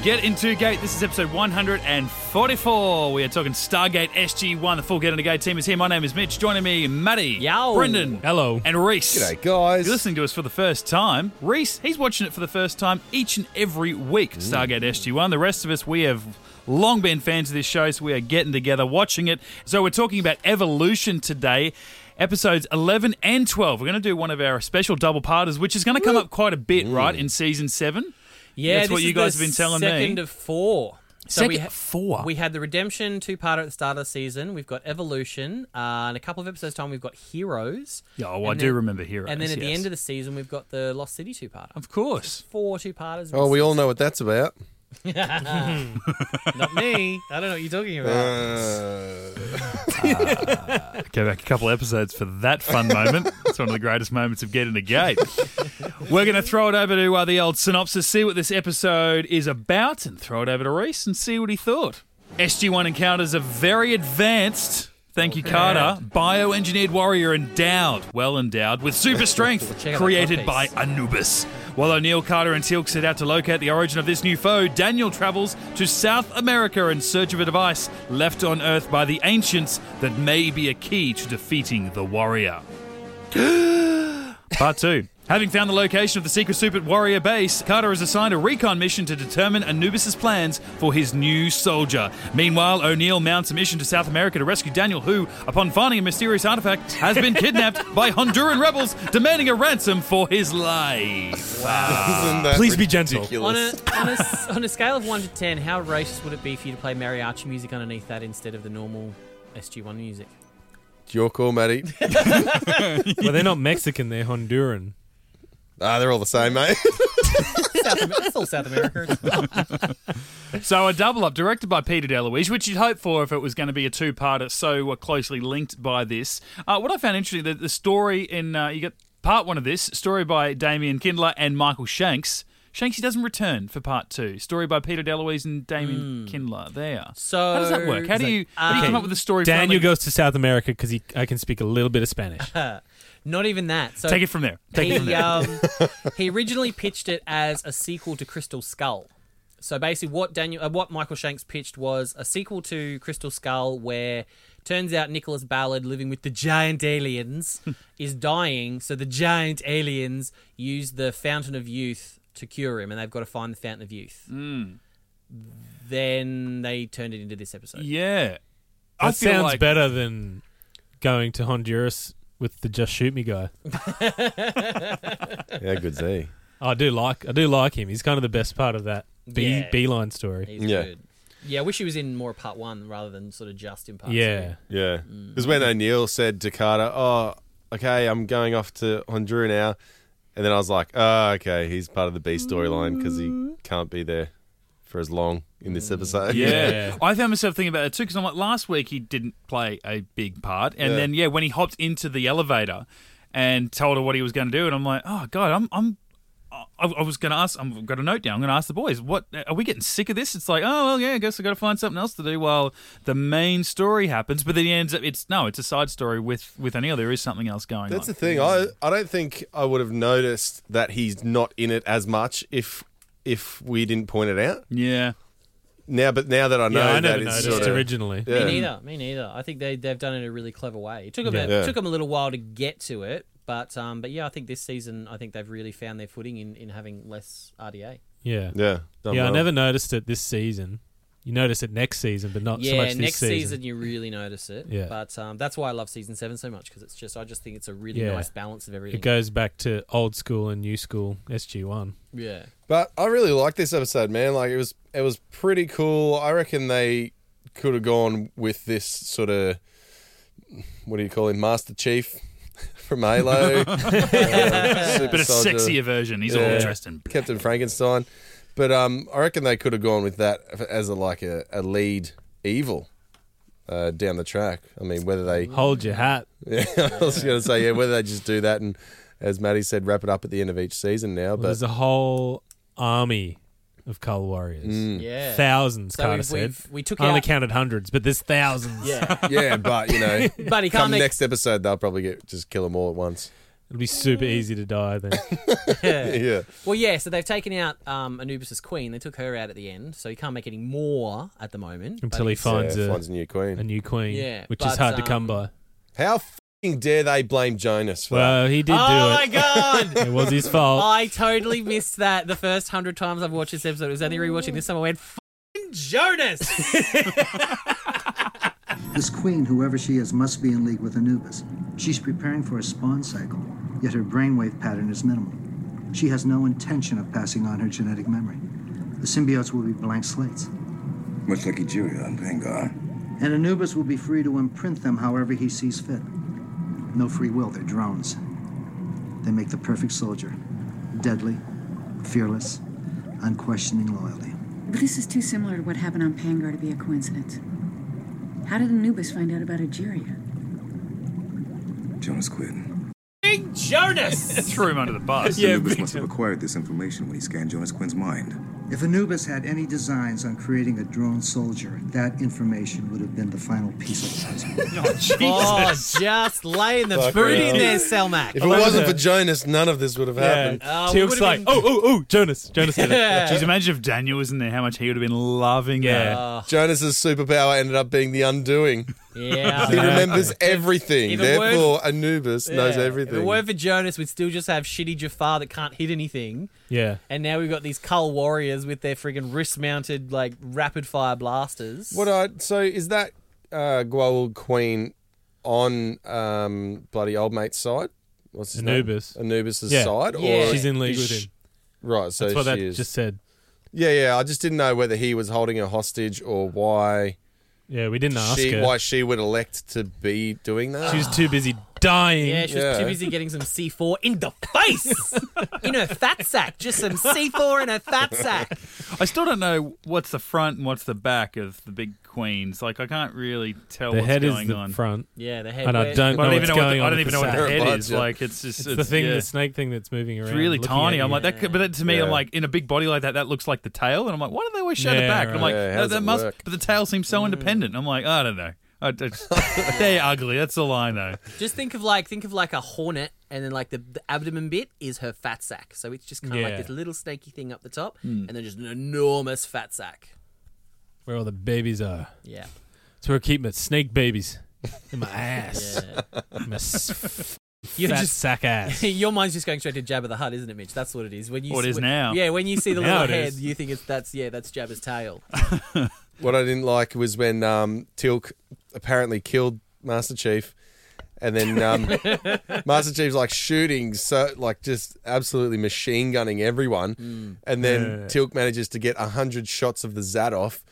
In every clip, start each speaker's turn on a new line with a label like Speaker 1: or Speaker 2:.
Speaker 1: Get into Gate. This is episode 144. We are talking Stargate SG1. The full Get into Gate team is here. My name is Mitch. Joining me, Matty,
Speaker 2: Yo.
Speaker 1: Brendan,
Speaker 3: Hello.
Speaker 1: and Reese.
Speaker 4: G'day, guys.
Speaker 1: If you're listening to us for the first time, Reese, he's watching it for the first time each and every week, Stargate SG1. The rest of us, we have long been fans of this show, so we are getting together, watching it. So we're talking about Evolution today. Episodes 11 and 12. We're going to do one of our special double parters, which is going to come up quite a bit, right, in season seven?
Speaker 2: Yeah,
Speaker 1: That's
Speaker 2: this
Speaker 1: what you
Speaker 2: is
Speaker 1: guys
Speaker 2: the
Speaker 1: have been telling me.
Speaker 2: second of four. So we
Speaker 1: Second-
Speaker 2: ha-
Speaker 1: four?
Speaker 2: We had the Redemption two part at the start of the season. We've got Evolution. Uh, in a couple of episodes' time, we've got Heroes.
Speaker 1: Yeah, oh, I
Speaker 2: And
Speaker 1: do
Speaker 2: then-
Speaker 1: remember Heroes.
Speaker 2: And then at the
Speaker 1: yes.
Speaker 2: end of the season, we've got the Lost City two part.
Speaker 1: Of course.
Speaker 2: Four two parters.
Speaker 4: Oh, we all know what that's about.
Speaker 2: Not me. I don't know what you're talking about.
Speaker 4: Uh,
Speaker 1: Go back a couple episodes for that fun moment. it's one of the greatest moments of getting a gate. We're going to throw it over to uh, the old synopsis, see what this episode is about, and throw it over to Reese and see what he thought. SG1 encounters a very advanced, thank you, Carter, bioengineered warrior endowed, well endowed, with super strength
Speaker 2: check out that
Speaker 1: created
Speaker 2: codpiece.
Speaker 1: by Anubis. While O'Neill, Carter, and Teal'c set out to locate the origin of this new foe, Daniel travels to South America in search of a device left on Earth by the ancients that may be a key to defeating the warrior. Part two. Having found the location of the secret super warrior base, Carter is assigned a recon mission to determine Anubis' plans for his new soldier. Meanwhile, O'Neill mounts a mission to South America to rescue Daniel, who, upon finding a mysterious artifact, has been kidnapped by Honduran rebels demanding a ransom for his life.
Speaker 4: isn't that
Speaker 3: Please be gentle.
Speaker 2: On a,
Speaker 4: ridiculous?
Speaker 2: on, a, s- on a scale of 1 to 10, how racist would it be for you to play mariachi music underneath that instead of the normal SG1 music?
Speaker 4: It's Your call, Matty.
Speaker 3: well, they're not Mexican, they're Honduran.
Speaker 4: Ah, they're all the same, mate.
Speaker 2: South Amer- That's all South America.
Speaker 1: So, a double up directed by Peter DeLuise, which you'd hope for if it was going to be a two parter, so uh, closely linked by this. Uh, what I found interesting that the story in uh, you got part one of this story by Damien Kindler and Michael Shanks. Shanksy doesn't return for part two. Story by Peter DeLuise and Damien Kindler. There.
Speaker 2: So-
Speaker 1: how does that work? How do you how do you
Speaker 3: Okay,
Speaker 1: come up with a story? for
Speaker 3: Daniel
Speaker 1: only-
Speaker 3: goes to South America because I can speak a little bit of Spanish.
Speaker 2: Not even that. So
Speaker 1: Take it from there. Take it from
Speaker 2: he,
Speaker 1: there.
Speaker 2: um, he originally pitched it as a sequel to Crystal Skull. So basically, what Daniel, uh, what Michael Shanks pitched was a sequel to Crystal Skull, where turns out Nicholas Ballard, living with the giant aliens, is dying. So the giant aliens use the Fountain of Youth to cure him, and they've got to find the Fountain of Youth.
Speaker 1: Mm.
Speaker 2: Then they turned it into this episode.
Speaker 1: yeah. I
Speaker 3: That
Speaker 1: feel
Speaker 3: sounds
Speaker 1: like-
Speaker 3: better than going to Honduras with the "Just Shoot Me" guy.
Speaker 4: yeah, good Z.
Speaker 3: I do like, I do like him. He's kind of the best part of that B
Speaker 2: Yeah.
Speaker 3: beeline story.
Speaker 2: He's
Speaker 4: Yeah.
Speaker 2: good. Yeah, I wish he was in more part one rather than sort of just in part
Speaker 3: Yeah,
Speaker 4: Yeah.
Speaker 2: Mm.
Speaker 4: Because when O'Neill said to Carter, oh, okay, I'm going off to Honduras now. And then I was like, oh, okay, he's part of the B storyline because he
Speaker 2: Mm.
Speaker 4: can't be there for as long in this episode.
Speaker 1: Yeah.
Speaker 3: Yeah.
Speaker 1: I found myself thinking about it too because I'm like, last week he didn't play a big part, and
Speaker 4: Yeah.
Speaker 1: then yeah, when he hopped into the elevator and told her what he was going to do, and I'm like, oh god, I'm I'm. I I was going to ask. I've got a note down. I'm going to ask the boys. What are we getting sick of this? It's like, oh well, yeah. I guess I got to find something else to do while the main story happens. But then he ends up. It's no. It's a side story with with Anil. There is something else going
Speaker 4: That's
Speaker 1: on.
Speaker 4: the thing. I, I don't think I would have noticed that he's not in it as much if if we didn't point it out.
Speaker 1: yeah.
Speaker 4: Now, but now that I know
Speaker 3: yeah. I
Speaker 4: that
Speaker 3: never
Speaker 4: it's
Speaker 3: noticed
Speaker 4: sort of-
Speaker 3: originally.
Speaker 4: Yeah.
Speaker 2: Me neither. Me neither. I think they they've done it a really clever way. It took them a,
Speaker 4: Yeah.
Speaker 2: took 'em a little while to get to it, but um, but yeah, I think this season I think they've really found their footing in, in having less RDA.
Speaker 3: Yeah, yeah.
Speaker 4: Yeah. done
Speaker 3: I
Speaker 4: well.
Speaker 3: never noticed it this season. You notice it next season, but not so
Speaker 2: yeah,
Speaker 3: much this
Speaker 2: next
Speaker 3: season.
Speaker 2: you really notice it.
Speaker 3: Yeah.
Speaker 2: But um, that's why I love season seven so much because it's just I just think it's a really
Speaker 3: Yeah.
Speaker 2: nice balance of everything.
Speaker 3: It goes back to old school and new school SG One.
Speaker 2: yeah.
Speaker 4: But I really liked this episode, man. Like it was it was pretty cool. I reckon they could have gone with this sort of what do you call him, Master Chief from Halo, Uh,
Speaker 1: But a sexier version. He's all
Speaker 4: Yeah.
Speaker 1: dressed in black.
Speaker 4: Captain Frankenstein. But um, I reckon they could have gone with that as a like a, a lead evil uh, down the track. I mean, whether they,
Speaker 3: Hold your hat.
Speaker 4: yeah, I was going to say, yeah, whether they just do that and, as Maddie said, wrap it up at the end of each season now.
Speaker 3: Well, there's
Speaker 4: But
Speaker 3: a whole army of Cull warriors.
Speaker 4: Mm.
Speaker 2: Yeah.
Speaker 3: Thousands,
Speaker 2: So
Speaker 3: Carter
Speaker 2: we've-
Speaker 3: said.
Speaker 2: we've- we took
Speaker 3: I only
Speaker 2: out-
Speaker 3: counted hundreds, but there's thousands.
Speaker 2: Yeah.
Speaker 4: yeah, but you know,
Speaker 2: but he can't
Speaker 4: come
Speaker 2: make
Speaker 4: next episode, they'll probably get just kill them all at once.
Speaker 3: It'll be super easy to die then.
Speaker 4: Yeah.
Speaker 2: Well, yeah, so they've taken out um, Anubis' queen. They took her out at the end, so he can't make any more at the moment.
Speaker 3: Until
Speaker 2: But
Speaker 3: he
Speaker 2: it's-
Speaker 3: finds
Speaker 4: yeah,
Speaker 3: a,
Speaker 4: finds a new queen.
Speaker 3: a new queen,
Speaker 2: Yeah,
Speaker 3: which
Speaker 2: but,
Speaker 3: is hard to come
Speaker 2: um,
Speaker 3: by.
Speaker 4: How fing dare they blame Jonas for that?
Speaker 3: Well, he did
Speaker 2: Oh my
Speaker 3: do it.
Speaker 2: god!
Speaker 3: It was his fault.
Speaker 2: I totally missed that the first hundred times I've watched this episode. It was only rewatching this time I went, "F***ing Jonas!
Speaker 5: This queen, whoever she is, must be in league with Anubis. She's preparing for a spawn cycle, yet her brainwave pattern is minimal. She has no intention of passing on her genetic memory. The symbiotes will be blank slates,
Speaker 6: Much like a Julia on Vanguard.
Speaker 5: and Anubis will be free to imprint them however he sees fit. No free will, they're drones. They make the perfect soldier deadly, fearless, unquestioning loyalty.
Speaker 7: But this is too similar to what happened on Pangar to be a coincidence. How did Anubis find out about Egeria?
Speaker 6: Jonas quit.
Speaker 2: F***ing Jonas!
Speaker 1: Threw him under the bus.
Speaker 6: Anubis must have acquired this information when he scanned Jonas Quinn's mind.
Speaker 5: If Anubis had any designs on creating a drone soldier, that information would have been the final piece of puzzle.
Speaker 2: Oh, just laying the
Speaker 4: Fucking
Speaker 2: food in
Speaker 4: hell.
Speaker 2: there, Selmac.
Speaker 4: If it wasn't for Jonas, none of this would have
Speaker 3: Yeah.
Speaker 4: happened.
Speaker 2: Uh, we
Speaker 3: Teal'c's
Speaker 2: would've
Speaker 3: like,
Speaker 2: been-
Speaker 3: oh, oh, oh, Jonas, Jonas did it.
Speaker 1: Jeez, imagine if Daniel was in there, how much he would have been loving
Speaker 3: Yeah.
Speaker 1: that.
Speaker 2: Ah.
Speaker 4: Jonas's superpower ended up being the undoing.
Speaker 3: Ah.
Speaker 4: He
Speaker 2: Yeah.
Speaker 4: remembers everything.
Speaker 2: If it weren't-
Speaker 4: Therefore, Anubis knows
Speaker 2: Yeah. If
Speaker 4: everything.
Speaker 2: it weren't for Jonas, we'd still just have shitty Jafar that can't hit anything.
Speaker 3: Yeah.
Speaker 2: And now we've got these Cull warriors with their friggin' wrist-mounted like rapid-fire blasters.
Speaker 4: What I so is that uh, Gwal Queen on um, bloody old mate's side? What's his
Speaker 3: Anubis.
Speaker 4: name? Anubis's
Speaker 3: Yeah.
Speaker 4: side,
Speaker 2: Yeah.
Speaker 4: or
Speaker 3: She's in league
Speaker 4: is
Speaker 3: with
Speaker 4: she-
Speaker 3: him.
Speaker 4: Right, so
Speaker 3: That's what
Speaker 4: she
Speaker 3: that
Speaker 4: is.
Speaker 3: just said.
Speaker 4: Yeah, yeah. I just didn't know whether he was holding her hostage or why
Speaker 3: Yeah, we didn't ask
Speaker 4: she
Speaker 3: her.
Speaker 4: why she would elect to be doing that.
Speaker 3: She was too busy dying.
Speaker 2: Yeah, she was
Speaker 4: Yeah.
Speaker 2: too busy getting some C4 in the face, in her fat sack. Just some C4 in her fat sack.
Speaker 1: I still don't know what's the front and what's the back of the big queens. Like, I can't really tell
Speaker 3: the
Speaker 1: what's
Speaker 3: head is
Speaker 1: going
Speaker 3: the
Speaker 1: on.
Speaker 3: front.
Speaker 2: Yeah, the head.
Speaker 3: And I
Speaker 2: where-
Speaker 3: don't
Speaker 1: I don't
Speaker 3: know
Speaker 1: even
Speaker 3: what's
Speaker 1: know. What
Speaker 3: going
Speaker 1: the,
Speaker 3: on.
Speaker 1: I don't
Speaker 3: with
Speaker 1: even
Speaker 3: the
Speaker 1: know what the
Speaker 3: sack.
Speaker 1: head
Speaker 4: Budget.
Speaker 1: is. Like, it's just
Speaker 3: It's the thing,
Speaker 1: yeah.
Speaker 3: the snake thing that's moving around.
Speaker 1: It's really
Speaker 3: looking
Speaker 1: tiny.
Speaker 3: at
Speaker 1: I'm
Speaker 3: you.
Speaker 1: like that, could, but that, to me, I'm
Speaker 4: Yeah.
Speaker 1: like in a big body like that. That looks like the tail, and I'm like, why do they always show the
Speaker 3: Yeah,
Speaker 1: back? I'm
Speaker 3: right.
Speaker 1: like,
Speaker 4: Yeah, how
Speaker 1: no,
Speaker 4: does
Speaker 1: that
Speaker 4: it
Speaker 1: must.
Speaker 4: work?
Speaker 1: But the tail seems
Speaker 3: Hmm.
Speaker 1: so independent. I'm like, I don't know. I just, they're ugly. That's all I know.
Speaker 2: Just think of like think of like a hornet, and then like the, the abdomen bit is her fat sack. So it's just kind of
Speaker 3: Yeah.
Speaker 2: like this little snaky thing up the top,
Speaker 4: Hmm.
Speaker 2: and then just an enormous fat sack.
Speaker 3: Where all the babies are.
Speaker 2: Yeah.
Speaker 3: That's where I keep my snake babies. In my ass. My s-
Speaker 2: You're
Speaker 3: fat
Speaker 2: just
Speaker 3: sack ass.
Speaker 2: your mind's just going straight to Jabba the Hutt, isn't it, Mitch? That's what it is. When you
Speaker 1: What
Speaker 2: s-
Speaker 1: is
Speaker 2: when-
Speaker 1: now.
Speaker 2: Yeah, when you see the
Speaker 3: Now
Speaker 2: little
Speaker 3: it
Speaker 2: head,
Speaker 3: is.
Speaker 2: you think it's that's yeah, that's Jabba's tail.
Speaker 4: What I didn't like was when um, Tilk apparently killed Master Chief, and then um, Master Chief's like shooting, so like just absolutely machine gunning everyone,
Speaker 3: Hmm.
Speaker 4: and then Tilk manages to get hundred shots of the Zat off,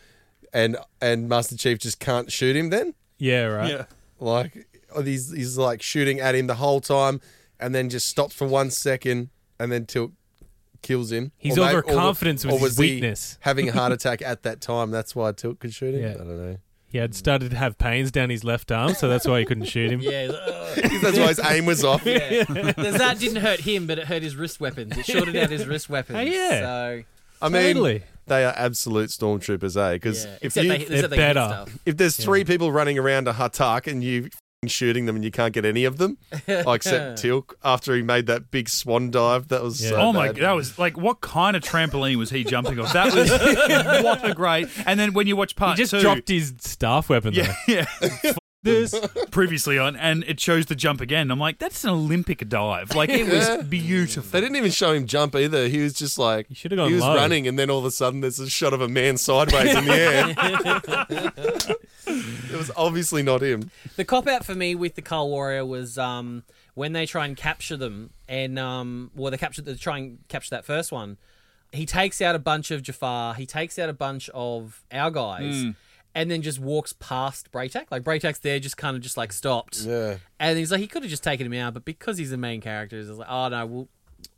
Speaker 4: and and Master Chief just can't shoot him. Then
Speaker 3: Yeah, right.
Speaker 4: like oh, he's he's like shooting at him the whole time, and then just stops for one second, and then Tilk kills him.
Speaker 3: His
Speaker 4: may-
Speaker 3: overconfidence was his
Speaker 4: he
Speaker 3: weakness.
Speaker 4: having a heart attack at that time. That's why Tilk could shoot him.
Speaker 3: Yeah.
Speaker 4: I don't know.
Speaker 3: He had started to have pains down his left arm, so that's why he couldn't shoot him.
Speaker 2: Yeah. ugh.
Speaker 4: That's why his aim was off.
Speaker 2: The Zat didn't hurt him, but it hurt his wrist weapons. It shorted out his wrist weapons.
Speaker 3: Oh, yeah.
Speaker 2: So
Speaker 4: I mean,
Speaker 3: Totally.
Speaker 4: they are absolute stormtroopers, eh? Because
Speaker 2: yeah.
Speaker 4: if,
Speaker 2: Except
Speaker 4: you,
Speaker 2: they, except they hit
Speaker 3: better.
Speaker 2: stuff.
Speaker 4: if there's three people running around a Hatak and you f***ing shooting them and you can't get any of them, oh, except Tilk after he made that big swan dive, that was
Speaker 3: Yeah.
Speaker 4: so
Speaker 3: Not
Speaker 1: Oh my!
Speaker 4: bad.
Speaker 1: That was like, what kind of trampoline was he jumping off? That was what a great. And then when you watch
Speaker 3: He
Speaker 1: part
Speaker 3: just
Speaker 1: two,
Speaker 3: dropped his staff weapon,
Speaker 1: yeah,
Speaker 3: though.
Speaker 1: yeah. This previously on, and it shows the jump again. I'm like, that's an Olympic dive. Like it
Speaker 4: Yeah.
Speaker 1: was beautiful.
Speaker 4: They didn't even show him jump either. He was just like
Speaker 3: should've gone
Speaker 4: he was
Speaker 3: low.
Speaker 4: running, and then all of a sudden there's a shot of a man sideways in the air. it was obviously not him.
Speaker 2: The cop out for me with the Cull Warrior was um, when they try and capture them, and um, well, they capture they try and capture that first one. He takes out a bunch of Jafar. He takes out a bunch of our guys,
Speaker 4: Hmm.
Speaker 2: and then just walks past Braytak. Like Braytak's there, just kind of just like stopped.
Speaker 4: Yeah,
Speaker 2: And he's like, he could have just taken him out, but because he's the main character, he's like, oh no, we'll,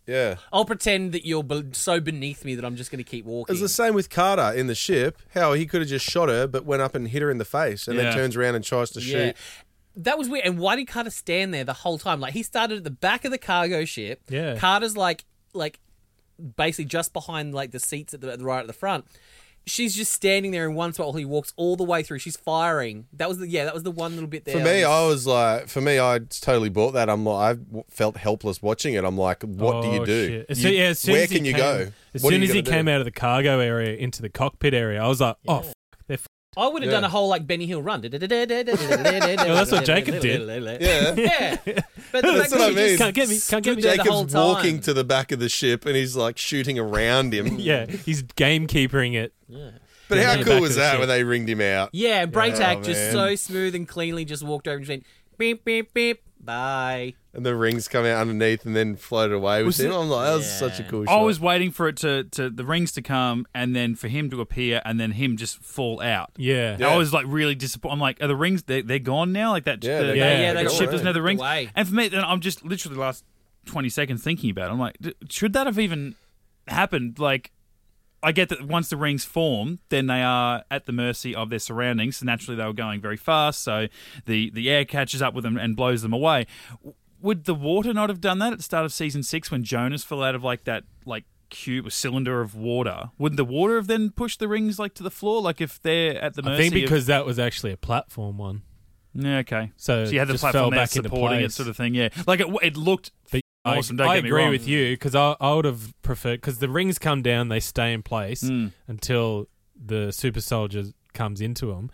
Speaker 4: yeah.
Speaker 2: I'll pretend that you're be- so beneath me that I'm just going to keep
Speaker 4: It
Speaker 2: walking.
Speaker 4: was the same with Carter in the ship. How he could have just shot her, but went up and hit her in the face, and
Speaker 1: Yeah.
Speaker 4: then turns around and tries to
Speaker 2: Yeah.
Speaker 4: shoot.
Speaker 2: That was weird. And why did Carter stand there the whole time? Like he started at the back of the cargo ship.
Speaker 3: Yeah.
Speaker 2: Carter's like like basically just behind like the seats at the, at the right at the front. she's just standing there in one spot while he walks all the way through. She's firing. That was the yeah. That was the one little bit there.
Speaker 4: For me, I was like, for me, I totally bought that. I'm like, I w- felt helpless watching it. I'm like, what do you
Speaker 3: Oh,
Speaker 4: do?
Speaker 3: shit. As
Speaker 4: You-
Speaker 3: soon- yeah, as soon
Speaker 4: where
Speaker 3: as he
Speaker 4: can you
Speaker 3: came-
Speaker 4: go?
Speaker 3: As
Speaker 4: What are
Speaker 3: soon
Speaker 4: you
Speaker 3: as he
Speaker 4: gonna
Speaker 3: came
Speaker 4: do?
Speaker 3: out of the cargo area into the cockpit area, I was like, oh, f- they're f-
Speaker 2: I would have done a whole like Benny Hill run. that's
Speaker 3: what Jacob did.
Speaker 4: Yeah.
Speaker 2: Yeah. But the fact
Speaker 4: what
Speaker 2: that
Speaker 4: I
Speaker 2: she
Speaker 4: mean.
Speaker 2: just
Speaker 3: can't get me, can't get me.
Speaker 2: there the whole
Speaker 4: Jacob's
Speaker 2: time.
Speaker 4: walking to the back of the ship and he's like shooting around him.
Speaker 3: Yeah, he's gamekeepering it.
Speaker 4: But
Speaker 3: Yeah,
Speaker 4: how
Speaker 3: the
Speaker 4: cool
Speaker 3: back
Speaker 4: was
Speaker 3: of the
Speaker 4: that
Speaker 3: ship.
Speaker 4: when they ringed him out?
Speaker 2: Yeah, and Braytac
Speaker 4: Yeah,
Speaker 2: just
Speaker 4: man.
Speaker 2: so smooth and cleanly just walked over and just went beep beep beep. Bye.
Speaker 4: And the rings come out underneath and then floated away with
Speaker 1: Was
Speaker 4: him.
Speaker 1: it-
Speaker 4: I'm like, that was
Speaker 2: Yeah.
Speaker 4: such a cool
Speaker 1: I
Speaker 4: shot.
Speaker 1: was waiting for it to, to the rings to come and then for him to appear and then him just fall out.
Speaker 3: Yeah.
Speaker 1: I was like really disappointed. I'm like, are the rings they they're gone now? Like that,
Speaker 4: Yeah,
Speaker 1: the,
Speaker 4: they're
Speaker 3: gone.
Speaker 1: yeah,
Speaker 3: Yeah,
Speaker 1: that
Speaker 3: they're
Speaker 1: ship
Speaker 4: gone.
Speaker 1: doesn't have the rings.
Speaker 2: Away.
Speaker 1: And for me, then I'm just literally the last twenty seconds thinking about. it. I'm like, D- should that have even happened? Like, I get that once the rings form, then they are at the mercy of their surroundings. So naturally, they were going very fast, so the the air catches up with them and blows them away. W- Would the water not have done that at the start of season six when Jonas fell out of like that like cube or cylinder of water? Would the water have then pushed the rings like to the floor? Like if they're at the mercy?
Speaker 3: I think
Speaker 1: of-
Speaker 3: because that was actually a platform one.
Speaker 1: yeah, okay.
Speaker 3: So
Speaker 1: she had the
Speaker 3: Uh, just
Speaker 1: platform
Speaker 3: fell
Speaker 1: there
Speaker 3: back into
Speaker 1: supporting it,
Speaker 3: place.
Speaker 1: sort of thing. Yeah, like it, it looked
Speaker 3: But
Speaker 1: awesome.
Speaker 3: I,
Speaker 1: Don't
Speaker 3: I
Speaker 1: get me
Speaker 3: agree
Speaker 1: wrong.
Speaker 3: with you because I, I would have preferred because the rings come down, they stay in place until the super soldier comes into him,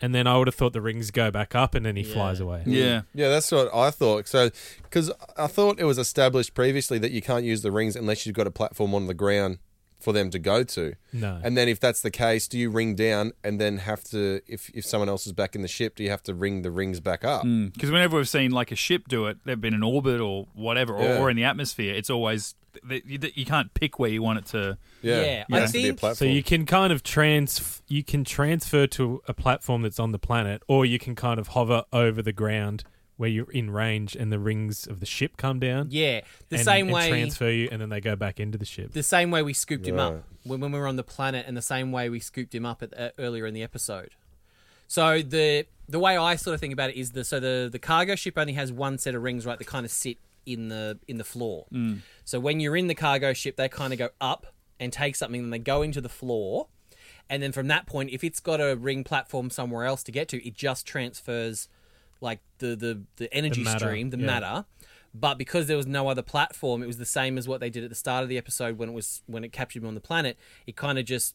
Speaker 3: and then I would have thought the rings go back up and then he flies away.
Speaker 1: Yeah,
Speaker 4: Mm. Yeah, that's what I thought. So, because I thought it was established previously that you can't use the rings unless you've got a platform on the ground for them to go to.
Speaker 3: No.
Speaker 4: And then if that's the case, do you ring down and then have to, if, if someone else is back in the ship, do you have to ring the rings back up?
Speaker 3: Mm.
Speaker 1: because whenever we've seen like a ship do it, they've been in orbit or whatever, or,
Speaker 4: Yeah.
Speaker 1: or in the atmosphere. It's always th- you, you can't pick where you want it to.
Speaker 4: Yeah.
Speaker 2: Yeah,
Speaker 4: It
Speaker 2: I
Speaker 4: has to be a
Speaker 2: think-
Speaker 4: platform.
Speaker 3: So you can kind of trans you can transfer to a platform that's on the planet, or you can kind of hover over the ground where you're in range, and the rings of the ship come down.
Speaker 2: Yeah. The
Speaker 3: and,
Speaker 2: same
Speaker 3: and
Speaker 2: way
Speaker 3: transfer you, and then they go back into the ship.
Speaker 2: the same way we scooped him
Speaker 4: Right.
Speaker 2: up when, when we were on the planet, and the same way we scooped him up at, uh, earlier in the episode. So the the way I sort of think about it is the so the the cargo ship only has one set of rings, right? That kind of sit in the in the floor. So when you're in the cargo ship, they kind of go up and take something, and they go into the floor. And then from that point, if it's got a ring platform somewhere else to get to, it just transfers like the the, the energy
Speaker 3: matter,
Speaker 2: stream, the
Speaker 3: yeah.
Speaker 2: matter. But because there was no other platform, it was the same as what they did at the start of the episode when it was when it captured him on the planet. It kind of just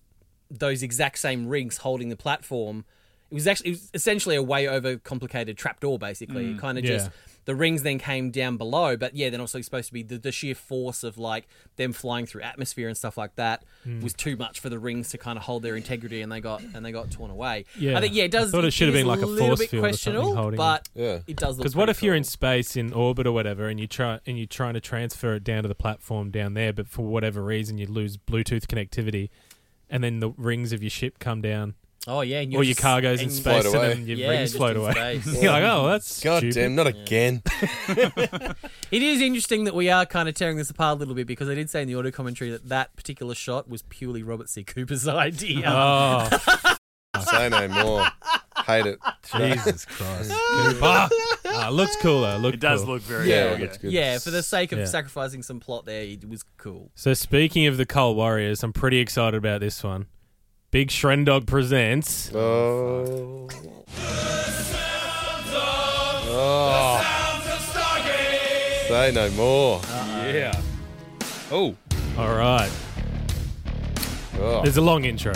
Speaker 2: those exact same rings holding the platform. It was actually it was essentially a way over complicated trapdoor, basically. it kind of
Speaker 3: Mm, yeah.
Speaker 2: just the rings then came down below, but yeah, then also supposed to be the, the sheer force of like them flying through atmosphere and stuff like that
Speaker 3: Mm.
Speaker 2: was too much for the rings to kind of hold their integrity, and they got and they got torn away.
Speaker 3: Yeah.
Speaker 2: I think yeah, it
Speaker 3: I
Speaker 2: does.
Speaker 3: thought it should have
Speaker 2: is
Speaker 3: been like a
Speaker 2: little
Speaker 3: force
Speaker 2: bit
Speaker 3: field or something
Speaker 2: questionable,
Speaker 3: holding
Speaker 2: but
Speaker 4: Yeah.
Speaker 2: it does look.
Speaker 3: Because what
Speaker 2: pretty
Speaker 3: if you're in
Speaker 2: cool.
Speaker 3: space in orbit or whatever, and you try and you're trying to transfer it down to the platform down there, but for whatever reason you lose Bluetooth connectivity, and then the rings of your ship come down,
Speaker 2: Oh yeah, and
Speaker 3: or your
Speaker 2: just-
Speaker 3: cargoes in
Speaker 2: and-
Speaker 3: space, and
Speaker 4: Float away.
Speaker 3: then your
Speaker 2: Yeah,
Speaker 3: rings
Speaker 2: just
Speaker 3: float
Speaker 2: in
Speaker 3: away.
Speaker 2: space.
Speaker 3: you're like, oh, that's
Speaker 4: God
Speaker 3: stupid.
Speaker 4: damn, not again.
Speaker 2: It is interesting that we are kind of tearing this apart a little bit because I did say in the audio commentary that that particular shot was purely Robert C. Cooper's idea.
Speaker 3: Oh,
Speaker 4: Say no more. Hate it.
Speaker 3: Jesus Christ. ah, ah, looks cool though. Looked
Speaker 1: It does
Speaker 3: cool.
Speaker 1: look very
Speaker 4: Yeah,
Speaker 1: cool,
Speaker 4: that's good.
Speaker 2: yeah, for the sake of
Speaker 3: Yeah.
Speaker 2: sacrificing some plot there, it was cool.
Speaker 3: So speaking of the Coal Warriors, I'm pretty excited about this one. Big Shrendog presents.
Speaker 4: Oh. Oh. Say no more.
Speaker 1: yeah. Oh,
Speaker 3: All right,
Speaker 4: Oh.
Speaker 3: there's a long intro.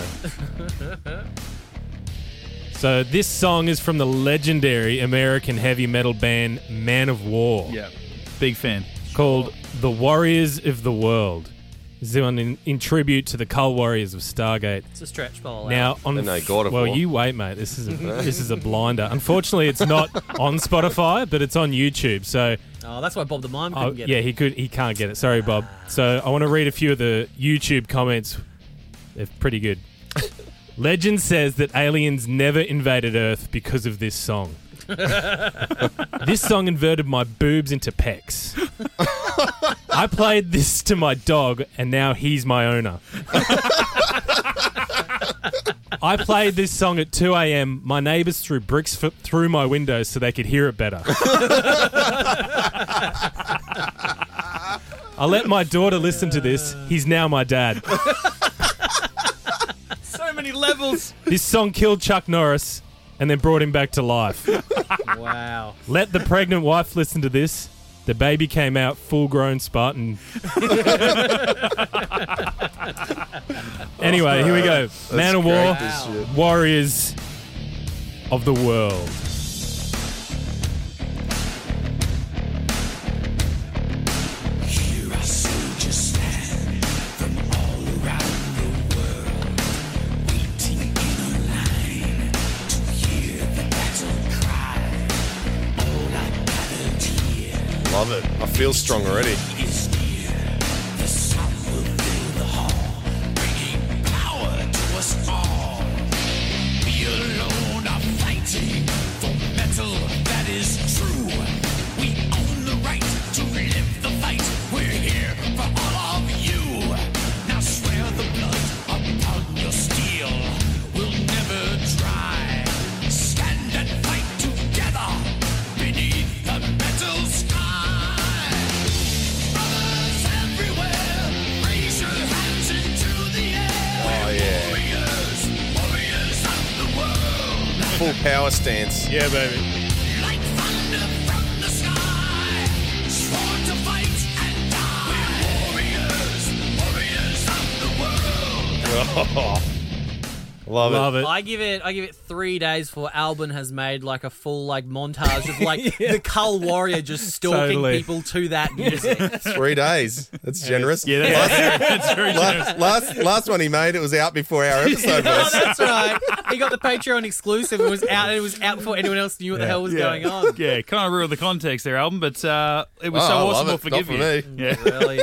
Speaker 3: so this song is from the legendary American heavy metal band Man of War,
Speaker 1: yeah. Big fan.
Speaker 3: called the Warriors of the World. This is one in, in tribute to the Coal Warriors of Stargate.
Speaker 2: It's a stretch eh? ball.
Speaker 3: Now on
Speaker 4: Then they
Speaker 3: f-
Speaker 4: got it
Speaker 3: well,
Speaker 4: for.
Speaker 3: you wait, mate. This is a, this is a blinder. Unfortunately, it's not on Spotify, but it's on YouTube. So
Speaker 2: oh, that's why Bob the Mime couldn't
Speaker 3: oh,
Speaker 2: get
Speaker 3: yeah,
Speaker 2: it.
Speaker 3: he could he can't get it. Sorry, Bob. So I want to read a few of the YouTube comments. They're pretty good. Legend says that aliens never invaded Earth because of this song. this song inverted my boobs into pecs. I played this to my dog, and now he's my owner. I played this song at 2 a.m. My neighbors threw bricks f- through my windows so they could hear it better. I let my daughter listen to this. He's now my dad.
Speaker 1: So many levels.
Speaker 3: This song killed Chuck Norris and then brought him back to life.
Speaker 2: Wow.
Speaker 3: Let the pregnant wife listen to this. The baby came out full grown Spartan. anyway, here we go. Man of War, Warriors of the World.
Speaker 4: Love it. I feel strong already. Oh yeah. Full power stance.
Speaker 3: Yeah, baby.
Speaker 4: Love,
Speaker 3: Love it.
Speaker 2: I give it I give it three days for Albin has made like a full like montage of like the Cull Warrior just stalking
Speaker 3: Totally.
Speaker 2: people to that music.
Speaker 4: Three days. That's generous.
Speaker 1: Yeah, that's, that's very generous.
Speaker 4: last, last last one he made, it was out before our episode
Speaker 2: oh,
Speaker 4: was.
Speaker 2: that's right. He got the Patreon exclusive. It was out. It was out before anyone else knew what the hell was
Speaker 1: yeah.
Speaker 2: going on.
Speaker 1: Yeah, kind of ruined the context there, Alvin, but uh, it was
Speaker 4: Oh, I
Speaker 1: so
Speaker 4: love
Speaker 1: awesome.
Speaker 4: it.
Speaker 1: We'll forgive
Speaker 4: Not
Speaker 1: you.
Speaker 4: for
Speaker 1: Yeah.
Speaker 2: Really,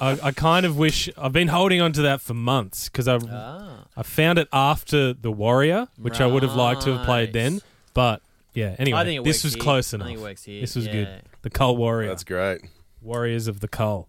Speaker 3: I, I kind of wish I've been holding on to that for months because I
Speaker 2: Ah.
Speaker 3: I found it after the Warrior, which I would have liked to have played
Speaker 2: Right.
Speaker 3: then. But yeah, anyway,
Speaker 2: I think it
Speaker 3: this
Speaker 2: works
Speaker 3: was
Speaker 2: here.
Speaker 3: close
Speaker 2: I
Speaker 3: enough.
Speaker 2: think it works here,
Speaker 3: This was
Speaker 2: yeah.
Speaker 3: good. The Cull Warrior,
Speaker 4: That's great.
Speaker 3: Warriors of the Cull.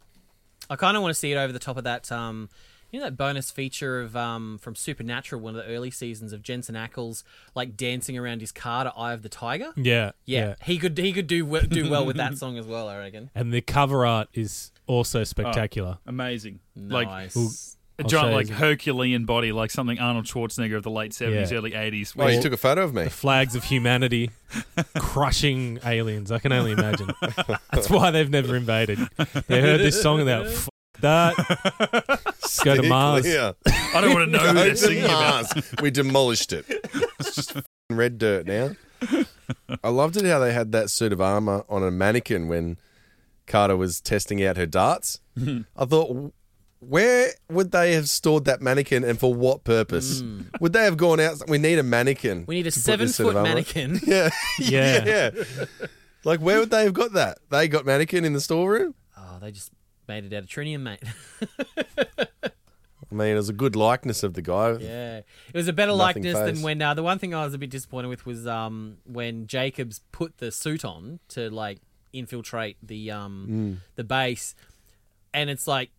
Speaker 2: I kind of want to see it over the top of that. Um, you know that bonus feature of um, from Supernatural, one of the early seasons of Jensen Ackles like dancing around his car to "Eye of the Tiger."
Speaker 3: Yeah,
Speaker 2: Yeah, he could he could do we- do well with that song as well. I reckon.
Speaker 3: And the cover art is also spectacular.
Speaker 1: Oh. Amazing. Like
Speaker 2: Nice.
Speaker 1: a
Speaker 3: I'll
Speaker 1: giant,
Speaker 3: show
Speaker 1: like
Speaker 3: you.
Speaker 1: Herculean body, like something Arnold Schwarzenegger of the late 70s,
Speaker 3: Yeah.
Speaker 1: early 80s.
Speaker 4: Oh,
Speaker 1: which-
Speaker 4: you took a photo of me.
Speaker 3: Flags of humanity, crushing aliens. I can only imagine. That's why they've never invaded. They heard this song and they're like, F- that. Let's go to Mars.
Speaker 4: Yeah.
Speaker 1: I don't want to know who they're singing about.
Speaker 4: Mars. We demolished it. It's just f***ing red dirt now. I loved it how they had that suit of armor on a mannequin when Carter was testing out her darts. I thought, where would they have stored that mannequin and for what purpose?
Speaker 1: Hmm.
Speaker 4: Would they have gone out? We need a mannequin.
Speaker 2: We need a
Speaker 4: to put
Speaker 2: seven
Speaker 4: this suit
Speaker 2: foot
Speaker 4: of armor on."
Speaker 2: mannequin.
Speaker 4: Yeah.
Speaker 3: Yeah.
Speaker 4: Like, where would they have got that? They got mannequin in the storeroom?
Speaker 2: Oh, they just made it out of trinium, mate.
Speaker 4: I mean, it was a good likeness of the guy.
Speaker 2: Yeah, it was a better
Speaker 4: Nothing
Speaker 2: likeness than
Speaker 4: phased.
Speaker 2: when uh, the one thing I was a bit disappointed with was um, when Jacobs put the suit on to like infiltrate the um,
Speaker 4: Mm.
Speaker 2: the base, and it's like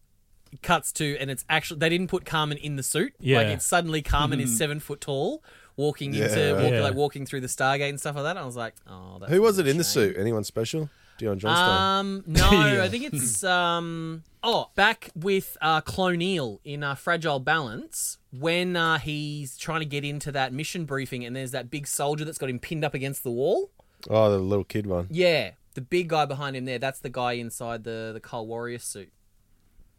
Speaker 2: cuts to and it's actually they didn't put Carmen in the suit. like
Speaker 3: Yeah.
Speaker 2: it's suddenly Carmen is seven foot tall. Walking into
Speaker 4: Mm-hmm. Yeah.
Speaker 2: walk,
Speaker 3: Yeah.
Speaker 2: like walking through the Stargate and stuff like that, I was like, "Oh, that's
Speaker 4: Who was
Speaker 2: a
Speaker 4: it in the
Speaker 2: shame.
Speaker 4: suit? Anyone special? Dion Johnstone.
Speaker 2: Um, no, I think it's um. Oh, back with uh, Cloneal in uh, Fragile Balance when uh, he's trying to get into that mission briefing, and there's that big soldier that's got him pinned up against the wall.
Speaker 4: oh, the little kid one.
Speaker 2: Yeah, the big guy behind him there. That's the guy inside the the Cull Warrior suit.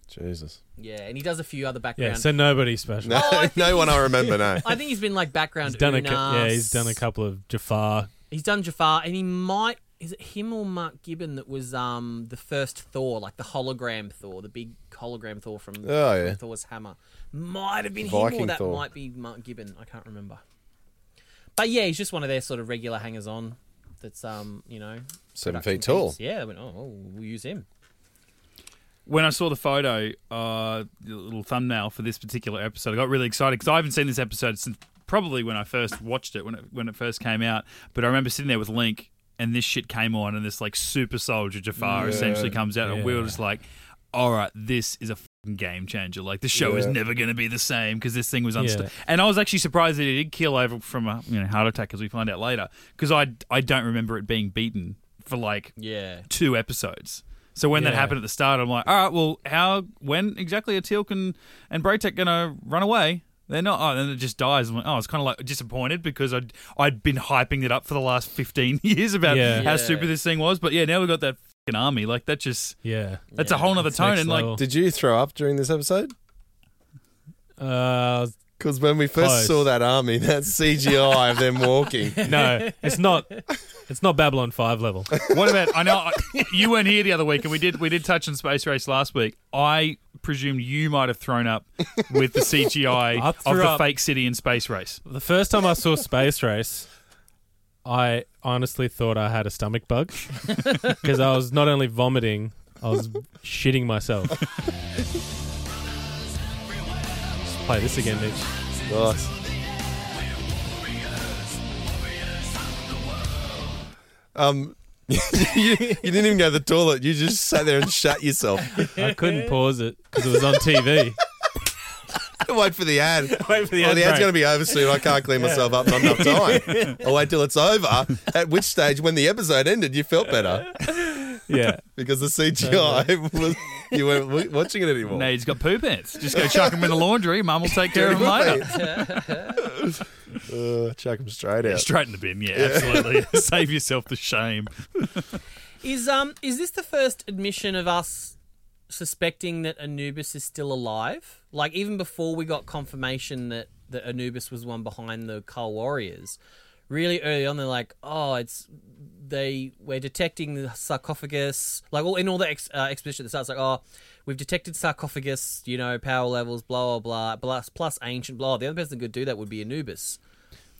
Speaker 4: Jesus.
Speaker 2: Yeah, and he does a few other
Speaker 3: Yeah,
Speaker 2: background.
Speaker 3: so nobody special.
Speaker 4: No,
Speaker 2: Oh, I think
Speaker 4: no one I remember. No.
Speaker 2: I think he's been like background.
Speaker 3: He's done a cou- yeah,
Speaker 2: Unas.
Speaker 3: he's done a couple of Jafar.
Speaker 2: He's done Jafar, and he might. Is it him or Mark Gibbon that was um the first Thor, like the hologram Thor, the big hologram Thor from
Speaker 4: Oh, yeah.
Speaker 2: from Thor's hammer? Might have been him, or
Speaker 4: Viking
Speaker 2: that
Speaker 4: Thor.
Speaker 2: might be Mark Gibbon. I can't remember. But yeah, he's just one of their sort of regular hangers on. That's um, you know,
Speaker 4: Seven
Speaker 2: production
Speaker 4: feet tall.
Speaker 2: teams. Yeah, they went, oh, oh, we'll use him.
Speaker 1: when I saw the photo, uh, the little thumbnail for this particular episode, I got really excited because I haven't seen this episode since probably when I first watched it when it when it first came out. But I remember sitting there with Link, and this shit came on, and this like super soldier Jafar essentially comes out, and we were just like, "All right, this is a." fucking Game changer, like the show is never going to be the same because this thing was unstable.
Speaker 3: Yeah.
Speaker 1: And I was actually surprised that it did kill over from a you know, heart attack, as we find out later, because I I don't remember it being beaten for like
Speaker 2: Yeah,
Speaker 1: two episodes. So when that
Speaker 3: Yeah.
Speaker 1: happened at the start, I'm like, all right, well, how, when exactly are Teal'c and, and Braytek going to run away? They're not. Oh, then it just dies. I'm like, oh, it's kind of like disappointed because I'd I'd been hyping it up for the last fifteen years about
Speaker 3: Yeah.
Speaker 1: how
Speaker 2: Yeah.
Speaker 1: stupid this thing was, but yeah, now we got that fucking army. Like that just
Speaker 3: Yeah.
Speaker 1: that's a whole nother
Speaker 3: It's
Speaker 1: tone.
Speaker 3: next
Speaker 1: And like,
Speaker 3: level.
Speaker 4: Did you throw up during this episode?
Speaker 3: Uh,
Speaker 4: Because when we first
Speaker 3: Close.
Speaker 4: saw that army, that CGI of them walking,
Speaker 3: no, it's not. It's not Babylon Five level.
Speaker 1: What about I know I- you weren't here the other week, and we did we did touch on space race last week. I presume you might have thrown up with the CGI
Speaker 3: I
Speaker 1: of
Speaker 3: threw
Speaker 1: the
Speaker 3: up.
Speaker 1: fake city in space race.
Speaker 3: The first time I saw Space Race, I honestly thought I had a stomach bug because I was not only vomiting, I was shitting myself. Play this again, Mitch.
Speaker 4: Nice. Um, you, you didn't even go to the toilet. You just sat there and shat yourself.
Speaker 3: I couldn't pause it because it was on TV.
Speaker 4: Wait for the ad.
Speaker 3: Wait for the
Speaker 4: Oh,
Speaker 3: ad
Speaker 4: the ad's
Speaker 3: break.
Speaker 4: going to be over soon. I can't clean myself up. Not enough time. I wait till it's over. At which stage, when the episode ended, you felt better
Speaker 3: Yeah.
Speaker 4: because the CGI was you weren't w- watching it anymore.
Speaker 1: No, he's got poo pants. Just go chuck him in the laundry. Mum will take care of him later.
Speaker 4: uh, chuck him straight out.
Speaker 1: Straight in the bin. Yeah, absolutely. Save yourself the shame.
Speaker 2: Is um is this the first admission of us suspecting that Anubis is still alive? Like even before we got confirmation that that Anubis was the one behind the Cull Warriors, really early on they're like, oh, it's they we're detecting the sarcophagus. Like all in all the ex, uh, exposition that starts like, oh, we've detected sarcophagus. You know, power levels, blah blah blah, plus plus ancient blah. The other person that could do that would be Anubis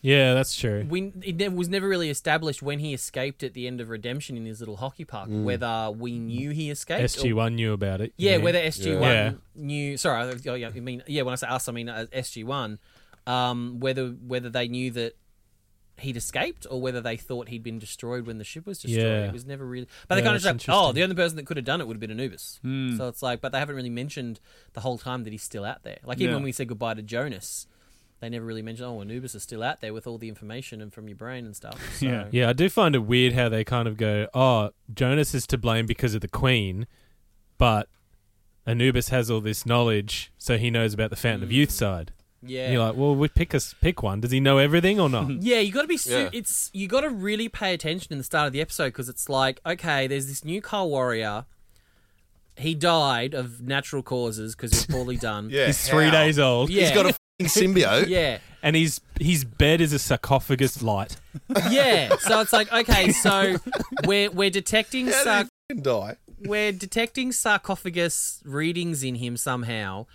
Speaker 3: Yeah, that's true.
Speaker 2: we it never, was never really established when he escaped at the end of Redemption in his little hockey park whether we knew he escaped. or-
Speaker 3: SG1 knew about it.
Speaker 2: yeah,
Speaker 3: you know.
Speaker 2: whether SG1
Speaker 3: Yeah.
Speaker 2: knew. Sorry, I- oh, yeah, I mean, yeah, when I say us, I mean uh, SG1. Um, whether whether they knew that he'd escaped or whether they thought he'd been destroyed when the ship was destroyed.
Speaker 3: Yeah.
Speaker 2: It was never really. But they
Speaker 3: Yeah,
Speaker 2: kind of
Speaker 3: that's
Speaker 2: just like, oh,
Speaker 3: interesting. Hmm.
Speaker 2: the only person that could have done it would have been Anubis. So it's like, but they haven't really mentioned the whole time that he's still out there. Like even
Speaker 1: Yeah.
Speaker 2: when we said goodbye to Jonas. They never really mentioned, oh, Anubis is still out there with all the information and from your brain and stuff. So,
Speaker 1: Yeah.
Speaker 3: Yeah, I do find it weird how they kind of go, oh, Jonas is to blame because of the Queen, but Anubis has all this knowledge, so he knows about the Fountain of Youth side.
Speaker 2: Mm. yeah.
Speaker 3: And you're like, well, we pick us pick one. Does he know everything or not?
Speaker 2: Yeah, you got to be. Su-
Speaker 4: Yeah.
Speaker 2: It's you got to really pay attention in the start of the episode because it's like, okay, there's this new car warrior. He died of natural causes because he's poorly done.
Speaker 4: Yeah,
Speaker 3: he's three
Speaker 4: how?
Speaker 3: days old.
Speaker 2: yeah,
Speaker 4: He's got a f***ing symbiote.
Speaker 2: yeah,
Speaker 3: And his his bed is a sarcophagus light.
Speaker 2: yeah. So it's like, okay, so we're we're detecting
Speaker 4: How
Speaker 2: sar-
Speaker 4: did he f***ing die?
Speaker 2: we're detecting sarcophagus readings in him somehow,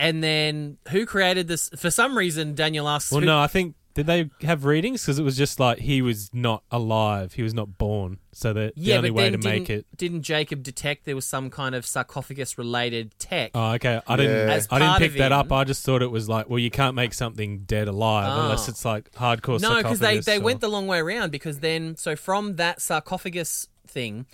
Speaker 2: and then who created this? For some reason, Daniel asks.
Speaker 3: Well,
Speaker 2: who-
Speaker 3: no, I think did they have readings? Because it was just like he was not alive. He was not born. So the, the
Speaker 2: Yeah,
Speaker 3: only
Speaker 2: but
Speaker 3: way
Speaker 2: then
Speaker 3: to
Speaker 2: didn't,
Speaker 3: make it.
Speaker 2: didn't Jacob detect there was some kind of sarcophagus related tech?
Speaker 3: Oh, okay. I didn't.
Speaker 4: Yeah.
Speaker 2: As
Speaker 3: I didn't
Speaker 2: part
Speaker 3: pick
Speaker 2: of
Speaker 3: that up.
Speaker 2: him-
Speaker 3: I just thought it was like, well, you can't make something dead alive
Speaker 2: Oh.
Speaker 3: unless it's like hardcore.
Speaker 2: No, because they,
Speaker 3: sarcophagus
Speaker 2: they
Speaker 3: or-
Speaker 2: went the long way around because then, so from that sarcophagus thing,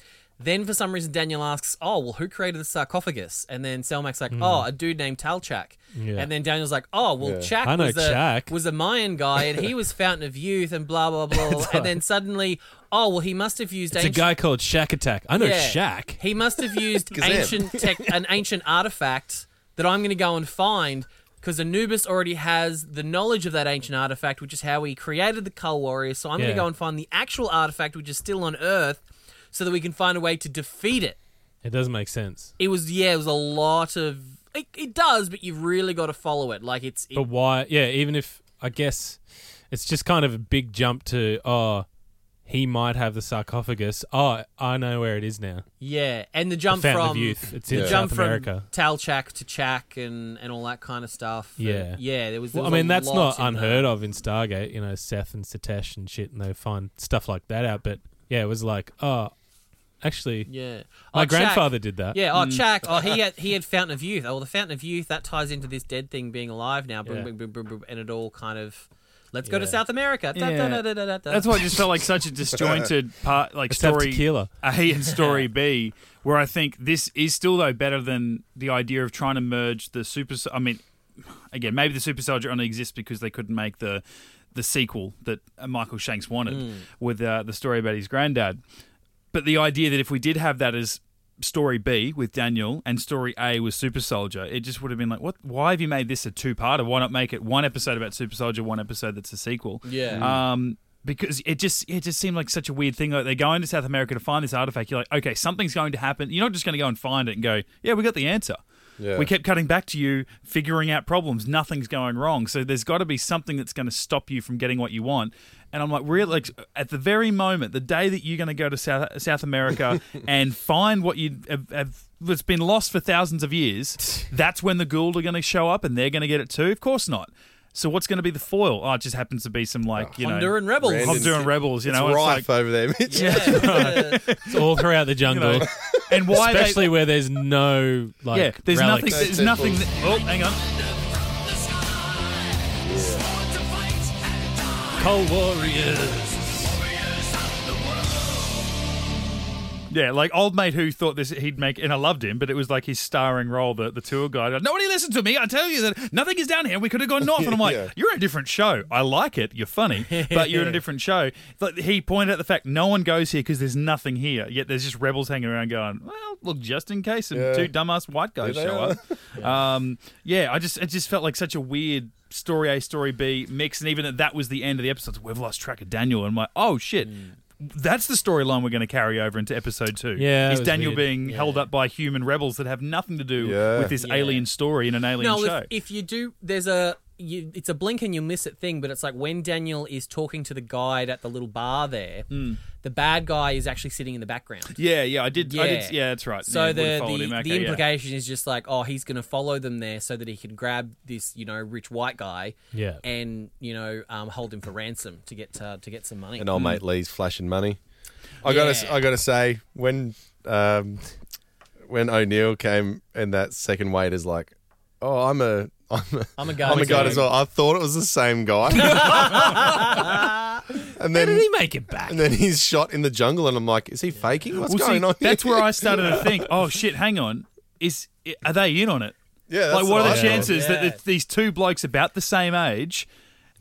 Speaker 2: then for some reason Daniel asks, oh, well, who created the sarcophagus? And then Selmac's like, oh, a dude named Talchak.
Speaker 3: Hmm. Yeah.
Speaker 2: And then Daniel's like, oh, well, Chak,
Speaker 3: I know
Speaker 2: was, a,
Speaker 3: Chak.
Speaker 2: was a Mayan guy and he was Fountain of Youth and blah, blah, blah. and then suddenly, oh, well, he must have used
Speaker 3: It's a
Speaker 2: ancient...
Speaker 3: guy called Shack Attack. I know
Speaker 2: Yeah.
Speaker 3: Shack.
Speaker 2: He must have used
Speaker 4: Kazam.
Speaker 2: ancient tech, an ancient artifact that I'm going to go and find because Anubis already has the knowledge of that ancient artifact, which is how he created the Cull Warriors. So I'm going
Speaker 3: Yeah.
Speaker 2: to go and find the actual artifact, which is still on Earth, so that we can find a way to defeat it.
Speaker 3: It doesn't make sense.
Speaker 2: It was yeah, it was a lot of. It, it does, but you've really got to follow it. Like it's it,
Speaker 3: But why? Yeah, even if I guess it's just kind of a big jump to oh, he might have the sarcophagus. Oh, I know where it is now.
Speaker 2: yeah, and the
Speaker 3: The
Speaker 2: jump
Speaker 3: Fountain
Speaker 2: from
Speaker 3: of Youth. It's in
Speaker 2: the jump
Speaker 3: South America.
Speaker 2: from Talchak to Chak and and all that kind of stuff. And,
Speaker 3: Yeah.
Speaker 2: yeah. There was. There
Speaker 3: Well, I
Speaker 2: was a
Speaker 3: mean, that's
Speaker 2: lot
Speaker 3: not
Speaker 2: in there.
Speaker 3: unheard of in Stargate. You know, Seth and Satesh and shit, and they find stuff like that out. But yeah, it was like, oh, actually,
Speaker 2: Yeah.
Speaker 3: my
Speaker 2: Oh, Chak-
Speaker 3: grandfather did that. Mm.
Speaker 2: Yeah, oh, Chak. Oh, he had, he had Fountain of Youth. Oh, well, the Fountain of Youth, that ties into this dead thing being alive now. Boom,
Speaker 3: Yeah.
Speaker 2: boom, boom, boom, boom, and it all kind of. Let's go to
Speaker 3: Yeah.
Speaker 2: South America. Da,
Speaker 1: Yeah.
Speaker 2: da, da, da, da, da.
Speaker 1: That's why it just felt like such a disjointed part, like
Speaker 3: Let's have
Speaker 1: story
Speaker 3: tequila.
Speaker 1: A and story B, where I think this is still though better than the idea of trying to merge the super. I mean, again, maybe the super soldier only exists because they couldn't make the the sequel that uh, Michael
Speaker 3: Mm.
Speaker 1: Shanks wanted with uh, the story about his granddad. But the idea that if we did have that as story B with Daniel and story A was Super Soldier, it just would have been like, what? Why have you made this a two-parter? Why not make it one episode about Super Soldier, one episode that's a sequel?
Speaker 2: Yeah.
Speaker 1: Um, because it just it just seemed like such a weird thing. Like they're going to South America to find this artifact. You're like, okay, something's going to happen. You're not just going to go and find it and go, yeah, we got the answer.
Speaker 4: Yeah.
Speaker 1: We kept cutting back to you, figuring out problems. Nothing's going wrong. So there's got to be something that's going to stop you from getting what you want. And I'm like, really? Like, at the very moment, the day that you're going to go to South, South America and find what you have, have that's been lost for thousands of years, that's when the Gould are going to show up and they're going to get it too. Of course not. So what's going to be the foil? Oh, it just happens to be some like you know
Speaker 2: Honduran rebels.
Speaker 4: Random-
Speaker 1: Honduran rebels. You
Speaker 4: Oh, it's
Speaker 1: know, it's
Speaker 4: rife
Speaker 1: like-
Speaker 4: over there, Mitch.
Speaker 2: Yeah. Uh,
Speaker 3: It's all throughout the jungle,
Speaker 1: know, and why they-
Speaker 3: especially where there's no like.
Speaker 1: yeah, there's
Speaker 3: relics.
Speaker 1: nothing. There's
Speaker 4: No
Speaker 1: nothing.
Speaker 4: temples.
Speaker 1: That, oh, hang on.
Speaker 3: Cold warriors.
Speaker 1: Yeah, like old mate who thought this he'd make, and I loved him, but it was like his starring role, the, the tour guide. Nobody listened to me. I tell you that nothing is down here. We could have gone north, and I'm like,
Speaker 4: Yeah.
Speaker 1: you're in a different show. I like it. You're funny, but you're in a different show. But he pointed out the fact no one goes here because there's nothing here. Yet there's just rebels hanging around going, well, look, just in case some
Speaker 4: Yeah.
Speaker 1: two dumbass white guys
Speaker 4: Here they
Speaker 1: show
Speaker 4: are.
Speaker 1: up. Yeah. Um, yeah, I just it just felt like such a weird story A, story B mix, and even that that was the end of the episode. We've lost track of Daniel, and I'm like, oh shit. That's the storyline we're going to carry over into episode two.
Speaker 3: Yeah,
Speaker 1: is
Speaker 3: it was
Speaker 1: Daniel
Speaker 3: weird.
Speaker 1: being held up by human rebels that have nothing to do
Speaker 4: Yeah.
Speaker 1: with this
Speaker 2: Yeah.
Speaker 1: alien story in an alien
Speaker 2: no,
Speaker 1: show?
Speaker 2: if, if you do, there's a you, it's a blink and you miss it thing, but it's like when Daniel is talking to the guide at the little bar there,
Speaker 3: Mm.
Speaker 2: the bad guy is actually sitting in the background.
Speaker 1: yeah, yeah, I did. Yeah, I
Speaker 2: Yeah.
Speaker 1: did, yeah that's right.
Speaker 2: So
Speaker 1: yeah, would've
Speaker 2: the
Speaker 1: followed
Speaker 2: the,
Speaker 1: him. Okay,
Speaker 2: the
Speaker 1: yeah.
Speaker 2: implication is just like, oh, he's going to follow them there so that he can grab this, you know, rich white guy,
Speaker 3: Yeah.
Speaker 2: and you know, um, hold him for ransom to get uh, to get some money.
Speaker 4: and old mate Lee's flashing money. I gotta,
Speaker 2: Yeah.
Speaker 4: I gotta say, when um, when O'Neill came and that second waiter's like, "Oh, I'm a, I'm a,
Speaker 2: I'm a guy.
Speaker 4: I'm a guy
Speaker 2: too."
Speaker 4: as well." I thought it was the same guy, and
Speaker 3: How did
Speaker 4: then
Speaker 3: he make it back?
Speaker 4: and then he's shot in the jungle, and I'm like, "Is he faking? What's
Speaker 1: Well,
Speaker 4: going
Speaker 1: see,
Speaker 4: on?" Here?
Speaker 1: That's where I started to think. Oh shit! Hang on. Is are they in on it?
Speaker 4: Yeah, that's
Speaker 1: like what are
Speaker 4: I
Speaker 1: the
Speaker 4: thought.
Speaker 1: chances
Speaker 2: Yeah.
Speaker 1: that the, these two blokes about the same age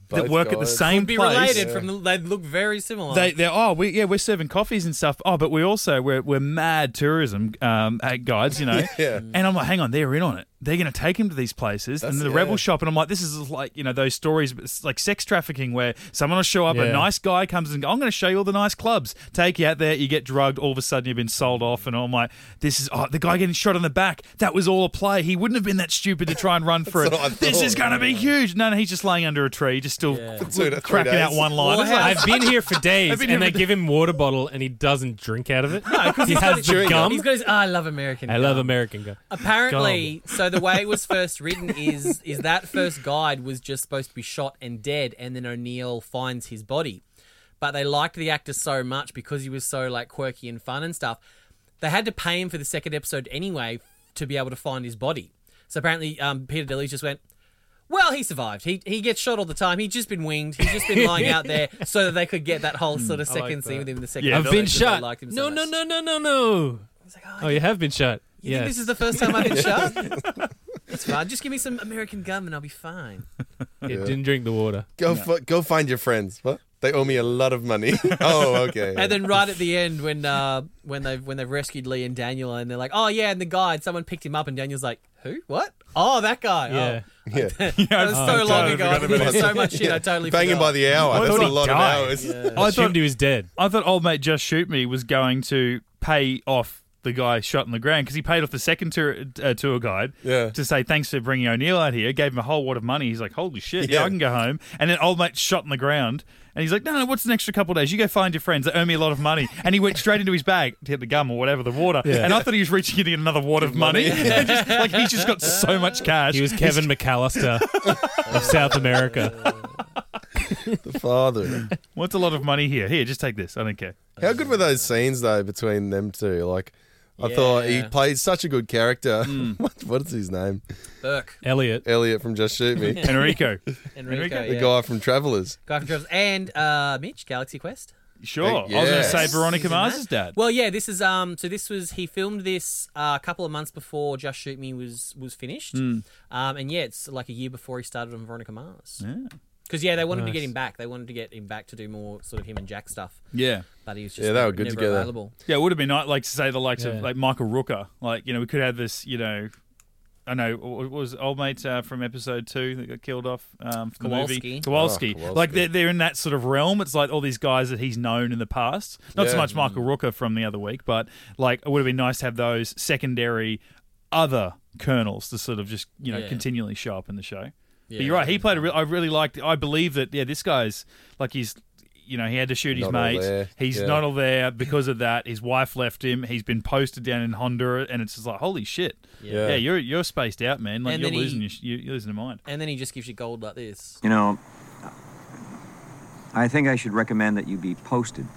Speaker 1: that
Speaker 4: Both
Speaker 1: work at the
Speaker 4: guys.
Speaker 1: same
Speaker 2: Would be
Speaker 1: place?
Speaker 2: related from the, they look very similar.
Speaker 1: They, they're oh we yeah we're serving coffees and stuff oh but we also we're, we're mad tourism um, uh, guides you know
Speaker 4: Yeah.
Speaker 1: and I'm like hang on they're in on it they're gonna take him to these places and the
Speaker 4: yeah.
Speaker 1: rebel shop and I'm like this is like you know those stories but it's like sex trafficking where someone will show up a
Speaker 3: Yeah.
Speaker 1: nice guy comes and go, I'm gonna show you all the nice clubs take you out there you get drugged all of a sudden you've been sold off and I'm like this is oh the guy getting shot in the back that was all a play he wouldn't have been that stupid to try and run for it
Speaker 4: what I
Speaker 1: this
Speaker 4: thought.
Speaker 1: is gonna be huge no no he's just laying under a tree just still
Speaker 4: Two to three
Speaker 1: cracking out
Speaker 4: days.
Speaker 1: one line It's like,
Speaker 3: I've been here for days,
Speaker 1: I've been
Speaker 3: and
Speaker 1: here
Speaker 3: they
Speaker 1: for
Speaker 3: give him water bottle, and he doesn't drink out of it. No, because he has the
Speaker 4: chewing
Speaker 3: gum.
Speaker 2: He's got his. ah, I love American.
Speaker 3: I love
Speaker 2: gum.
Speaker 3: American gum.
Speaker 2: Apparently, so the way it was first written is is that first guide was just supposed to be shot and dead, and then O'Neill finds his body. But they liked the actor so much because he was so like quirky and fun and stuff. They had to pay him for the second episode anyway to be able to find his body. So apparently, um, Peter Dilly just went. Well, he survived. He he gets shot all the time. He's just been winged. He's just been lying out there so that they could get that whole sort of second scene
Speaker 3: Mm, that.
Speaker 2: with him. in The second
Speaker 1: Yeah,
Speaker 3: I've
Speaker 1: they
Speaker 2: episode,
Speaker 3: been
Speaker 2: because they
Speaker 3: shot.
Speaker 2: liked him so
Speaker 3: no, no,
Speaker 2: much.
Speaker 3: no, no, no, no. Oh, you have been shot.
Speaker 2: You
Speaker 3: yeah.
Speaker 2: think this is the first time I've been shot? it's fine. Just give me some American gum and I'll be fine.
Speaker 3: Yeah, Didn't drink the water.
Speaker 4: Go, fi- go find your friends. What? They owe me a lot of money. oh, okay.
Speaker 2: And then right at the end, when uh, when they've when they've rescued Lee and Daniel, and they're like, "Oh yeah," and the guide, someone picked him up, and Daniel's like, "Who? What? Oh, that guy.
Speaker 3: Yeah.
Speaker 2: Oh.
Speaker 4: yeah.
Speaker 2: That was so
Speaker 1: I
Speaker 2: long
Speaker 1: totally
Speaker 2: ago.
Speaker 1: forgot
Speaker 2: I
Speaker 1: about
Speaker 2: think
Speaker 1: it.
Speaker 2: there's so much shit. I totally
Speaker 4: Banging
Speaker 2: forgot.
Speaker 4: by the hour. That's
Speaker 1: thought
Speaker 4: a
Speaker 1: he
Speaker 4: lot
Speaker 1: died.
Speaker 4: of hours.
Speaker 1: I
Speaker 3: Assumed
Speaker 1: thought,
Speaker 3: he was dead.
Speaker 1: I thought old mate just shoot me was going to pay off the guy shot in the ground because he paid off the second tour, uh, tour guide
Speaker 4: Yeah.
Speaker 1: to say thanks for bringing O'Neill out here. Gave him a whole wad of money. He's like, holy shit, yeah.
Speaker 4: Yeah.
Speaker 1: I can go home. And then old mate shot in the ground. And he's like, no, no, what's an extra couple of days? You go find your friends. They owe me a lot of money. And he went straight into his bag to get the gum or whatever, the water. And I thought he was reaching in to get another wad of money. Just- like, he's just got so much cash.
Speaker 3: He was Kevin McAllister of South America.
Speaker 4: The father.
Speaker 1: What's a lot of money here? Here, just take this. I don't care.
Speaker 4: How good were those scenes though between them two? Like, I thought he
Speaker 2: Yeah.
Speaker 4: played such a good character. what, what is his name?
Speaker 2: Burke,
Speaker 3: Elliot.
Speaker 4: Elliot from Just Shoot Me.
Speaker 1: Enrico.
Speaker 2: Enrico,
Speaker 1: Enrico,
Speaker 2: yeah.
Speaker 4: The guy from Travelers.
Speaker 2: guy from Travis, and uh, Mitch, Galaxy Quest.
Speaker 1: Sure. I was going to
Speaker 4: Yes.
Speaker 1: say Veronica
Speaker 2: He's in that.
Speaker 1: Mars's dad.
Speaker 2: Well, yeah, this is um. So this was he filmed this uh, a couple of months before Just Shoot
Speaker 3: Hmm.
Speaker 2: Me was was finished, um, and yeah, it's like a year before he started on Veronica Mars. Because Because yeah, they wanted to get
Speaker 3: Nice.
Speaker 2: him back. They wanted to get him back to do more sort of him and Jack stuff.
Speaker 1: Yeah.
Speaker 2: But he was just
Speaker 4: Yeah, they were
Speaker 2: never-
Speaker 4: good
Speaker 2: never
Speaker 4: together.
Speaker 2: available.
Speaker 1: Yeah, it would have been nice, like say the likes
Speaker 3: Yeah.
Speaker 1: of like Michael Rooker. Like you know, we could have this. You know, I know what was old mate uh, from episode two that got killed off um, from the
Speaker 2: Kowalski.
Speaker 1: movie Kowalski.
Speaker 4: Oh, Kowalski.
Speaker 1: Like they're they're in that sort of realm. It's like all these guys that he's known in the past. Not so
Speaker 4: Yeah.
Speaker 1: much Michael Rooker from the other week, but like it would have been nice to have those secondary other colonels to sort of just you know
Speaker 2: Yeah.
Speaker 1: continually show up in the show.
Speaker 2: Yeah,
Speaker 1: but you're right. He
Speaker 2: that'd be
Speaker 1: played a real. I really liked. I believe that. Yeah, this guy's like he's. You know, he had to shoot his
Speaker 4: Not all
Speaker 1: mate.
Speaker 4: there.
Speaker 1: He's
Speaker 4: Yeah.
Speaker 1: not all there because of that. His wife left him. He's been posted down in Honduras, and it's just like, holy shit.
Speaker 4: Yeah.
Speaker 1: Yeah, you're you're spaced out, man. Like
Speaker 2: And
Speaker 1: you're
Speaker 2: then
Speaker 1: losing
Speaker 2: he-
Speaker 1: your, sh- you're you're losing your mind.
Speaker 2: And then he just gives you gold like this.
Speaker 8: You know, I think I should recommend that you be posted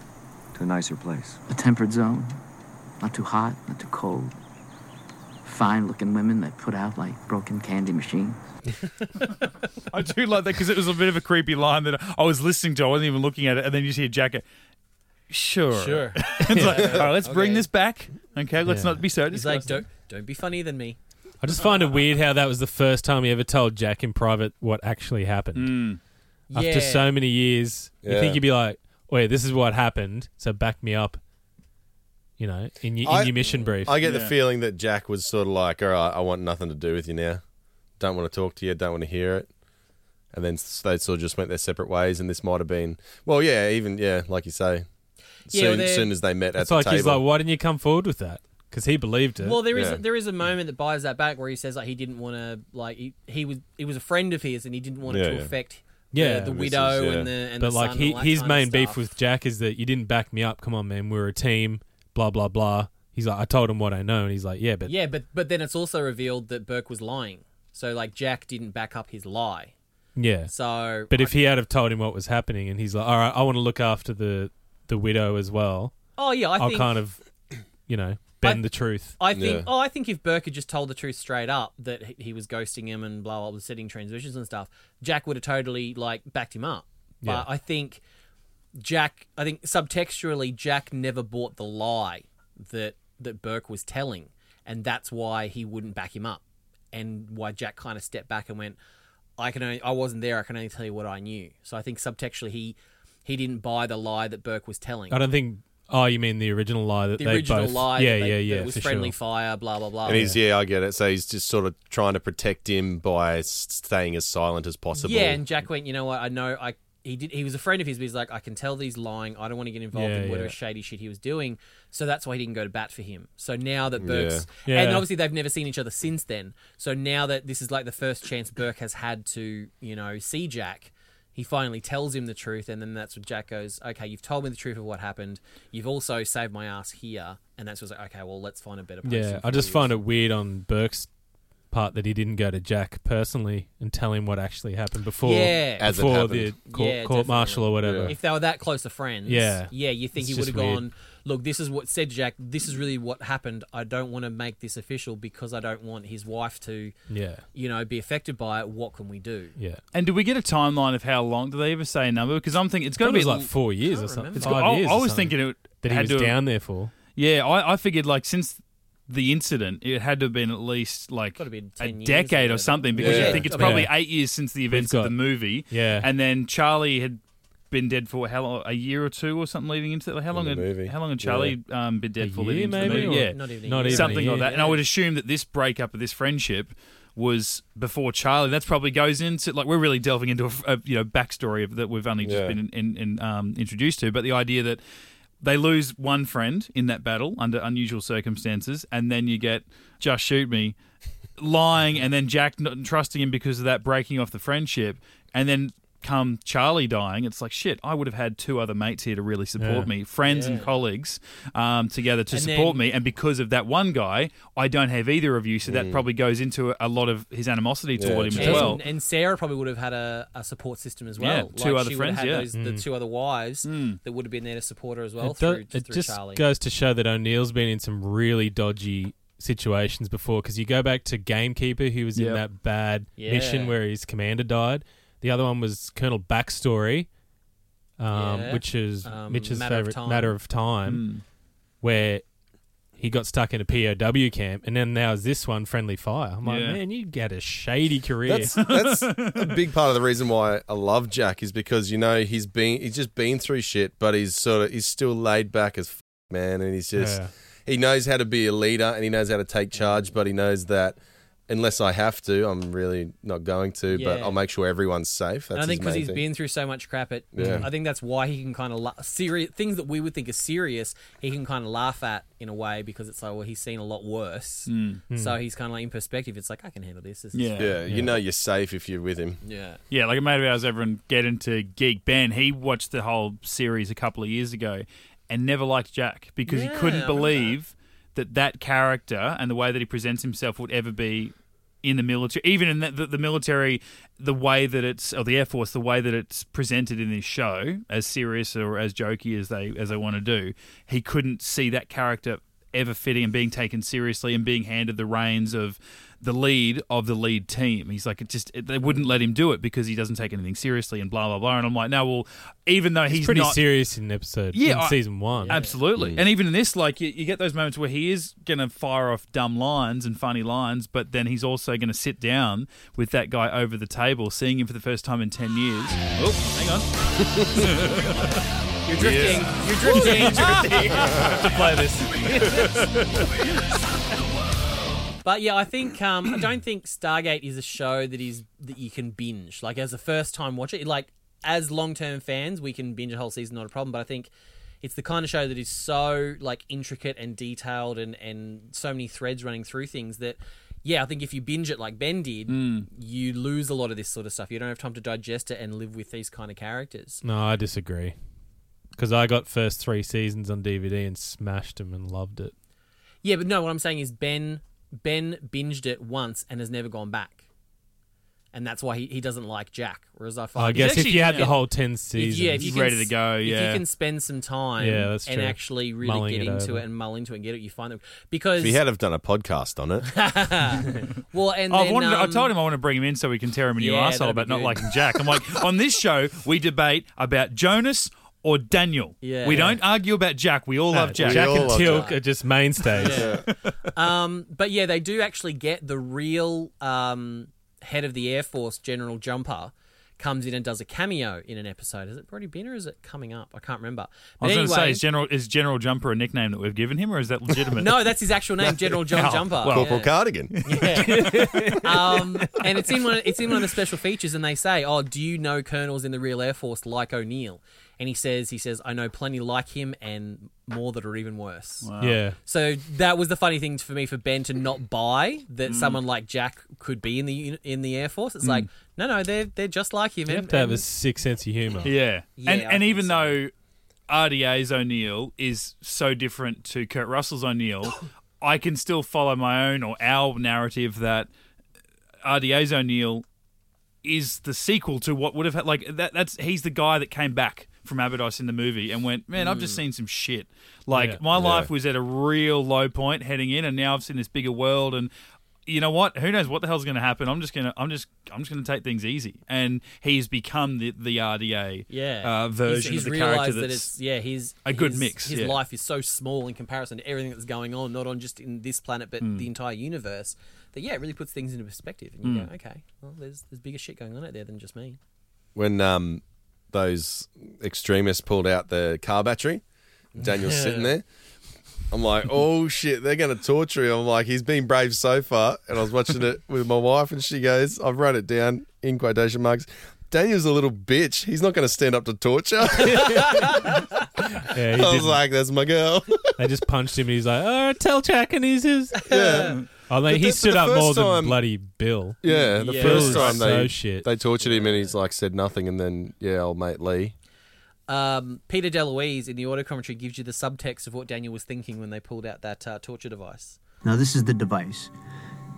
Speaker 8: to a nicer place.
Speaker 9: A temperate zone. Not too hot, not too cold. Fine looking women that put out like broken candy machines.
Speaker 1: I do like that because it was a bit of a creepy line that I was listening to. I wasn't even looking at it, and then you just hear Jack. go, Sure. it's like, all right, let's bring
Speaker 2: Okay.
Speaker 1: this back. Okay, let's
Speaker 3: Yeah.
Speaker 1: not be so.
Speaker 2: He's like,
Speaker 1: disgusting."
Speaker 2: don't don't be funnier than me.
Speaker 3: I just find it weird how that was the first time he ever told Jack in private what actually happened.
Speaker 1: Mm.
Speaker 2: yeah.
Speaker 3: After so many years, you
Speaker 4: Yeah.
Speaker 3: think you'd be like, "Wait, this is what happened, so back me up." You know, in your, in
Speaker 4: I-
Speaker 3: your mission brief.
Speaker 4: I get the
Speaker 1: Yeah.
Speaker 4: feeling that Jack was sort of like, all right, I want nothing to do with you now. Don't want to talk to you. Don't want to hear it. And then s- they sort of just went their separate ways. And this might have been, well, yeah, even, yeah, like you say,
Speaker 2: Yeah, well,
Speaker 4: soon,
Speaker 2: they're-
Speaker 4: soon as they met at
Speaker 3: it's
Speaker 4: the
Speaker 3: like
Speaker 4: table.
Speaker 3: he's like, "Why didn't you come forward with that?" Because he believed it.
Speaker 2: Well, there is
Speaker 4: Yeah.
Speaker 2: there is a moment that buys that back where he says like he didn't want to like he, he was he was a friend of his and he didn't want it
Speaker 4: Yeah,
Speaker 2: to
Speaker 4: yeah.
Speaker 2: affect
Speaker 3: Yeah,
Speaker 2: the, the
Speaker 3: this
Speaker 2: widow
Speaker 4: is- yeah.
Speaker 2: and the and
Speaker 3: but
Speaker 2: the
Speaker 3: like
Speaker 2: son
Speaker 3: he,
Speaker 2: and all that
Speaker 3: his
Speaker 2: kind of
Speaker 3: main beef
Speaker 2: stuff.
Speaker 3: with Jack is that you didn't back me up. Come on, man, we're a team. Blah blah blah. He's like, I told him what I know, and he's like, yeah, but
Speaker 2: yeah, but but then it's also revealed that Burke was lying. So like Jack didn't back up his lie.
Speaker 3: yeah.
Speaker 2: So
Speaker 3: But if he had have told him what was happening, and he's like, all right, I want to look after the the widow as well.
Speaker 2: oh yeah, I
Speaker 3: I will
Speaker 2: think
Speaker 3: kind of, you know, bend the truth.
Speaker 2: I think
Speaker 4: Yeah.
Speaker 2: oh I think if Burke had just told the truth straight up that he- he was ghosting him and blah blah was setting transmissions and stuff, Jack would have totally like backed him up. But
Speaker 3: Yeah.
Speaker 2: I think Jack I think subtextually Jack never bought the lie that that Burke was telling and that's why he wouldn't back him up and why Jack kind of stepped back and went I can only, I wasn't there I can only tell you what I knew. So I think subtextually he he didn't buy the lie that Burke was telling.
Speaker 3: I don't think. Oh, you mean the original lie that
Speaker 2: the
Speaker 3: they
Speaker 2: original
Speaker 3: both?
Speaker 2: lie
Speaker 3: yeah,
Speaker 2: that they-
Speaker 3: yeah, yeah,
Speaker 2: that it was
Speaker 3: for
Speaker 2: friendly
Speaker 3: sure.
Speaker 2: fire blah blah blah.
Speaker 4: and he's, yeah, I get it. So he's just sort of trying to protect him by s- staying as silent as possible.
Speaker 2: Yeah, and Jack went, you know what? I know I he did. He was a friend of his, but he's like, I can tell that he's lying. I don't want to get involved
Speaker 3: Yeah,
Speaker 2: in whatever
Speaker 3: yeah.
Speaker 2: shady shit he was doing. So that's why he didn't go to bat for him. So now that Burke's
Speaker 3: Yeah.
Speaker 2: and
Speaker 3: Yeah.
Speaker 2: obviously they've never seen each other since then. So now that this is like the first chance Burke has had to you know see Jack. He finally tells him the truth, and then that's when Jack goes, "Okay, you've told me the truth of what happened. You've also saved my ass here." And that's was like, "Okay, well, let's find a better person."
Speaker 3: Yeah, I
Speaker 2: for
Speaker 3: just
Speaker 2: you."
Speaker 3: find it weird on Burke's part that he didn't go to Jack personally and tell him what actually happened before
Speaker 2: Yeah.
Speaker 4: As it
Speaker 3: before the
Speaker 4: happened.
Speaker 3: court,
Speaker 2: Yeah,
Speaker 3: court martial or
Speaker 4: definitely.
Speaker 3: whatever.
Speaker 2: if they were that close to friends,
Speaker 3: Yeah.
Speaker 2: yeah, you think
Speaker 3: It's
Speaker 2: he would have
Speaker 3: just weird.
Speaker 2: gone, look, this is what said Jack. This is really what happened. I don't want to make this official because I don't want his wife to,
Speaker 3: Yeah,
Speaker 2: you know, be affected by it. What can we do?
Speaker 3: yeah.
Speaker 1: And do we get a timeline of how long? Do they ever say a number? Because I'm thinking it's got
Speaker 3: It
Speaker 1: to be
Speaker 3: was like
Speaker 1: l-
Speaker 3: four years or
Speaker 2: can't
Speaker 3: something.
Speaker 2: remember.
Speaker 1: it's
Speaker 3: Five
Speaker 1: got- I,
Speaker 3: years
Speaker 1: I
Speaker 3: or
Speaker 1: was
Speaker 3: something
Speaker 1: thinking it
Speaker 3: that he
Speaker 1: had
Speaker 3: was
Speaker 1: to have-
Speaker 3: down there for.
Speaker 1: Yeah, I, I figured like since the incident, it had to have been at least like
Speaker 2: Gotta be 10
Speaker 1: a
Speaker 2: years or
Speaker 1: decade
Speaker 2: whatever.
Speaker 1: or something because
Speaker 4: Yeah.
Speaker 1: you think it's
Speaker 2: Yeah.
Speaker 1: probably
Speaker 3: Yeah.
Speaker 1: eight years since the events
Speaker 3: got-
Speaker 1: of the movie.
Speaker 3: Yeah.
Speaker 1: and then Charlie had been dead for how long? A year or two or something leading into that. How long?
Speaker 4: the
Speaker 1: had,
Speaker 4: movie.
Speaker 1: How long had Charlie um, been dead
Speaker 3: A
Speaker 1: for
Speaker 3: year,
Speaker 1: leading into the
Speaker 3: maybe,
Speaker 1: movie?
Speaker 3: or-
Speaker 1: yeah,
Speaker 2: Not even a
Speaker 3: Not
Speaker 2: year.
Speaker 3: even a
Speaker 1: something
Speaker 3: year,
Speaker 1: like that. And I
Speaker 3: yeah.
Speaker 1: would assume that this breakup of this friendship was before Charlie. That's probably goes into like we're really delving into a, a, you know backstory of, that we've only just
Speaker 4: Yeah.
Speaker 1: been in, in, in, um, introduced to. But the idea that they lose one friend in that battle under unusual circumstances, and then you get just shoot me lying, and then Jack not trusting him because of that breaking off the friendship, and then come Charlie dying. It's like shit. I would have had two other mates here to really support
Speaker 3: Yeah.
Speaker 1: me, friends and colleagues um, together to
Speaker 2: And
Speaker 1: support
Speaker 2: then-
Speaker 1: me. And because of that one guy, I don't have either of you. So that probably goes into a, a lot of his animosity
Speaker 4: Yeah,
Speaker 1: toward him as
Speaker 2: And,
Speaker 1: well.
Speaker 2: and Sarah probably would have had a, a support system as
Speaker 1: Yeah,
Speaker 2: well.
Speaker 1: two
Speaker 2: Like,
Speaker 1: other
Speaker 2: she would
Speaker 1: friends,
Speaker 2: have had
Speaker 1: yeah.
Speaker 2: those, the two other wives that would have been there to support her as well
Speaker 3: Mm. it do-
Speaker 2: through,
Speaker 3: it
Speaker 2: through
Speaker 3: just
Speaker 2: Charlie.
Speaker 3: goes to show that O'Neill's been in some really dodgy situations before. Because you go back to Gamekeeper, who was in
Speaker 1: Yep.
Speaker 3: that bad mission
Speaker 2: Yeah.
Speaker 3: where his commander died. The other one was Colonel Backstory, um,
Speaker 2: Yeah.
Speaker 3: which is
Speaker 2: Um,
Speaker 3: Mitch's
Speaker 2: Matter of
Speaker 3: favorite
Speaker 1: Hmm.
Speaker 2: Time.
Speaker 3: matter of time, where he got stuck in a POW camp, and then now is this one, Friendly Fire. I'm like,
Speaker 1: Yeah.
Speaker 3: man, you got a shady career.
Speaker 4: That's that's a big part of the reason why I love Jack is because you know he's been he's just been through shit, but he's sort of he's still laid back as f- man, and he's just
Speaker 3: Yeah.
Speaker 4: he knows how to be a leader and he knows how to
Speaker 2: Mm.
Speaker 4: take charge, but he knows that unless I have to, I'm really not going to. But
Speaker 2: Yeah.
Speaker 4: I'll make sure everyone's safe. That's
Speaker 2: and I think
Speaker 4: because
Speaker 2: because he's been through so much crap, it
Speaker 4: Yeah.
Speaker 2: I think that's why he can kind of la- serious things that we would think are serious. He can kind of laugh at in a way because it's like, well, he's seen a lot worse, so he's kind of like in perspective. It's like I can handle this. this is
Speaker 1: Yeah.
Speaker 4: Yeah, you know you're safe if you're with him.
Speaker 2: yeah.
Speaker 1: Yeah, like a mate of ours, everyone get into Geek Ben. He watched the whole series a couple of years ago and never liked Jack because
Speaker 2: Yeah,
Speaker 1: he
Speaker 2: I
Speaker 1: couldn't
Speaker 2: remember
Speaker 1: believe that. that character and the way that he presents himself would ever be in the military. Even in the, the, the military, the way that it's or the air force, the way that it's presented in this show, as serious or as jokey as they as they want to do, he couldn't see that character ever fitting and being taken seriously and being handed the reins of the lead of the lead team. He's like, it just it, they wouldn't let him do it because he doesn't take anything seriously and blah blah blah. And I'm like, no, well, even though he's
Speaker 3: Pretty
Speaker 1: not
Speaker 3: serious in episode,
Speaker 1: Yeah,
Speaker 3: in
Speaker 1: I-
Speaker 3: season one.
Speaker 1: Absolutely.
Speaker 2: Mm.
Speaker 1: And even in this, like, you, you get those moments where he is going to fire off dumb lines and funny lines, but then he's also going to sit down with that guy over the table, seeing him for the first time in 10 years. Oh, hang on.
Speaker 2: You're drifting. You're drifting.
Speaker 1: to play this.
Speaker 2: But yeah, I think um, I don't think Stargate is a show that is that you can binge. Like as a first time watcher, it- like as long term fans, we can binge a whole season, not a problem. But I think it's the kind of show that is so like intricate and detailed, and and so many threads running through things that. Yeah, I think if you binge it like Ben did, you lose a lot of this sort of stuff. You don't have time to digest it and live with these kind of characters.
Speaker 3: No, I disagree. Because I got first three seasons on DVD and smashed them and loved it.
Speaker 2: Yeah, but no, what I'm saying is Ben Ben binged it once and has never gone back. And that's why he, he doesn't like Jack. Whereas I find
Speaker 3: I guess
Speaker 1: actually-
Speaker 3: if you had
Speaker 1: yeah.
Speaker 3: the whole 10
Speaker 2: If-
Speaker 3: seasons.
Speaker 2: yeah, if you
Speaker 1: He's
Speaker 2: can,
Speaker 1: ready to
Speaker 2: s-
Speaker 1: go,
Speaker 2: If
Speaker 1: yeah.
Speaker 2: you can spend some time
Speaker 3: Yeah, that's
Speaker 2: and
Speaker 3: true.
Speaker 2: actually really
Speaker 3: Mulling
Speaker 2: get
Speaker 3: it
Speaker 2: into
Speaker 3: over.
Speaker 2: it and mull into it and get it, you find them because
Speaker 4: If he had have done a podcast on it,
Speaker 2: well, and
Speaker 1: Oh, I've
Speaker 2: then,
Speaker 1: wanted, I
Speaker 2: um,
Speaker 1: told him I want to bring him in so we can tear him a new
Speaker 2: Yeah,
Speaker 1: asshole
Speaker 2: that'd be
Speaker 1: about not
Speaker 2: good.
Speaker 1: liking Jack. I'm like, on this show, we debate about Jonas or Daniel.
Speaker 2: Yeah.
Speaker 1: we don't argue about Jack. We all love Jack.
Speaker 3: Jack
Speaker 4: We all
Speaker 3: and
Speaker 4: love
Speaker 3: Tilk are just mainstays.
Speaker 2: But yeah, they do actually get the real um, head of the Air Force, General Jumper, comes in and does a cameo in an episode. Has it already been or is it coming up? I can't remember.
Speaker 1: I
Speaker 2: But
Speaker 1: was
Speaker 2: anyway,
Speaker 1: going to say, is General is General Jumper a nickname that we've given him, or is that legitimate?
Speaker 2: no, that's his actual name, General John
Speaker 1: Oh,
Speaker 2: Jumper.
Speaker 1: well,
Speaker 4: Corporal
Speaker 2: Yeah.
Speaker 4: Cardigan.
Speaker 2: um, and it's in one. It's in one of the special features, and they say, "Oh, do you know colonels in the real Air Force like O'Neill?" And he says, "He says I know plenty like him, and more that are even worse."
Speaker 3: Yeah.
Speaker 2: So that was the funny thing for me for Ben to not buy that
Speaker 3: Mm.
Speaker 2: someone like Jack could be in the uni- in the Air Force. It's like, no, no, they're they're just like him.
Speaker 3: You
Speaker 2: and-
Speaker 3: have to have a
Speaker 2: and-
Speaker 3: sick sense of humour.
Speaker 1: Yeah.
Speaker 2: Yeah,
Speaker 1: and
Speaker 2: I
Speaker 1: and
Speaker 2: think
Speaker 1: even
Speaker 2: so.
Speaker 1: though RDA's O'Neill is so different to Kurt Russell's O'Neill, I can still follow my own or our narrative that RDA's O'Neill is the sequel to what would have had like that that's he's the guy that came back from Abydos in the movie and went, Man, I've just
Speaker 2: Mm.
Speaker 1: seen some shit. Like
Speaker 3: Yeah.
Speaker 1: my life was at a real low point heading in and now I've seen this bigger world and you know what? Who knows what the hell's gonna happen? I'm just gonna I'm just I'm just gonna take things easy. And he's become the the RDA
Speaker 2: yeah
Speaker 1: uh,
Speaker 2: He's-
Speaker 1: version
Speaker 2: he's,
Speaker 1: of the
Speaker 2: realised
Speaker 1: character
Speaker 2: that
Speaker 1: that's
Speaker 2: it's yeah he's
Speaker 1: a good
Speaker 2: his-
Speaker 1: mix,
Speaker 2: His
Speaker 1: yeah.
Speaker 2: life is so small in comparison to everything that's going on, not on just in this planet
Speaker 1: Hmm.
Speaker 2: but the entire universe. That yeah, it really puts things into perspective, and
Speaker 1: Hmm.
Speaker 2: you go, okay, well, there's there's bigger shit going on out there than just me.
Speaker 4: when um, those extremists pulled out the car battery. Daniel's sitting there. I'm like, oh shit, they're going to torture him. I'm like, he's been brave so far. And I was watching it with my wife, and she goes, I've wrote it down in quotation marks. Daniel's a little bitch. He's not going to stand up to torture. I
Speaker 3: Yeah, he
Speaker 4: was
Speaker 3: didn't.
Speaker 4: like, that's my girl.
Speaker 3: they just punched him and he's like, oh, tell Jack and he's his. Yeah. Oh, like,
Speaker 4: But
Speaker 3: he
Speaker 4: the-
Speaker 3: stood
Speaker 4: but the
Speaker 3: up more
Speaker 4: first
Speaker 3: than
Speaker 4: time-
Speaker 3: bloody Bill.
Speaker 4: yeah, the
Speaker 2: Yeah.
Speaker 4: first
Speaker 3: Bill
Speaker 4: time
Speaker 3: is
Speaker 4: they
Speaker 3: so shit.
Speaker 4: they tortured him, and he's like said nothing. And then yeah, old mate Lee.
Speaker 2: Um, Peter DeLuise in the auto commentary gives you the subtext of what Daniel was thinking when they pulled out that uh, torture device.
Speaker 9: Now, this is the device.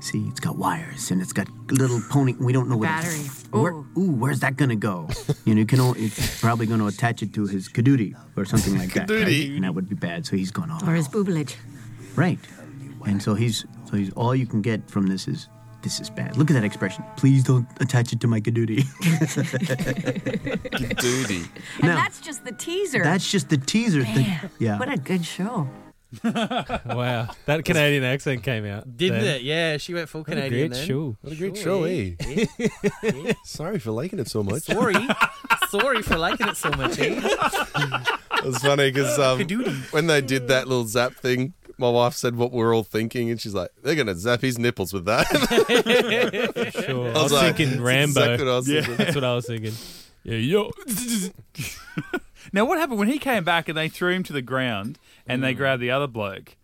Speaker 9: See, it's got wires and it's got little pony. We don't know what
Speaker 7: Battery.
Speaker 9: Where,
Speaker 7: Ooh.
Speaker 9: ooh, where's that gonna go? you know, you can only, it's probably gonna attach it to his cadoodie or something like that. right?
Speaker 4: Cadoodie.
Speaker 9: And that would be bad. So he's gone off.
Speaker 7: Or his boobage.
Speaker 9: Right. And so he's so he's all you can get from this is this is bad. Look at that expression. Please don't attach it to my cadoodie.
Speaker 4: Duty.
Speaker 7: And
Speaker 9: No.
Speaker 7: that's just the teaser.
Speaker 9: That's just the teaser thing.
Speaker 7: Man,
Speaker 9: Yeah.
Speaker 7: What a good show.
Speaker 3: wow, that Canadian accent came out.
Speaker 2: Didn't
Speaker 3: then.
Speaker 2: it? Yeah, she went full
Speaker 3: What a
Speaker 2: Canadian
Speaker 3: great
Speaker 2: then.
Speaker 3: show.
Speaker 4: What a great show,
Speaker 2: Sure,
Speaker 4: eh?
Speaker 2: eh? Eh?
Speaker 4: Sorry for liking it so much. it
Speaker 2: Sorry. Sorry for liking it so much, eh?
Speaker 4: was funny because um, when they did that little zap thing, my wife said what we're all thinking, and she's like, "They're gonna zap his nipples with that." I
Speaker 3: Sure. I
Speaker 4: was
Speaker 3: was
Speaker 4: like,
Speaker 3: thinking
Speaker 4: "That's
Speaker 3: Rambo.
Speaker 4: exactly what I was thinking."
Speaker 3: That's what I was thinking. Yeah, yo.
Speaker 1: Now, what happened when he came back and they threw him to the ground and they grabbed the other bloke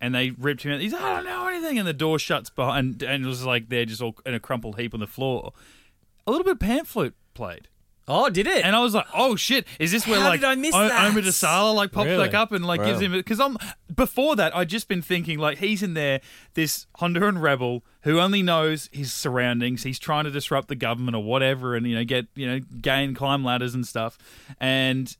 Speaker 1: and they ripped him out? He's, I don't know anything. And the door shuts behind, and it was like they're just all in a crumpled heap on the floor. A little bit of pan flute played.
Speaker 2: Oh, did it?
Speaker 1: And I was like, "Oh shit! Is this where
Speaker 2: How
Speaker 1: like
Speaker 2: did I miss
Speaker 1: O-
Speaker 2: that?
Speaker 1: Omar Desala like pops
Speaker 3: Really?
Speaker 1: back up and like gives
Speaker 4: Wow.
Speaker 1: him?" Because I'm before that, I'd just been thinking like he's in there, this Honduran rebel who only knows his surroundings. He's trying to disrupt the government or whatever, and you know get you know gain climb ladders and stuff. And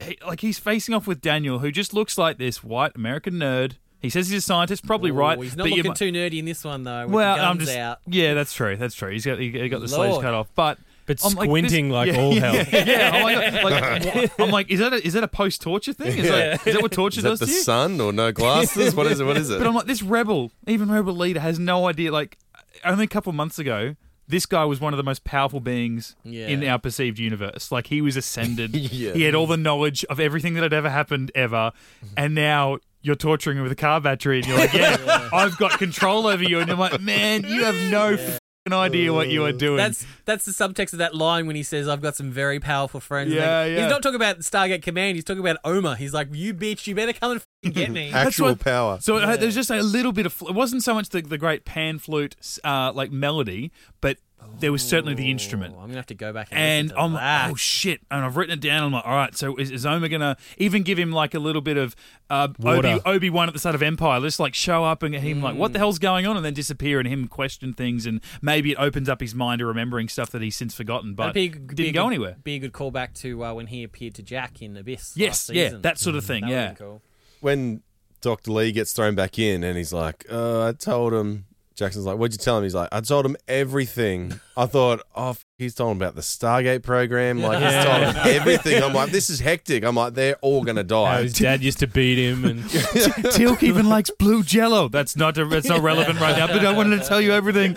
Speaker 1: he, like he's facing off with Daniel, who just looks like this white American nerd. He says he's a scientist, probably
Speaker 2: Ooh,
Speaker 1: right.
Speaker 2: Oh, He's not
Speaker 1: but you mi-
Speaker 2: looking too nerdy in this one though. With
Speaker 1: well,
Speaker 2: the guns
Speaker 1: I'm just
Speaker 2: out.
Speaker 1: yeah, that's true. That's true. He's got he, he got the sleeves
Speaker 2: Lord.
Speaker 1: cut off, but
Speaker 3: But
Speaker 1: I'm this-
Speaker 3: squinting like all hell.
Speaker 1: Yeah, yeah. I'm like- like, what? I'm like, is that a, is that a post torture thing? Is, that, is that what torture
Speaker 4: Is
Speaker 1: does
Speaker 4: that the
Speaker 1: to you?
Speaker 4: sun or no glasses? What is it? What is it?
Speaker 1: But I'm like, this rebel, even rebel leader, has no idea. Like, only a couple of months ago, this guy was one of the most powerful beings
Speaker 2: Yeah.
Speaker 1: in our perceived universe. Like, he was ascended.
Speaker 4: Yeah.
Speaker 1: He had all the knowledge of everything that had ever happened ever, and now. You're torturing him with a car battery, and you're like, "Yeah, I've got control over you." And you're like, "Man, you have no fing idea what you are doing."
Speaker 2: That's that's the subtext of that line when he says, "I've got some very powerful friends." Like,
Speaker 1: Yeah, yeah.
Speaker 2: He's not talking about Stargate Command. He's talking about Omar. He's like, "You bitch, you better come and f***ing get me."
Speaker 4: Actual
Speaker 1: what-
Speaker 4: power.
Speaker 1: So uh, there's just a little bit of. Fl- it wasn't so much the, the great pan flute uh, like melody, but there was certainly the instrument.
Speaker 2: Oh, I'm gonna have to go back and,
Speaker 1: And
Speaker 2: listen to
Speaker 1: I'm like,
Speaker 2: that.
Speaker 1: oh shit! And I've written it down. I'm like, all right. So is, is Oma gonna even give him like a little bit of uh,
Speaker 3: Water.
Speaker 1: Obi Wan at the start of Empire? Let's like show up and him like,
Speaker 2: Mm.
Speaker 1: what the hell's going on? And then disappear and him question things and maybe it opens up his mind to remembering stuff that he's since forgotten, but
Speaker 2: That'd be a
Speaker 1: didn't
Speaker 2: good- be a
Speaker 1: go
Speaker 2: good-
Speaker 1: anywhere.
Speaker 2: Be a good callback to uh, when he appeared to Jack in Abyss.
Speaker 1: Yes,
Speaker 2: last
Speaker 1: yeah,
Speaker 2: season.
Speaker 1: that sort of thing.
Speaker 2: That would've
Speaker 1: yeah,
Speaker 2: been cool.
Speaker 4: when Dr. Lee gets thrown back in and he's like, uh, I told him, Jackson's like, what'd you tell him? He's like, I told him everything. I thought, oh, f- he's told him about the Stargate program. Like, he's told him everything. I'm like, this is hectic. I'm like, they're all going to
Speaker 3: How
Speaker 4: die.
Speaker 3: Oh, his dad used to beat him, and
Speaker 1: Tilk even likes blue jello. That's not that's not relevant right now, but I wanted to tell you everything.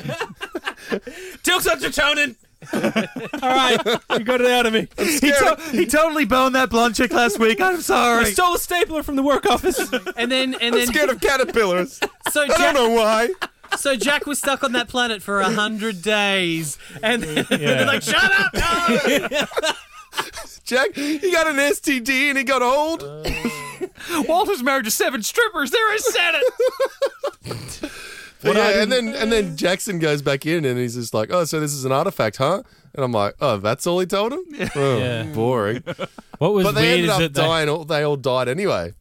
Speaker 2: Tilk's on Tertonin.
Speaker 3: all right, you got it out of me.
Speaker 1: He, to- he totally boned that blonde chick last week. I'm sorry.
Speaker 3: Stole a stapler from the work office.
Speaker 2: And then and then
Speaker 4: Scared of caterpillars.
Speaker 2: so
Speaker 4: I don't
Speaker 2: Jack
Speaker 4: know why.
Speaker 2: so Jack was stuck on that planet for a hundred days, and then they're like, "Shut up!" no!"
Speaker 4: Jack, he got an STD and he got old.
Speaker 1: Walter's married to seven strippers. There, I said it.
Speaker 4: But yeah, and then and then Jackson goes back in and he's just like, oh, so this is an artifact, huh? And I'm like, oh, that's all he told him. Oh,
Speaker 3: Yeah.
Speaker 4: boring.
Speaker 3: What was
Speaker 4: But they
Speaker 3: weird
Speaker 4: ended
Speaker 3: is
Speaker 4: up
Speaker 3: that they,
Speaker 4: dying. All, they all died anyway.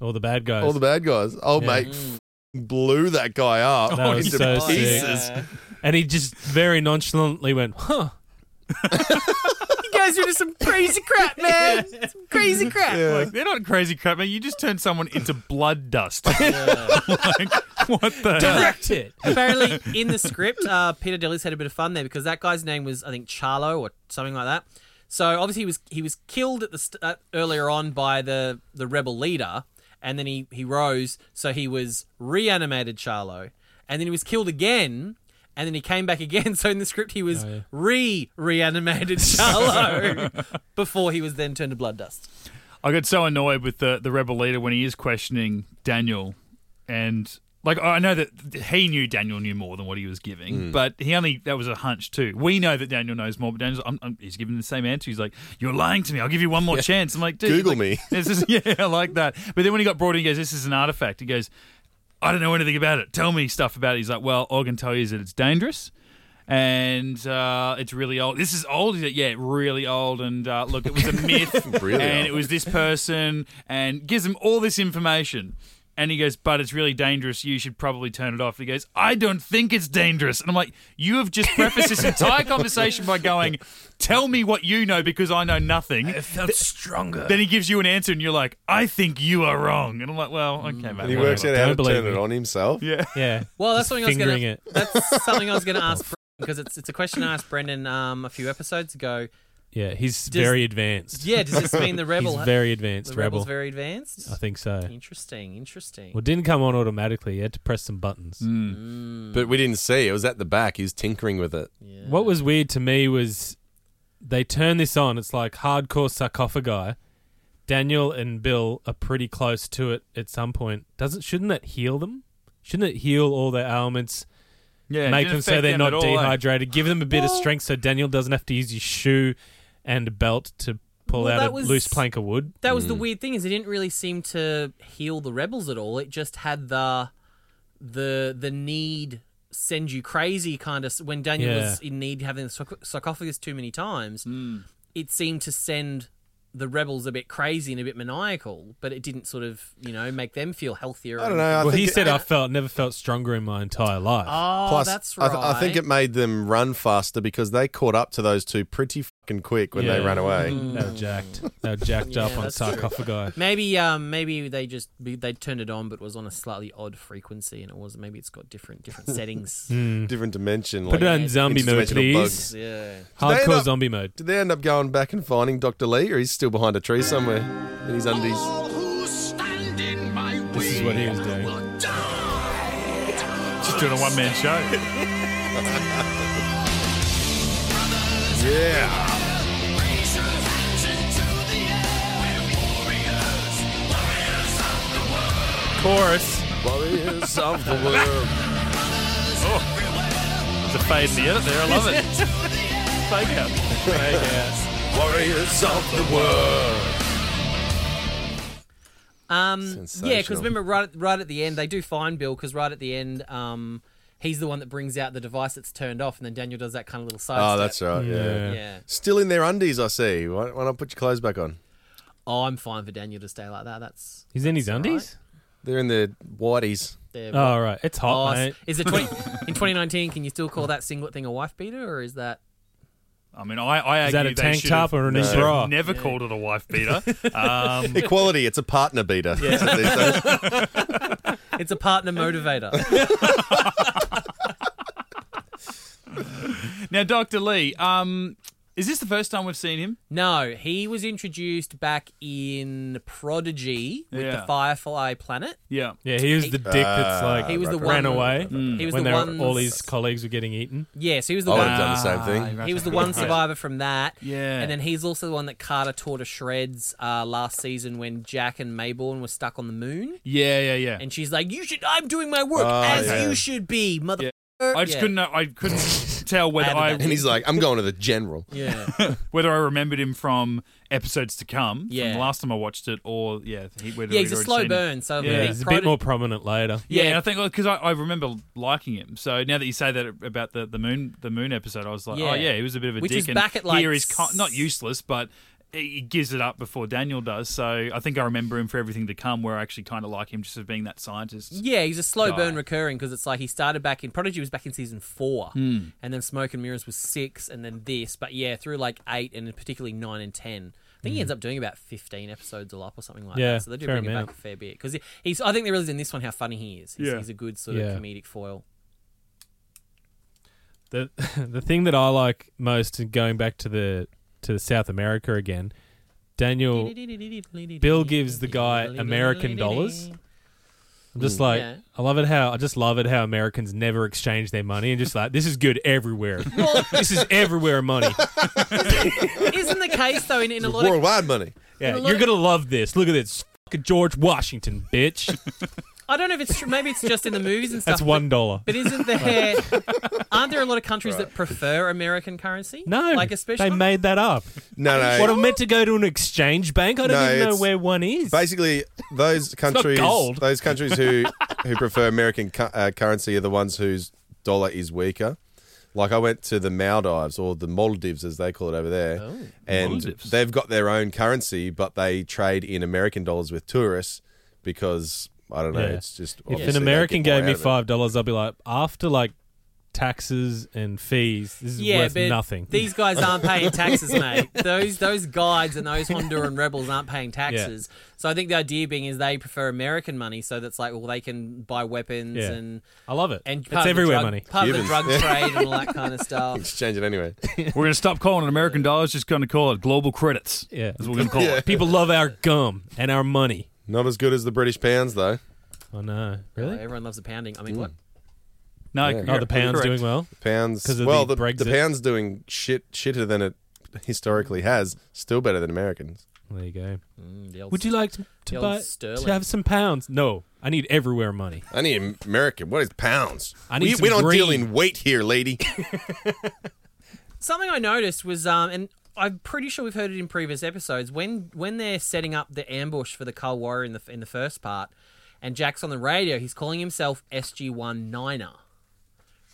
Speaker 3: all the bad guys.
Speaker 4: all the bad guys. Oh,
Speaker 3: Yeah.
Speaker 4: mate, f- blew that guy up
Speaker 3: That was
Speaker 4: into
Speaker 3: so sick.
Speaker 4: pieces.
Speaker 3: and he just very nonchalantly went, "Huh."
Speaker 2: You guys are into some crazy crap, man. Some crazy crap.
Speaker 1: Like, they're not crazy crap, man. You just turned someone into blood dust. like, what the hell?
Speaker 3: Direct it.
Speaker 2: Apparently, in the script, uh, Peter Dillis had a bit of fun there because that guy's name was, I think, Charlo or something like that. So obviously, he was he was killed at the st- uh, earlier on by the the rebel leader, and then he he rose, so he was reanimated Charlo, and then he was killed again. And then he came back again. So in the script, he
Speaker 3: Oh,
Speaker 2: was re reanimated Charlo before he was then turned to blood dust.
Speaker 1: I got so annoyed with the, the rebel leader when he is questioning Daniel, and like I know that he knew Daniel knew more than what he was giving,
Speaker 4: Mm.
Speaker 1: but he only that was a hunch too. We know that Daniel knows more, but Daniel's I'm, I'm- he's giving the same answer. He's like, "You're lying to me. I'll give you one more chance." I'm like, Dude,
Speaker 4: Google
Speaker 1: like,
Speaker 4: me.
Speaker 1: This is yeah, I like that. But then when he got brought in, he goes, "This is an artifact." He goes, "I don't know anything about it. Tell me stuff about it." He's like, "Well, all I can tell you is that it's dangerous." and uh, it's really old. This is old, is it? Yeah, really old. And uh, look, it was a myth,
Speaker 4: Really
Speaker 1: and
Speaker 4: old.
Speaker 1: it was this person, and gives him all this information. And he goes, but it's really dangerous. You should probably turn it off. And he goes, I don't think it's dangerous. And I'm like, you have just prefaced this entire conversation by going, tell me what you know because I know nothing.
Speaker 3: felt stronger.
Speaker 1: then he gives you an answer, and you're like, I think you are wrong. And I'm like, well, okay, mate.
Speaker 4: Mm. And he
Speaker 1: whatever."
Speaker 4: works out how to
Speaker 3: Don't believe
Speaker 4: turn it
Speaker 3: me.
Speaker 4: on himself.
Speaker 1: Yeah.
Speaker 3: Yeah.
Speaker 2: Well, that's
Speaker 3: Just
Speaker 2: something I was gonna.
Speaker 3: fingering it.
Speaker 2: That's something I was gonna ask Brendan, because it's it's a question I asked Brendan um, a few episodes ago.
Speaker 3: Yeah, he's
Speaker 2: Does-
Speaker 3: very advanced.
Speaker 2: Yeah, does this mean the rebel?
Speaker 3: he's very advanced Oh,
Speaker 2: the
Speaker 3: rebel.
Speaker 2: rebel's very advanced.
Speaker 3: I think so.
Speaker 2: Interesting, interesting.
Speaker 3: Well, it didn't come on automatically. You had to press some buttons.
Speaker 4: Mm. But we didn't see. It was at the back. He was tinkering with it.
Speaker 3: What was weird to me was they turn this on. It's like hardcore sarcophagi. Daniel and Bill are pretty close to it at some point. Doesn't shouldn't that heal them? Shouldn't it heal all their ailments?
Speaker 1: Yeah,
Speaker 3: make
Speaker 1: didn't
Speaker 3: them so
Speaker 1: affect
Speaker 3: they're
Speaker 1: them
Speaker 3: not
Speaker 1: at all, eh?
Speaker 3: dehydrated. Give them a bit of strength so Daniel doesn't have to use his shoe and belt to pull
Speaker 2: Well,
Speaker 3: out a
Speaker 2: that was-
Speaker 3: loose plank of wood.
Speaker 2: that was the weird thing is it didn't really seem to heal the rebels at all. It just had the the the need send you crazy kind of when Daniel was
Speaker 3: Yeah.
Speaker 2: in need having the sarco- sarcophagus too many times. It seemed to send the rebels a bit crazy and a bit maniacal, but it didn't sort of you know make them feel healthier.
Speaker 4: I don't
Speaker 2: and-
Speaker 4: know. I
Speaker 3: well,
Speaker 4: think
Speaker 3: he
Speaker 4: it-
Speaker 3: said I felt never felt stronger in my entire life.
Speaker 1: Ah,
Speaker 2: Oh,
Speaker 4: Plus,
Speaker 2: that's
Speaker 4: I,
Speaker 2: right.
Speaker 4: th- I think it made them run faster because they caught up to those two pretty fucking quick when they
Speaker 3: Yeah.
Speaker 4: ran away.
Speaker 3: They were jacked. They were jacked up
Speaker 2: Hmm. Yeah,
Speaker 3: on
Speaker 2: that's true.
Speaker 3: sarcophagi.
Speaker 2: Maybe um maybe they just be- they turned it on, but it was on a slightly odd frequency, and it was maybe it's got different different settings.
Speaker 4: Different dimension.
Speaker 3: Put it
Speaker 4: like,
Speaker 3: on Mm. zombie mode,
Speaker 4: interdimensional
Speaker 3: please.
Speaker 4: bugs.
Speaker 2: Yeah.
Speaker 4: Did they
Speaker 3: Hardcore
Speaker 4: not-
Speaker 3: zombie mode.
Speaker 4: Did they end up going back and finding Dr. Lee, or he's still behind a tree somewhere in his undies?
Speaker 3: This is what he was doing.
Speaker 1: Just doing a one man show.
Speaker 4: Yeah.
Speaker 3: Chorus.
Speaker 4: Warriors of the world.
Speaker 1: It's a fade in the edit there. I love it. Fake out.
Speaker 4: Warriors of the world.
Speaker 2: Um, yeah, because
Speaker 4: Sensational.
Speaker 2: remember, right at, right at the end, they do find Bill because right at the end, um, he's the one that brings out the device that's turned off, and then Daniel does that kind of little side.
Speaker 4: Oh, that's right. Yeah.
Speaker 3: Yeah.
Speaker 2: Yeah.
Speaker 4: Still in their undies, I see. Why, why not put your clothes back on?
Speaker 2: Oh, I'm fine for Daniel to stay like that. That's
Speaker 3: He's in his
Speaker 2: That's
Speaker 3: undies?
Speaker 4: They're in their whiteys.
Speaker 2: there.
Speaker 3: Oh, right. It's
Speaker 2: Oh,
Speaker 3: hot, mate.
Speaker 2: s- is it 20, in 2019? Can you still call that singlet thing a wife beater, or is that
Speaker 1: I mean, I, I
Speaker 3: Is
Speaker 1: argue
Speaker 3: that a
Speaker 1: they
Speaker 3: tank
Speaker 1: should've-
Speaker 3: top or a new
Speaker 1: they should've
Speaker 3: bra?
Speaker 1: Never called it a wife beater. Um,
Speaker 4: Equality, it's a partner beater.
Speaker 2: it's a partner motivator?
Speaker 1: now, Doctor Lee, um, is this the first time we've seen him?
Speaker 2: no, he was introduced back in Prodigy with
Speaker 1: Yeah.
Speaker 2: the Firefly Planet.
Speaker 1: Yeah.
Speaker 3: Yeah, he was the dick
Speaker 1: Ah,
Speaker 3: that's like
Speaker 2: He was the
Speaker 3: ran
Speaker 2: one
Speaker 3: away
Speaker 2: He was
Speaker 3: when
Speaker 2: the
Speaker 3: they
Speaker 2: one.
Speaker 3: were, all his colleagues were getting eaten.
Speaker 2: yes, he was the
Speaker 4: I would
Speaker 2: one.
Speaker 4: have done the same thing.
Speaker 1: Ah,
Speaker 2: He was the one survivor from that.
Speaker 1: Yeah.
Speaker 2: And then he's also the one that Carter tore to shreds uh, last season when Jack and Mayborn were stuck on the moon.
Speaker 1: Yeah, yeah, yeah.
Speaker 2: And she's like, You should, I'm doing my work
Speaker 4: Oh,
Speaker 2: as
Speaker 4: yeah.
Speaker 2: you should be, mother.
Speaker 1: I just
Speaker 2: yeah.
Speaker 1: couldn't. know- I couldn't tell whether
Speaker 2: Added
Speaker 1: I
Speaker 2: that.
Speaker 4: And he's like, I'm going to the general.
Speaker 2: Yeah.
Speaker 1: whether I remembered him from episodes to come,
Speaker 2: Yeah.
Speaker 1: from the last time I watched it, or yeah, he, whether
Speaker 2: yeah,
Speaker 1: he'd
Speaker 2: he's a
Speaker 1: already
Speaker 2: slow
Speaker 1: seen it.
Speaker 2: burn. So,
Speaker 1: Yeah,
Speaker 3: Yeah,
Speaker 2: he
Speaker 3: he's a
Speaker 2: prodded-
Speaker 3: bit more prominent later.
Speaker 1: Yeah,
Speaker 2: Yeah.
Speaker 1: and I think because I, I remember liking him. So now that you say that about the, the moon the moon episode, I was like, oh
Speaker 2: Yeah.
Speaker 1: yeah, he was a bit of a
Speaker 2: Which
Speaker 1: dick.
Speaker 2: is
Speaker 1: and
Speaker 2: back at, like,
Speaker 1: here he's co-
Speaker 2: s-
Speaker 1: not useless, but he gives it up before Daniel does. So I think I remember him for everything to come. Where I actually kind of like him just as being that scientist.
Speaker 2: Yeah, he's a slow
Speaker 1: guy.
Speaker 2: burn recurring because it's like he started back in Prodigy was back in season four,
Speaker 3: Hmm.
Speaker 2: and then Smoke and Mirrors was six, and then this. But yeah, through like eight and particularly nine and ten, I think he ends up doing about fifteen episodes all up or something like
Speaker 3: Hmm. Yeah,
Speaker 2: that. So they do
Speaker 3: fair
Speaker 2: bring him
Speaker 3: amount.
Speaker 2: back a fair bit because he's. I think they realized in this one how funny he is. He's,
Speaker 1: Yeah.
Speaker 2: he's a good sort
Speaker 3: Yeah.
Speaker 2: of comedic foil.
Speaker 3: the the thing that I like most in going back to the to South America again, Daniel Bill gives the guy American dollars. I'm
Speaker 4: Mm,
Speaker 3: just like
Speaker 2: Yeah.
Speaker 3: I love it how I just love it how Americans never exchange their money and just like this is good everywhere. this is everywhere money.
Speaker 2: Isn't the case though in, in a lot of
Speaker 4: Worldwide money.
Speaker 3: Yeah,
Speaker 2: lot
Speaker 3: you're
Speaker 2: of-
Speaker 3: gonna love this. Look at this. Fucking George Washington, bitch.
Speaker 2: I don't know if it's true. Maybe it's just in the movies and stuff.
Speaker 3: That's one dollar.
Speaker 2: But isn't there? aren't there a lot of countries that prefer American currency?
Speaker 3: No,
Speaker 2: like especially
Speaker 3: they made that up.
Speaker 4: No, no.
Speaker 3: What I meant to go to an exchange bank. I don't
Speaker 4: No,
Speaker 3: even know
Speaker 4: it's-
Speaker 3: where one is.
Speaker 4: Basically, those countries,
Speaker 3: gold.
Speaker 4: those countries who who prefer American cu- uh, currency are the ones whose dollar is weaker. Like I went to the Maldives or the Maldives as they call it over there,
Speaker 3: Oh,
Speaker 4: and
Speaker 1: Maldives.
Speaker 4: they've got their own currency, but they trade in American dollars with tourists because I don't know.
Speaker 3: Yeah.
Speaker 4: It's just
Speaker 3: If
Speaker 4: obviously
Speaker 3: an
Speaker 4: they
Speaker 3: American
Speaker 4: get more
Speaker 3: gave me
Speaker 4: out of it.
Speaker 3: five dollars, I'd be like, after like taxes and fees. This is
Speaker 2: Yeah,
Speaker 3: worth
Speaker 2: but
Speaker 3: nothing.
Speaker 2: these guys aren't paying taxes, mate. Those those guides and those Honduran rebels aren't paying taxes. So I think the idea being is they prefer American money, so that's like well they can buy weapons
Speaker 3: Yeah.
Speaker 2: and
Speaker 3: I love it.
Speaker 2: and
Speaker 3: it's
Speaker 2: of the
Speaker 3: everywhere
Speaker 2: drug-
Speaker 3: money.
Speaker 2: part of the
Speaker 4: Cubans.
Speaker 2: drug trade and all that kind of stuff.
Speaker 4: Exchange it anyway.
Speaker 1: We're going to stop calling it American dollars, just going to call it global credits.
Speaker 3: Yeah.
Speaker 1: That's what we're going to call it.
Speaker 3: People love our gum and our money.
Speaker 4: Not as good as the British pounds though.
Speaker 3: I know.
Speaker 2: Uh,
Speaker 3: Really?
Speaker 2: everyone loves the pounding. I mean, what?
Speaker 1: No,
Speaker 4: Yeah.
Speaker 1: you're
Speaker 3: Oh, the pound's
Speaker 1: correct.
Speaker 3: doing well.
Speaker 4: Pounds.
Speaker 3: 'Cause of
Speaker 4: Well,
Speaker 3: the
Speaker 4: the, the,
Speaker 3: Brexit.
Speaker 4: pounds doing shit shitter than it historically has. Still better than Americans.
Speaker 3: There you go.
Speaker 2: Mm, the old
Speaker 3: Would you like to,
Speaker 2: The
Speaker 3: to
Speaker 2: old
Speaker 3: buy
Speaker 2: sterling.
Speaker 3: to have some pounds? No, I need everywhere money.
Speaker 4: I need American. What is pounds?
Speaker 3: I need
Speaker 4: we,
Speaker 3: some
Speaker 4: we don't
Speaker 3: green.
Speaker 4: deal in weight here, lady.
Speaker 2: Something I noticed was, um, and I'm pretty sure we've heard it in previous episodes. When when they're setting up the ambush for the Cull Warrior in the in the first part, and Jack's on the radio, he's calling himself SG One Niner.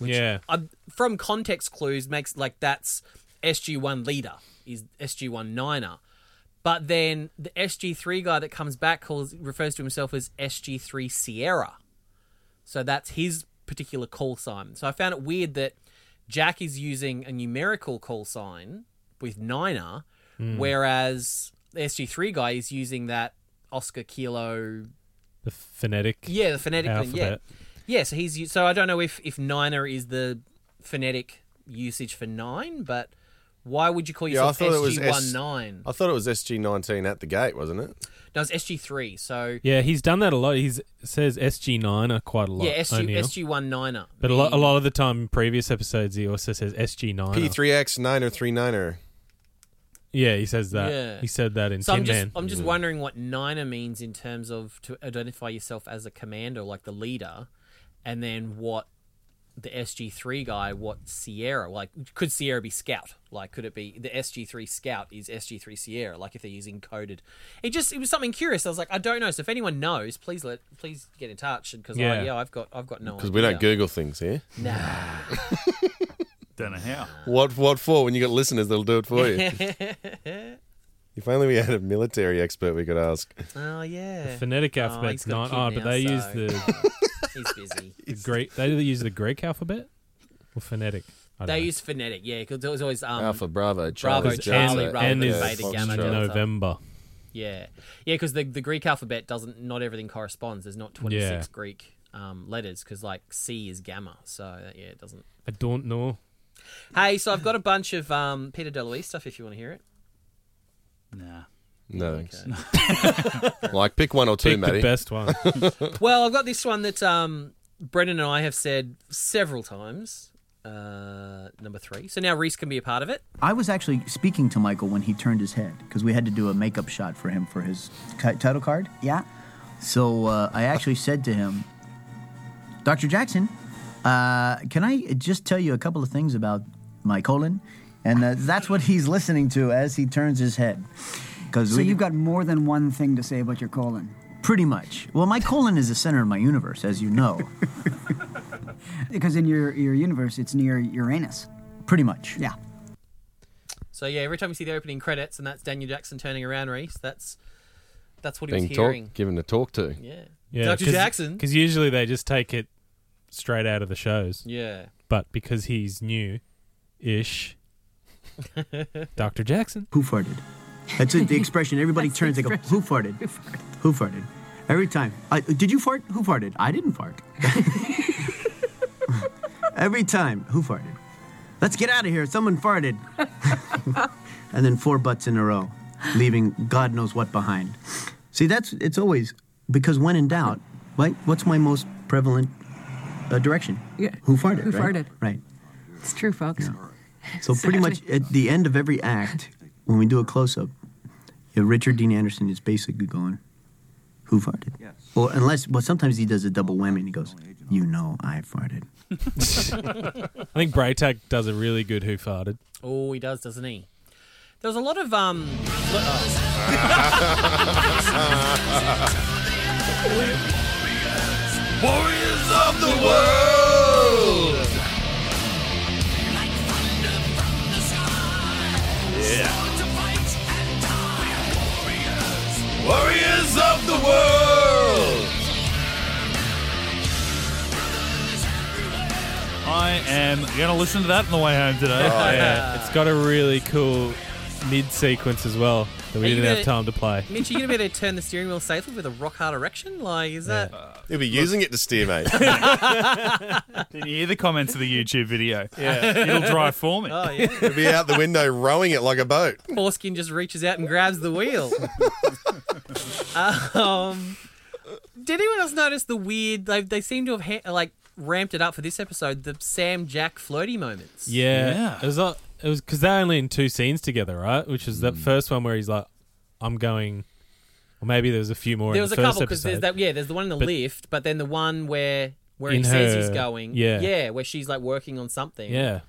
Speaker 3: yeah,
Speaker 2: I, from context clues, makes like that's SG One Leader is SG One Niner, but then the SG Three guy that comes back calls refers to himself as SG Three Sierra. So that's his particular call sign. So I found it weird that Jack is using a numerical call sign with Niner, whereas the SG3 guy is using that Oscar Kilo.
Speaker 3: the phonetic.
Speaker 2: Yeah, the phonetic thing. Yeah.
Speaker 3: Alphabet.
Speaker 2: Yeah, so he's u- so I don't know if if Niner is the phonetic usage for 9, but why would you call
Speaker 4: Yeah, I
Speaker 2: yourself
Speaker 4: thought it was S-
Speaker 2: SG19?
Speaker 4: I thought it was SG nineteen at the gate, wasn't it?
Speaker 2: No, it's SG3. So
Speaker 3: Yeah, he's done that a lot. He's says SG nine quite a lot.
Speaker 2: yeah, SG
Speaker 3: O'Neill.
Speaker 2: SG19er.
Speaker 3: But a lot, a lot of the time, in previous episodes, he also says SG nine.
Speaker 4: P three X nine oh. or three niner.
Speaker 3: Yeah, he says that.
Speaker 2: Yeah.
Speaker 3: He said that in
Speaker 2: So
Speaker 3: Tin
Speaker 2: I'm just oh,
Speaker 3: Man. Mm.
Speaker 2: I'm just wondering what Niner means in terms of to identify yourself as a commander, like the leader, and then what the SG three guy, what Sierra, like could Sierra be Scout? Like could it be the SG three Scout is SG three Sierra? Like if they're using coded, it just it was something curious. I was like, I don't know. So if anyone knows, please let please get in touch because yeah.
Speaker 3: Yeah.
Speaker 2: yeah, I've got I've got no
Speaker 4: Because we don't
Speaker 2: idea.
Speaker 4: Google things here.
Speaker 2: Nah.
Speaker 1: Don't know how.
Speaker 4: What what for? When you got listeners, that'll do it for you. if only we had a military expert we could ask.
Speaker 2: Oh yeah.
Speaker 3: Phonetic
Speaker 2: Oh,
Speaker 3: alphabet's
Speaker 2: he's got a
Speaker 3: not.
Speaker 2: kid
Speaker 3: Oh, but
Speaker 2: now,
Speaker 3: they use
Speaker 2: so-
Speaker 3: the,
Speaker 2: He's busy.
Speaker 3: the Greek. They either use the Greek alphabet or phonetic. I don't
Speaker 2: They
Speaker 3: know.
Speaker 2: use phonetic, yeah, because it was always um,
Speaker 4: Alpha
Speaker 2: Bravo,
Speaker 4: Bravo Charlie,
Speaker 2: Because Charlie,
Speaker 4: Delta,
Speaker 2: rather
Speaker 3: N, N
Speaker 2: than
Speaker 3: is
Speaker 2: Beta,
Speaker 4: Foxtrot.
Speaker 2: Gamma, Delta.
Speaker 3: November.
Speaker 2: Yeah, yeah, because the the Greek alphabet doesn't not everything corresponds. There's not 26
Speaker 3: Yeah.
Speaker 2: Greek um, letters because like C is gamma, so yeah, it doesn't.
Speaker 3: I don't know.
Speaker 2: Hey, so I've got a bunch of um, Peter DeLuise stuff if you want to hear it.
Speaker 1: Nah.
Speaker 4: No, thanks. like pick one or two,
Speaker 3: Pick the
Speaker 4: Matty.
Speaker 3: best one.
Speaker 2: Well, I've got this one that um, Brendan and I have said several times. Uh, number three. So now Reese can be a part of it.
Speaker 9: I was actually speaking to Michael when he turned his head because we had to do a makeup shot for him for his ki- title card.
Speaker 10: Yeah?
Speaker 9: So uh, I actually said to him, Dr. Jackson, uh, can I just tell you a couple of things about my colon? And uh, that's what he's listening to as he turns his head. Because
Speaker 10: So you've got more than one thing to say about your colon.
Speaker 9: pretty much. Well, my colon is the center of my universe, as you know.
Speaker 10: Because in your, your universe, it's near Uranus.
Speaker 9: pretty much.
Speaker 10: Yeah.
Speaker 2: So yeah, every time you see the opening credits and that's Daniel Jackson turning around, Reese, that's that's what he
Speaker 4: Being
Speaker 2: was hearing.
Speaker 4: talk, given a talk to.
Speaker 2: Yeah.
Speaker 3: Yeah,
Speaker 2: Dr. Jackson.
Speaker 3: Because usually they just take it straight out of the shows.
Speaker 2: Yeah.
Speaker 3: But because he's new ish, Dr. Jackson.
Speaker 9: Who farted? That's it, the expression. Everybody turns and go, who farted? Who farted? Every time. I, did you fart? Who farted? I didn't fart. Every time. Who farted? Let's get out of here. Someone farted. and then four butts in a row, leaving God knows what behind. See, that's it's always because when in doubt, right? What's my most prevalent uh, direction?
Speaker 11: Yeah.
Speaker 9: Who farted?
Speaker 11: Who
Speaker 9: right?
Speaker 11: farted?
Speaker 9: Right.
Speaker 11: It's true, folks.
Speaker 9: So pretty much at the end of every act, when we do a close-up, yeah, Richard Dean Anderson is basically going, "Who farted?"
Speaker 8: Yes.
Speaker 9: Or unless, well, sometimes he does a double whammy and he goes, "You know, I farted."
Speaker 3: I think Braytag does a really good Who Farted.
Speaker 2: Oh, he does, doesn't he? There was a lot of um. lo- oh.
Speaker 4: Warriors of the world. Yeah. Warriors of the world.
Speaker 1: I I am going to listen to that on the way home today.
Speaker 3: It's got a really cool mid sequence as well that we
Speaker 2: Are you
Speaker 3: didn't have
Speaker 2: gonna-
Speaker 3: time to play.
Speaker 2: Mitch, are you going to be able to turn the steering wheel safely with a rock hard erection? Like, is that.
Speaker 4: You'll be using it to steer, mate.
Speaker 1: Did you hear the comments of the YouTube video?
Speaker 2: Yeah.
Speaker 1: It'll drive for me.
Speaker 2: Oh, yeah.
Speaker 4: You'll be out the window rowing it like a boat.
Speaker 2: Foreskin just reaches out and grabs the wheel. um, did anyone else notice the weird? They, they seem to have ha- like ramped it up for this episode. The Sam Jack flirty moments.
Speaker 3: Yeah.
Speaker 1: Yeah.
Speaker 3: It was like, it was because they're only in two scenes together, right? Which is
Speaker 4: Hmm.
Speaker 3: that first one where he's like, "I'm going," or maybe there was a few more.
Speaker 2: there
Speaker 3: in
Speaker 2: was
Speaker 3: the
Speaker 2: a
Speaker 3: first
Speaker 2: couple because there's
Speaker 3: episode.
Speaker 2: that. Yeah, there's the one in the
Speaker 3: But-
Speaker 2: lift, but then the one where where
Speaker 3: In
Speaker 2: he says he's
Speaker 3: her-
Speaker 2: going.
Speaker 3: yeah.
Speaker 2: yeah, where she's like working on something.
Speaker 3: Yeah,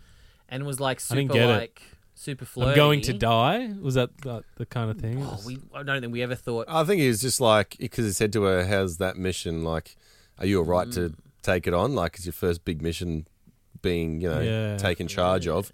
Speaker 2: and was like
Speaker 3: I didn't
Speaker 2: super
Speaker 3: get it.
Speaker 2: like super flirty.
Speaker 3: I'm going to die. Was that the, the kind of thing?
Speaker 2: Oh, we, I don't think we ever thought.
Speaker 4: I think he was just like because he said to her, "How's that mission? Like, are you all right
Speaker 3: Mm.
Speaker 4: to take it on? Like, it's your first big mission, being you know
Speaker 3: Yeah.
Speaker 4: taken charge of."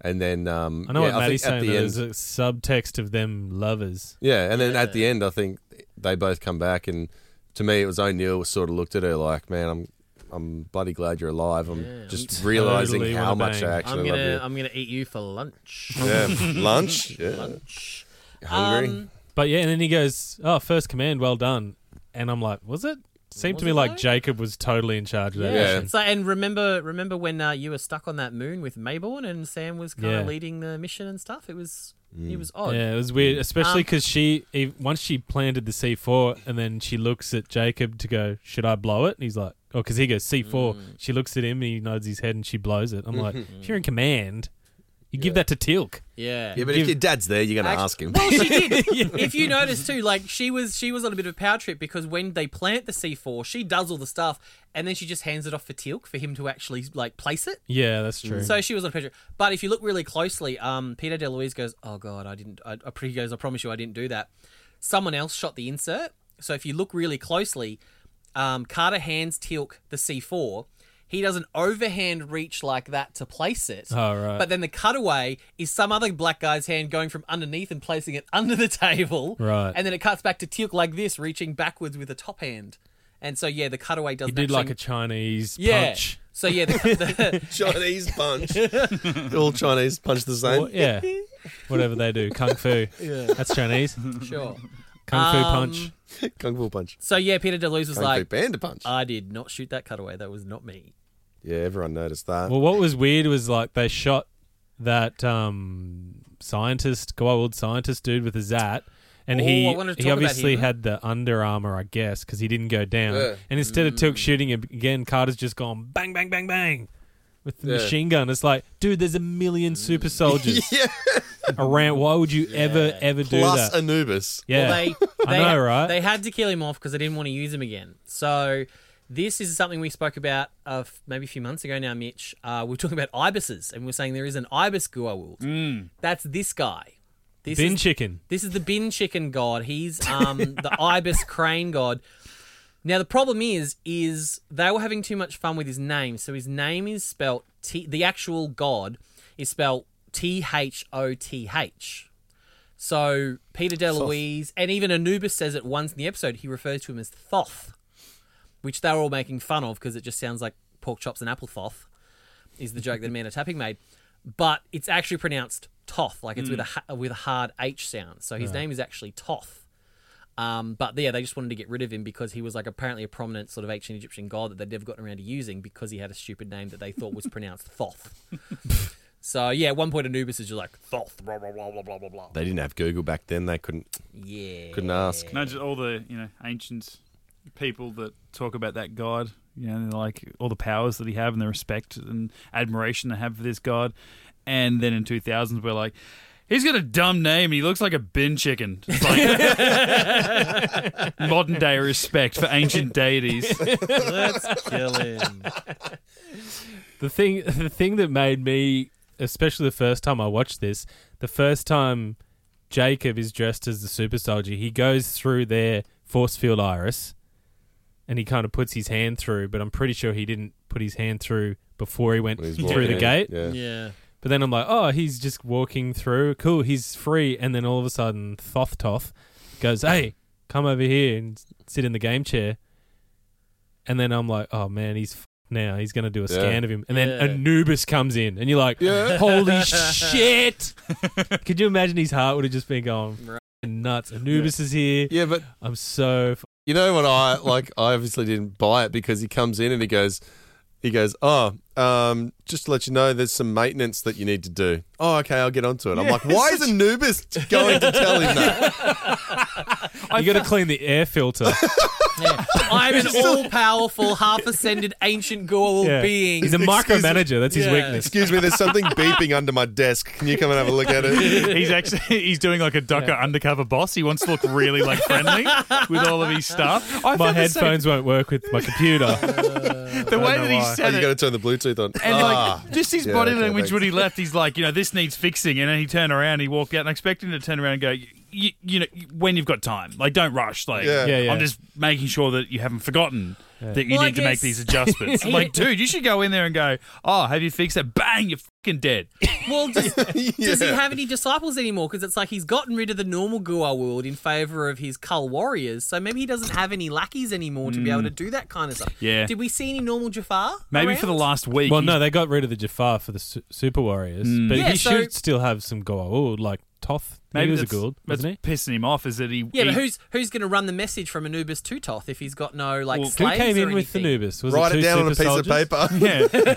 Speaker 4: And then um,
Speaker 3: I know
Speaker 4: yeah,
Speaker 3: what Maddie's
Speaker 4: think at
Speaker 3: saying.
Speaker 4: the
Speaker 3: though,
Speaker 4: end,
Speaker 3: There's a subtext of them lovers.
Speaker 4: yeah, and then at the end, I think they both come back, and to me, it was O'Neill sort of looked at her like, "Man, I'm." I'm bloody glad you're alive. I'm just realizing
Speaker 3: Totally
Speaker 4: how
Speaker 3: wanna
Speaker 4: much
Speaker 3: bang.
Speaker 4: I actually
Speaker 2: I'm gonna
Speaker 4: love
Speaker 2: I'm gonna eat you for lunch.
Speaker 4: you. Yeah, lunch. Yeah,
Speaker 2: Lunch.
Speaker 4: hungry.
Speaker 2: Um,
Speaker 3: But yeah, and then he goes, "Oh, first command, well done." And I'm like, "Was it?" Seemed
Speaker 2: Was
Speaker 3: to me
Speaker 2: it
Speaker 3: like
Speaker 2: though?
Speaker 3: Jacob was totally in charge of that.
Speaker 4: Yeah.
Speaker 3: mission.
Speaker 2: So and remember, remember when uh, you were stuck on that moon with Mayborn and Sam was kind
Speaker 3: Yeah.
Speaker 2: of leading the mission and stuff. It was
Speaker 4: Mm.
Speaker 2: it was odd.
Speaker 3: Yeah, it was weird, especially
Speaker 2: Oh, Um,
Speaker 3: because she e- once she planted the C four, and then she looks at Jacob to go, "Should I blow it?" And he's like, "Oh," because he goes C four.
Speaker 2: Mm.
Speaker 3: She looks at him, and he nods his head, and she blows it. I'm like, if you're in command, you give that to Tilk.
Speaker 2: Yeah.
Speaker 4: Yeah, but
Speaker 3: Give-
Speaker 4: if your dad's there, you're going to
Speaker 2: Actu-
Speaker 4: ask him.
Speaker 2: Well, she did. If you notice too, like she was she was on a bit of a power trip because when they plant the C four, she does all the stuff and then she just hands it off for Teal'c for him to actually like place it.
Speaker 3: Yeah, that's true.
Speaker 2: So she was on a picture. But if you look really closely, um, Peter DeLuise goes, "Oh God, I didn't." I, I pretty goes, "I promise you, I didn't do that." Someone else shot the insert. So if you look really closely, um, Carter hands Tilk the C4. He does an overhand reach like that to place it.
Speaker 3: Oh, right.
Speaker 2: But then the cutaway is some other black guy's hand going from underneath and placing it under the table.
Speaker 3: Right.
Speaker 2: And then it cuts back to Tilk like this, reaching backwards with a top hand. And so yeah, the cutaway does.
Speaker 3: he did like a
Speaker 2: actually-
Speaker 3: Chinese
Speaker 2: yeah.
Speaker 3: punch.
Speaker 2: So yeah, the, the,
Speaker 4: Chinese punch. All Chinese punch the same.
Speaker 3: Or- yeah, whatever they do, kung fu. Yeah, that's Chinese
Speaker 2: sure.
Speaker 3: kung fu
Speaker 2: Um,
Speaker 3: punch.
Speaker 4: Kung Fu punch.
Speaker 2: So yeah, Peter DeLuise was
Speaker 4: Kung Fu
Speaker 2: like,
Speaker 4: Panda punch.
Speaker 3: uh,
Speaker 2: I did not shoot that cutaway. That was not me.
Speaker 4: yeah, everyone noticed that.
Speaker 3: Well, what was weird was like they shot that um, scientist, old scientist dude with a zat, and
Speaker 2: Oh, I
Speaker 3: he
Speaker 2: wanted to
Speaker 3: he
Speaker 2: talk about
Speaker 3: obviously
Speaker 2: him.
Speaker 3: had the under armor, I guess, because he didn't go down.
Speaker 4: Yeah.
Speaker 3: And instead of
Speaker 2: Mm.
Speaker 3: Tilk shooting him again, Carter's just gone bang, bang, bang, bang with the
Speaker 4: Yeah.
Speaker 3: machine gun. It's like, dude, there's a million
Speaker 2: Mm.
Speaker 3: super soldiers around. Why would you ever, ever
Speaker 4: Plus
Speaker 3: do that?
Speaker 4: Anubis.
Speaker 3: yeah,
Speaker 2: Well, they,
Speaker 3: I
Speaker 2: they,
Speaker 3: know, right?
Speaker 2: They had to kill him off because they didn't want to use him again. So this is something we spoke about uh, f- maybe a few months ago now, Mitch. Uh, we were talking about ibises, and we are saying there is an ibis Guawuld.
Speaker 3: Mm.
Speaker 2: That's this guy. This
Speaker 3: Bin
Speaker 2: is,
Speaker 3: chicken.
Speaker 2: This is the bin chicken god. He's um, the ibis crane god. Now the problem is, is they were having too much fun with his name. So his name is spelt T. The actual god is spelt T H O T H. So Peter DeLuise and even Anubis says it once in the episode. He refers to him as Thoth, which they were all making fun of because it just sounds like pork chops and apple thoth. Is the joke that Amanda Tapping made, but it's actually pronounced Toth, like it's with
Speaker 3: Mm.
Speaker 2: a h- with a hard H sound. So his name is actually Toth. Um, but yeah, they just wanted to get rid of him because he was like apparently a prominent sort of ancient Egyptian god that they'd never gotten around to using because he had a stupid name that they thought was pronounced Thoth. so yeah, at one point Anubis is just like Thoth, blah blah blah blah blah blah blah.
Speaker 4: They didn't have Google back then. They couldn't
Speaker 2: Yeah.
Speaker 4: couldn't ask.
Speaker 1: No, just all the you know ancient people that talk about that god. You know, they're like all the powers that he have and the respect and admiration they have for this god. And then in two thousands, we're like, he's got a dumb name. He looks like a bin chicken. It's like- modern day respect for ancient deities.
Speaker 2: Let's kill him.
Speaker 3: The thing, the thing that made me, especially the first time I watched this, the first time Jacob is dressed as the super soldier, he goes through their force field iris, and he kind of puts his hand through. But I'm pretty sure he didn't put his hand through before he went
Speaker 4: when he's
Speaker 3: through
Speaker 4: walking
Speaker 3: the
Speaker 4: in.
Speaker 3: gate.
Speaker 4: Yeah.
Speaker 2: Yeah.
Speaker 3: But then I'm like, oh, he's just walking through. Cool, he's free. And then all of a sudden, Thoth Toth goes, hey, come over here and sit in the game chair. And then I'm like, oh man, he's now. He's going to do a
Speaker 4: Yeah.
Speaker 3: scan of him. And then
Speaker 4: Yeah.
Speaker 3: Anubis comes in, and you're like,
Speaker 4: Yeah.
Speaker 3: holy shit. Could you imagine his heart would have just been going "F***ing nuts? Anubis is here.
Speaker 4: Yeah, but
Speaker 3: I'm so. F-
Speaker 4: You know what I like? I obviously didn't buy it because he comes in and he goes, he goes, oh, um, just to let you know, there's some maintenance that you need to do. Oh, okay, I'll get onto it. I'm like, why is Anubis going to tell him that?
Speaker 3: you got to clean the air filter.
Speaker 2: I'm an all powerful, half ascended, ancient Gaul
Speaker 3: Yeah.
Speaker 2: Oh, being.
Speaker 3: He's a
Speaker 4: Excuse me.
Speaker 3: micromanager. That's his
Speaker 2: Yeah.
Speaker 3: weakness.
Speaker 4: Excuse me, there's something beeping under my desk. Can you come and have a look at it?
Speaker 1: He's actually he's doing like a Docker undercover boss. He wants to look really like friendly with all of his stuff. I
Speaker 3: My
Speaker 1: felt the same-
Speaker 3: headphones won't work with my computer.
Speaker 1: The way
Speaker 3: know
Speaker 1: that he
Speaker 3: why.
Speaker 4: Oh,
Speaker 1: said
Speaker 4: you
Speaker 1: it.
Speaker 4: got to turn the Bluetooth on.
Speaker 1: And
Speaker 4: Ah.
Speaker 1: like just his
Speaker 4: Yeah,
Speaker 1: body
Speaker 4: okay,
Speaker 1: language
Speaker 4: thanks.
Speaker 1: when he left, he's like, you know, this needs fixing. And then he turned around, he walked out, and I expected him to turn around and go, "Y- y- you know, when you've got time, like don't rush. Like
Speaker 4: Yeah.
Speaker 3: Yeah, yeah.
Speaker 1: I'm just making sure that you haven't forgotten that you
Speaker 2: Well, I
Speaker 1: need to make
Speaker 2: guess-
Speaker 1: these adjustments. I'm
Speaker 2: He-
Speaker 1: like, dude, you should go in there and go, oh, have you fixed that? Bang, you're fucking dead.
Speaker 2: Well, does, does he
Speaker 4: Yeah.
Speaker 2: have any disciples anymore? Because it's like he's gotten rid of the normal Gua world in favor of his Cull warriors. So maybe he doesn't have any lackeys anymore to be able to do that kind of stuff.
Speaker 1: Yeah.
Speaker 2: Did we see any normal Jafar?
Speaker 1: Maybe
Speaker 2: around?
Speaker 1: for the last week.
Speaker 3: well,
Speaker 1: he's-
Speaker 3: no, they got rid of the Jafar for the su- Super Warriors, but
Speaker 2: Yeah,
Speaker 3: he
Speaker 2: so-
Speaker 3: should still have some Goa'uld, like Toth. Maybe he was a
Speaker 1: that's-
Speaker 3: Goa'uld,
Speaker 1: that's
Speaker 3: wasn't he?
Speaker 1: pissing him off is that he
Speaker 2: Yeah, but
Speaker 1: he-
Speaker 2: who's who's going to run the message from Anubis to Toth if he's got no like
Speaker 1: Well, who
Speaker 3: Who
Speaker 2: slaves
Speaker 3: came
Speaker 2: or
Speaker 3: in with
Speaker 2: anything?
Speaker 3: Anubis? Was
Speaker 4: Write
Speaker 3: it
Speaker 4: it
Speaker 3: two
Speaker 4: down on
Speaker 3: super
Speaker 4: a piece
Speaker 3: soldiers?
Speaker 4: of paper.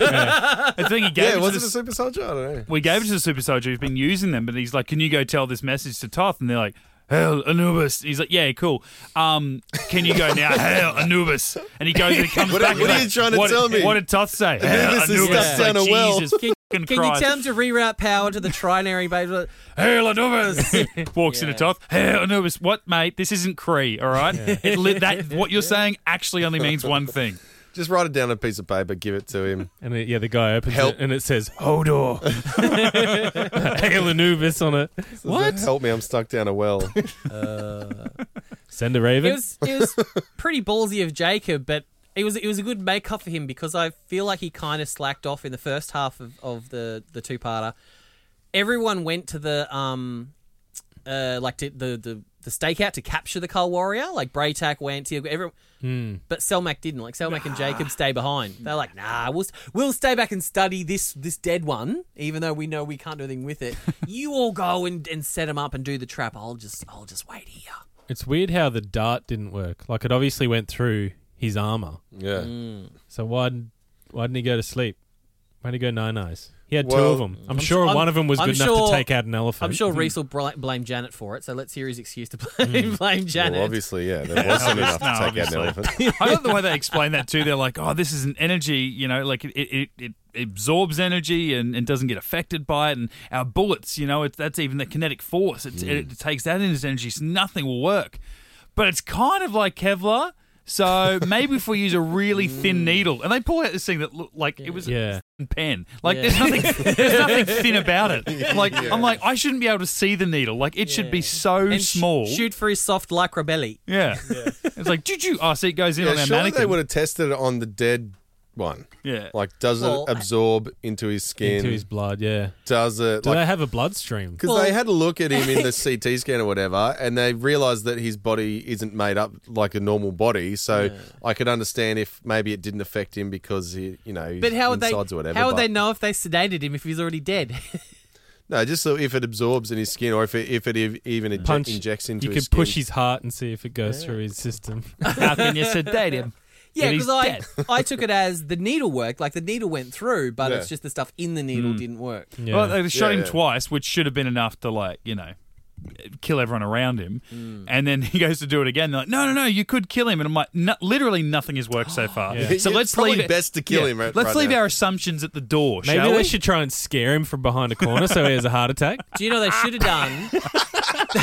Speaker 1: yeah. yeah. I think he gave
Speaker 4: yeah,
Speaker 1: it
Speaker 4: was
Speaker 1: to
Speaker 4: it a
Speaker 1: the
Speaker 4: super soldier? I don't know.
Speaker 1: we gave it to the super soldier who's been using them, but he's like, "Can you go tell this message to Toth?" And they're like, "Hell, Anubis." He's like, "Yeah, cool. Um, can you go now?" Hell, Anubis. And he goes and he comes
Speaker 4: What-
Speaker 1: back. and
Speaker 4: what are
Speaker 1: like,
Speaker 4: you trying to
Speaker 1: what,
Speaker 4: tell me?
Speaker 1: What did Toth say? "Hell,
Speaker 4: Anubis is
Speaker 1: Anubis."
Speaker 4: stuck down
Speaker 1: Like,
Speaker 4: a well.
Speaker 1: Jesus
Speaker 2: Can,
Speaker 1: fucking
Speaker 2: can you
Speaker 1: Christ.
Speaker 2: tell him to reroute power to the trinary base?
Speaker 1: Hell, Anubis walks
Speaker 2: Yeah.
Speaker 1: into Toth. Hell, Anubis. What, mate? This isn't Cree, all right? It li- that what you're saying actually only means one thing.
Speaker 4: Just write it down on a piece of paper, give it to him.
Speaker 3: And it, yeah, the guy opens
Speaker 4: Help.
Speaker 3: it and it says Hodor. Hail Anubis on it.
Speaker 4: What? Help me, I'm stuck down a well.
Speaker 3: Send a
Speaker 2: It
Speaker 3: raven.
Speaker 2: was it was pretty ballsy of Jacob, but it was it was a good make up for him because I feel like he kind of slacked off in the first half of, of the the two parter. Everyone went to the um uh like to, the the the stakeout to capture the Cull Warrior. Like Braytak went, Teal- everyone, but Selmac didn't. Like Selmac and Jacob stay behind. They're like, nah, we'll we'll stay back and study this this dead one, even though we know we can't do anything with it. you all go and, and set him up and do the trap. I'll just I'll just wait here.
Speaker 3: it's weird how the dart didn't work. Like it obviously went through his armor.
Speaker 4: Yeah.
Speaker 2: Mm.
Speaker 3: So why didn't- why didn't he go to sleep? Why did he go nine eyes? He had two
Speaker 4: Well-
Speaker 3: of them. I'm, sure
Speaker 2: I'm-
Speaker 3: one of them was
Speaker 2: I'm
Speaker 3: good enough
Speaker 2: sure-
Speaker 3: to take out an elephant.
Speaker 2: I'm sure Reese will bl- blame Janet for it, so let's hear his excuse to blame, blame Janet.
Speaker 4: Well, obviously, yeah, there wasn't enough to
Speaker 1: No,
Speaker 4: take out an
Speaker 1: obviously.
Speaker 4: elephant.
Speaker 1: I love the way they explain that too. They're like, "Oh, this is an energy, you know, like it it, it absorbs energy and, and doesn't get affected by it. And our bullets, you know, it, that's even the kinetic force. It's,
Speaker 4: Hmm.
Speaker 1: it, takes that in as energy, so nothing will work. But it's kind of like Kevlar. So maybe if we use a really
Speaker 2: Hmm.
Speaker 1: thin needle, and they pull out this thing that looked like it was
Speaker 3: Yeah.
Speaker 1: a f***ing pen. Like there's nothing, there's nothing thin about it. Like I'm like, I shouldn't be able to see the needle. Like it should be so
Speaker 2: And sh-
Speaker 1: small.
Speaker 2: shoot for his soft lycra belly.
Speaker 1: Yeah. it's like, did you? Oh, see, it goes in
Speaker 4: Yeah,
Speaker 1: on our
Speaker 4: surely
Speaker 1: mannequin.
Speaker 4: they would have tested it on the dead one.
Speaker 1: Yeah.
Speaker 4: Like, does
Speaker 2: Well,
Speaker 4: it absorb into his skin?
Speaker 3: into his blood. Yeah.
Speaker 4: does it?
Speaker 3: Do
Speaker 4: Like,
Speaker 3: they have a bloodstream?
Speaker 4: because
Speaker 2: Well-
Speaker 4: they had a look at him in the CT scan or whatever, and they realized that his body isn't made up like a normal body. So I could understand if maybe it didn't affect him because he, you know, his
Speaker 2: But how would they?
Speaker 4: insides or whatever.
Speaker 2: how would
Speaker 4: but-
Speaker 2: they know if they sedated him if he's already dead?
Speaker 4: No, just so if it absorbs in his skin or if it if it ev- even inje-
Speaker 3: Punch.
Speaker 4: injects into
Speaker 3: You
Speaker 4: his
Speaker 3: could
Speaker 4: skin.
Speaker 3: push his heart and see if it goes through his system.
Speaker 1: How can you sedate him?
Speaker 2: yeah,
Speaker 1: But he's
Speaker 2: because I I took it as the needle worked, like the needle went through, but
Speaker 4: Yeah.
Speaker 2: it's just the stuff in the needle didn't work.
Speaker 3: Yeah.
Speaker 1: Well, they shot
Speaker 4: Yeah,
Speaker 1: him
Speaker 4: yeah.
Speaker 1: twice, which should have been enough to like you know kill everyone around him.
Speaker 4: Hmm.
Speaker 1: And then he goes to do it again. They're like, no, no, no, you could kill him. And I'm like, no, literally nothing has worked so far.
Speaker 3: Yeah.
Speaker 1: So
Speaker 4: It's
Speaker 1: let's
Speaker 4: probably
Speaker 1: leave it-
Speaker 4: best to kill him right-
Speaker 1: let's
Speaker 4: right
Speaker 1: leave
Speaker 4: now.
Speaker 1: our assumptions at the door.
Speaker 3: Maybe
Speaker 1: shall
Speaker 3: they
Speaker 1: we?
Speaker 3: should try and scare him from behind a corner so he has a heart attack.
Speaker 2: Do you know they should have done?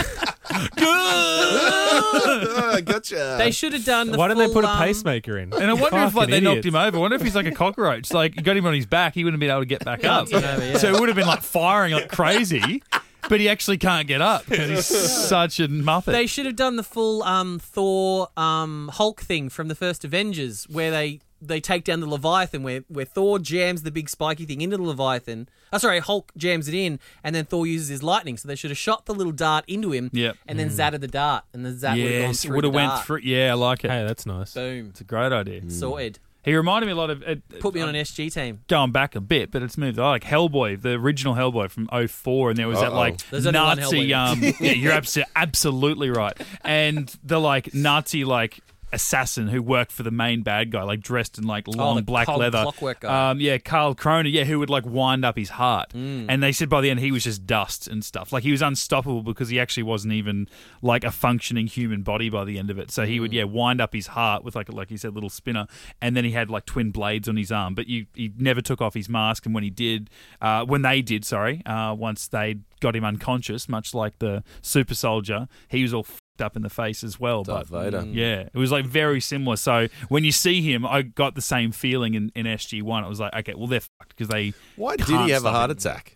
Speaker 4: Ah, gotcha.
Speaker 2: They should have done. The
Speaker 3: Why didn't they
Speaker 2: full,
Speaker 3: put a
Speaker 2: um,
Speaker 3: pacemaker in?
Speaker 1: And I wonder if like
Speaker 3: Fucking
Speaker 1: they knocked
Speaker 3: idiots.
Speaker 1: him over. I wonder if he's like a cockroach. Like you got him on his back, he wouldn't have been able to get back up.
Speaker 2: knocked him over, yeah.
Speaker 1: So it would have been like firing like crazy, but he actually can't get up because he's such a muppet.
Speaker 2: They should have done the full um, Thor um, Hulk thing from the first Avengers, where they they take down the Leviathan, where where Thor jams the big spiky thing into the Leviathan. Oh, sorry, Hulk jams it in, and then Thor uses his lightning. So they should have shot the little dart into him,
Speaker 1: Yep.
Speaker 2: and
Speaker 3: Mm.
Speaker 2: then zatted the dart, and the zat would have gone
Speaker 1: yes,
Speaker 2: through.
Speaker 1: would have
Speaker 2: the
Speaker 1: went
Speaker 2: dart.
Speaker 1: through. Yeah, I like it.
Speaker 3: Hey, that's nice.
Speaker 2: Boom,
Speaker 4: Hmm.
Speaker 1: It's a great idea.
Speaker 2: sorted.
Speaker 1: He reminded me a lot of. It,
Speaker 2: Put me on an SG team.
Speaker 1: Going back a bit, but it's moved. I like Hellboy, the original Hellboy from 04, and there was that
Speaker 2: Uh-oh.
Speaker 1: like
Speaker 2: There's only one
Speaker 1: Nazi.
Speaker 2: Hellboy.
Speaker 1: Um, yeah, you're abso- absolutely right. And the like Nazi like assassin who worked for the main bad guy, like dressed in like long
Speaker 2: Oh, the
Speaker 1: black
Speaker 2: Col-
Speaker 1: leather.
Speaker 2: Clockwork guy.
Speaker 1: Um, yeah, Carl Croner. Yeah, who would like wind up his heart. And they said by the end he was just dust and stuff. Like he was unstoppable because he actually wasn't even like a functioning human body by the end of it. So he would yeah wind up his heart with like like you said little spinner, and then he had like twin blades on his arm. But you he never took off his mask. And when he did, uh, when they did, sorry, uh, once they got him unconscious, much like the super soldier, he was all. f***ed Up in the face as well,
Speaker 4: Darth
Speaker 1: but
Speaker 2: mm.
Speaker 3: Mm.
Speaker 4: Vader.
Speaker 1: yeah, it was like very similar. So when you see him, I got the same feeling in, in SG One. It was like, okay, well they're fucked because they.
Speaker 4: Why did
Speaker 1: can't
Speaker 4: he have a
Speaker 1: stop
Speaker 4: heart
Speaker 1: him.
Speaker 4: attack?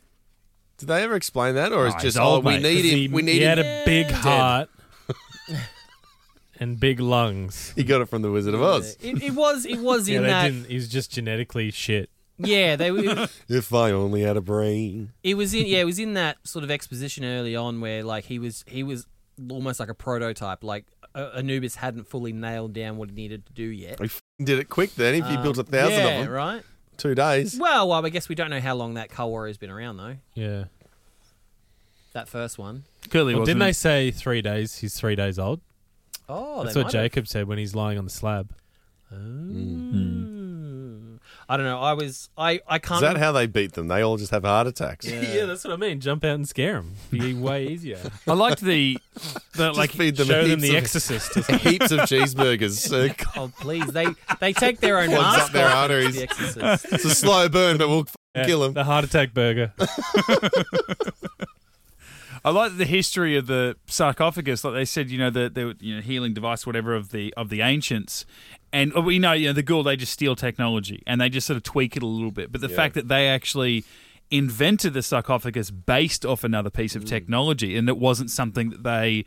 Speaker 4: Did they ever explain that,
Speaker 1: Oh,
Speaker 4: or it's
Speaker 1: he's
Speaker 4: just oh,
Speaker 1: old,
Speaker 4: we
Speaker 1: mate.
Speaker 4: need him,
Speaker 3: He,
Speaker 4: we need
Speaker 3: he
Speaker 4: him.
Speaker 3: had a big
Speaker 4: dead.
Speaker 3: heart and big lungs.
Speaker 4: He got it from the Wizard of Oz.
Speaker 2: It, it was it was
Speaker 3: Yeah,
Speaker 2: in
Speaker 3: they
Speaker 2: that.
Speaker 3: didn't. He was just genetically shit.
Speaker 2: Yeah, they. were-
Speaker 4: If I only had a brain.
Speaker 2: It was in yeah, it was in that sort of exposition early on where like he was he was almost like a prototype. Like uh, Anubis hadn't fully nailed down what he needed to do yet.
Speaker 4: He f- did it quick then. If he
Speaker 2: Um,
Speaker 4: built a thousand
Speaker 2: yeah,
Speaker 4: of them,
Speaker 2: right?
Speaker 4: two days.
Speaker 2: Well, well, I guess we don't know how long that Cull Warrior's been around though.
Speaker 3: Yeah.
Speaker 2: That first one.
Speaker 1: Clearly,
Speaker 3: Well,
Speaker 1: wasn't
Speaker 3: didn't they say three days? He's three days old.
Speaker 2: Oh,
Speaker 3: That's
Speaker 2: they might
Speaker 3: what
Speaker 2: have.
Speaker 3: Jacob said when he's lying on the slab.
Speaker 2: Mm. I don't know. I was I I can't.
Speaker 4: Is that how they beat them? They all just have heart attacks.
Speaker 2: Yeah.
Speaker 3: that's what I mean. Jump out and scare him. Be way easier.
Speaker 1: I liked the, the
Speaker 4: Like
Speaker 1: like
Speaker 4: feed them
Speaker 3: Show them
Speaker 4: heaps
Speaker 3: the
Speaker 4: of-
Speaker 3: Exorcist. or something.
Speaker 4: heaps of cheeseburgers. Uh,
Speaker 2: oh please, they they take their own
Speaker 4: Plugs
Speaker 2: mask
Speaker 4: up their
Speaker 2: off in
Speaker 4: arteries.
Speaker 2: The Exorcist.
Speaker 4: it's a slow burn, but we'll f-
Speaker 3: Yeah,
Speaker 4: kill him.
Speaker 3: The heart attack burger.
Speaker 1: I like the history of the sarcophagus. Like they said, you know, the, the you know healing device, whatever of the of the ancients, and we know you know the Gould they just steal technology and they just sort of tweak it a little bit. But the fact that they actually invented the sarcophagus based off another piece
Speaker 3: Mm.
Speaker 1: of technology, and it wasn't something that they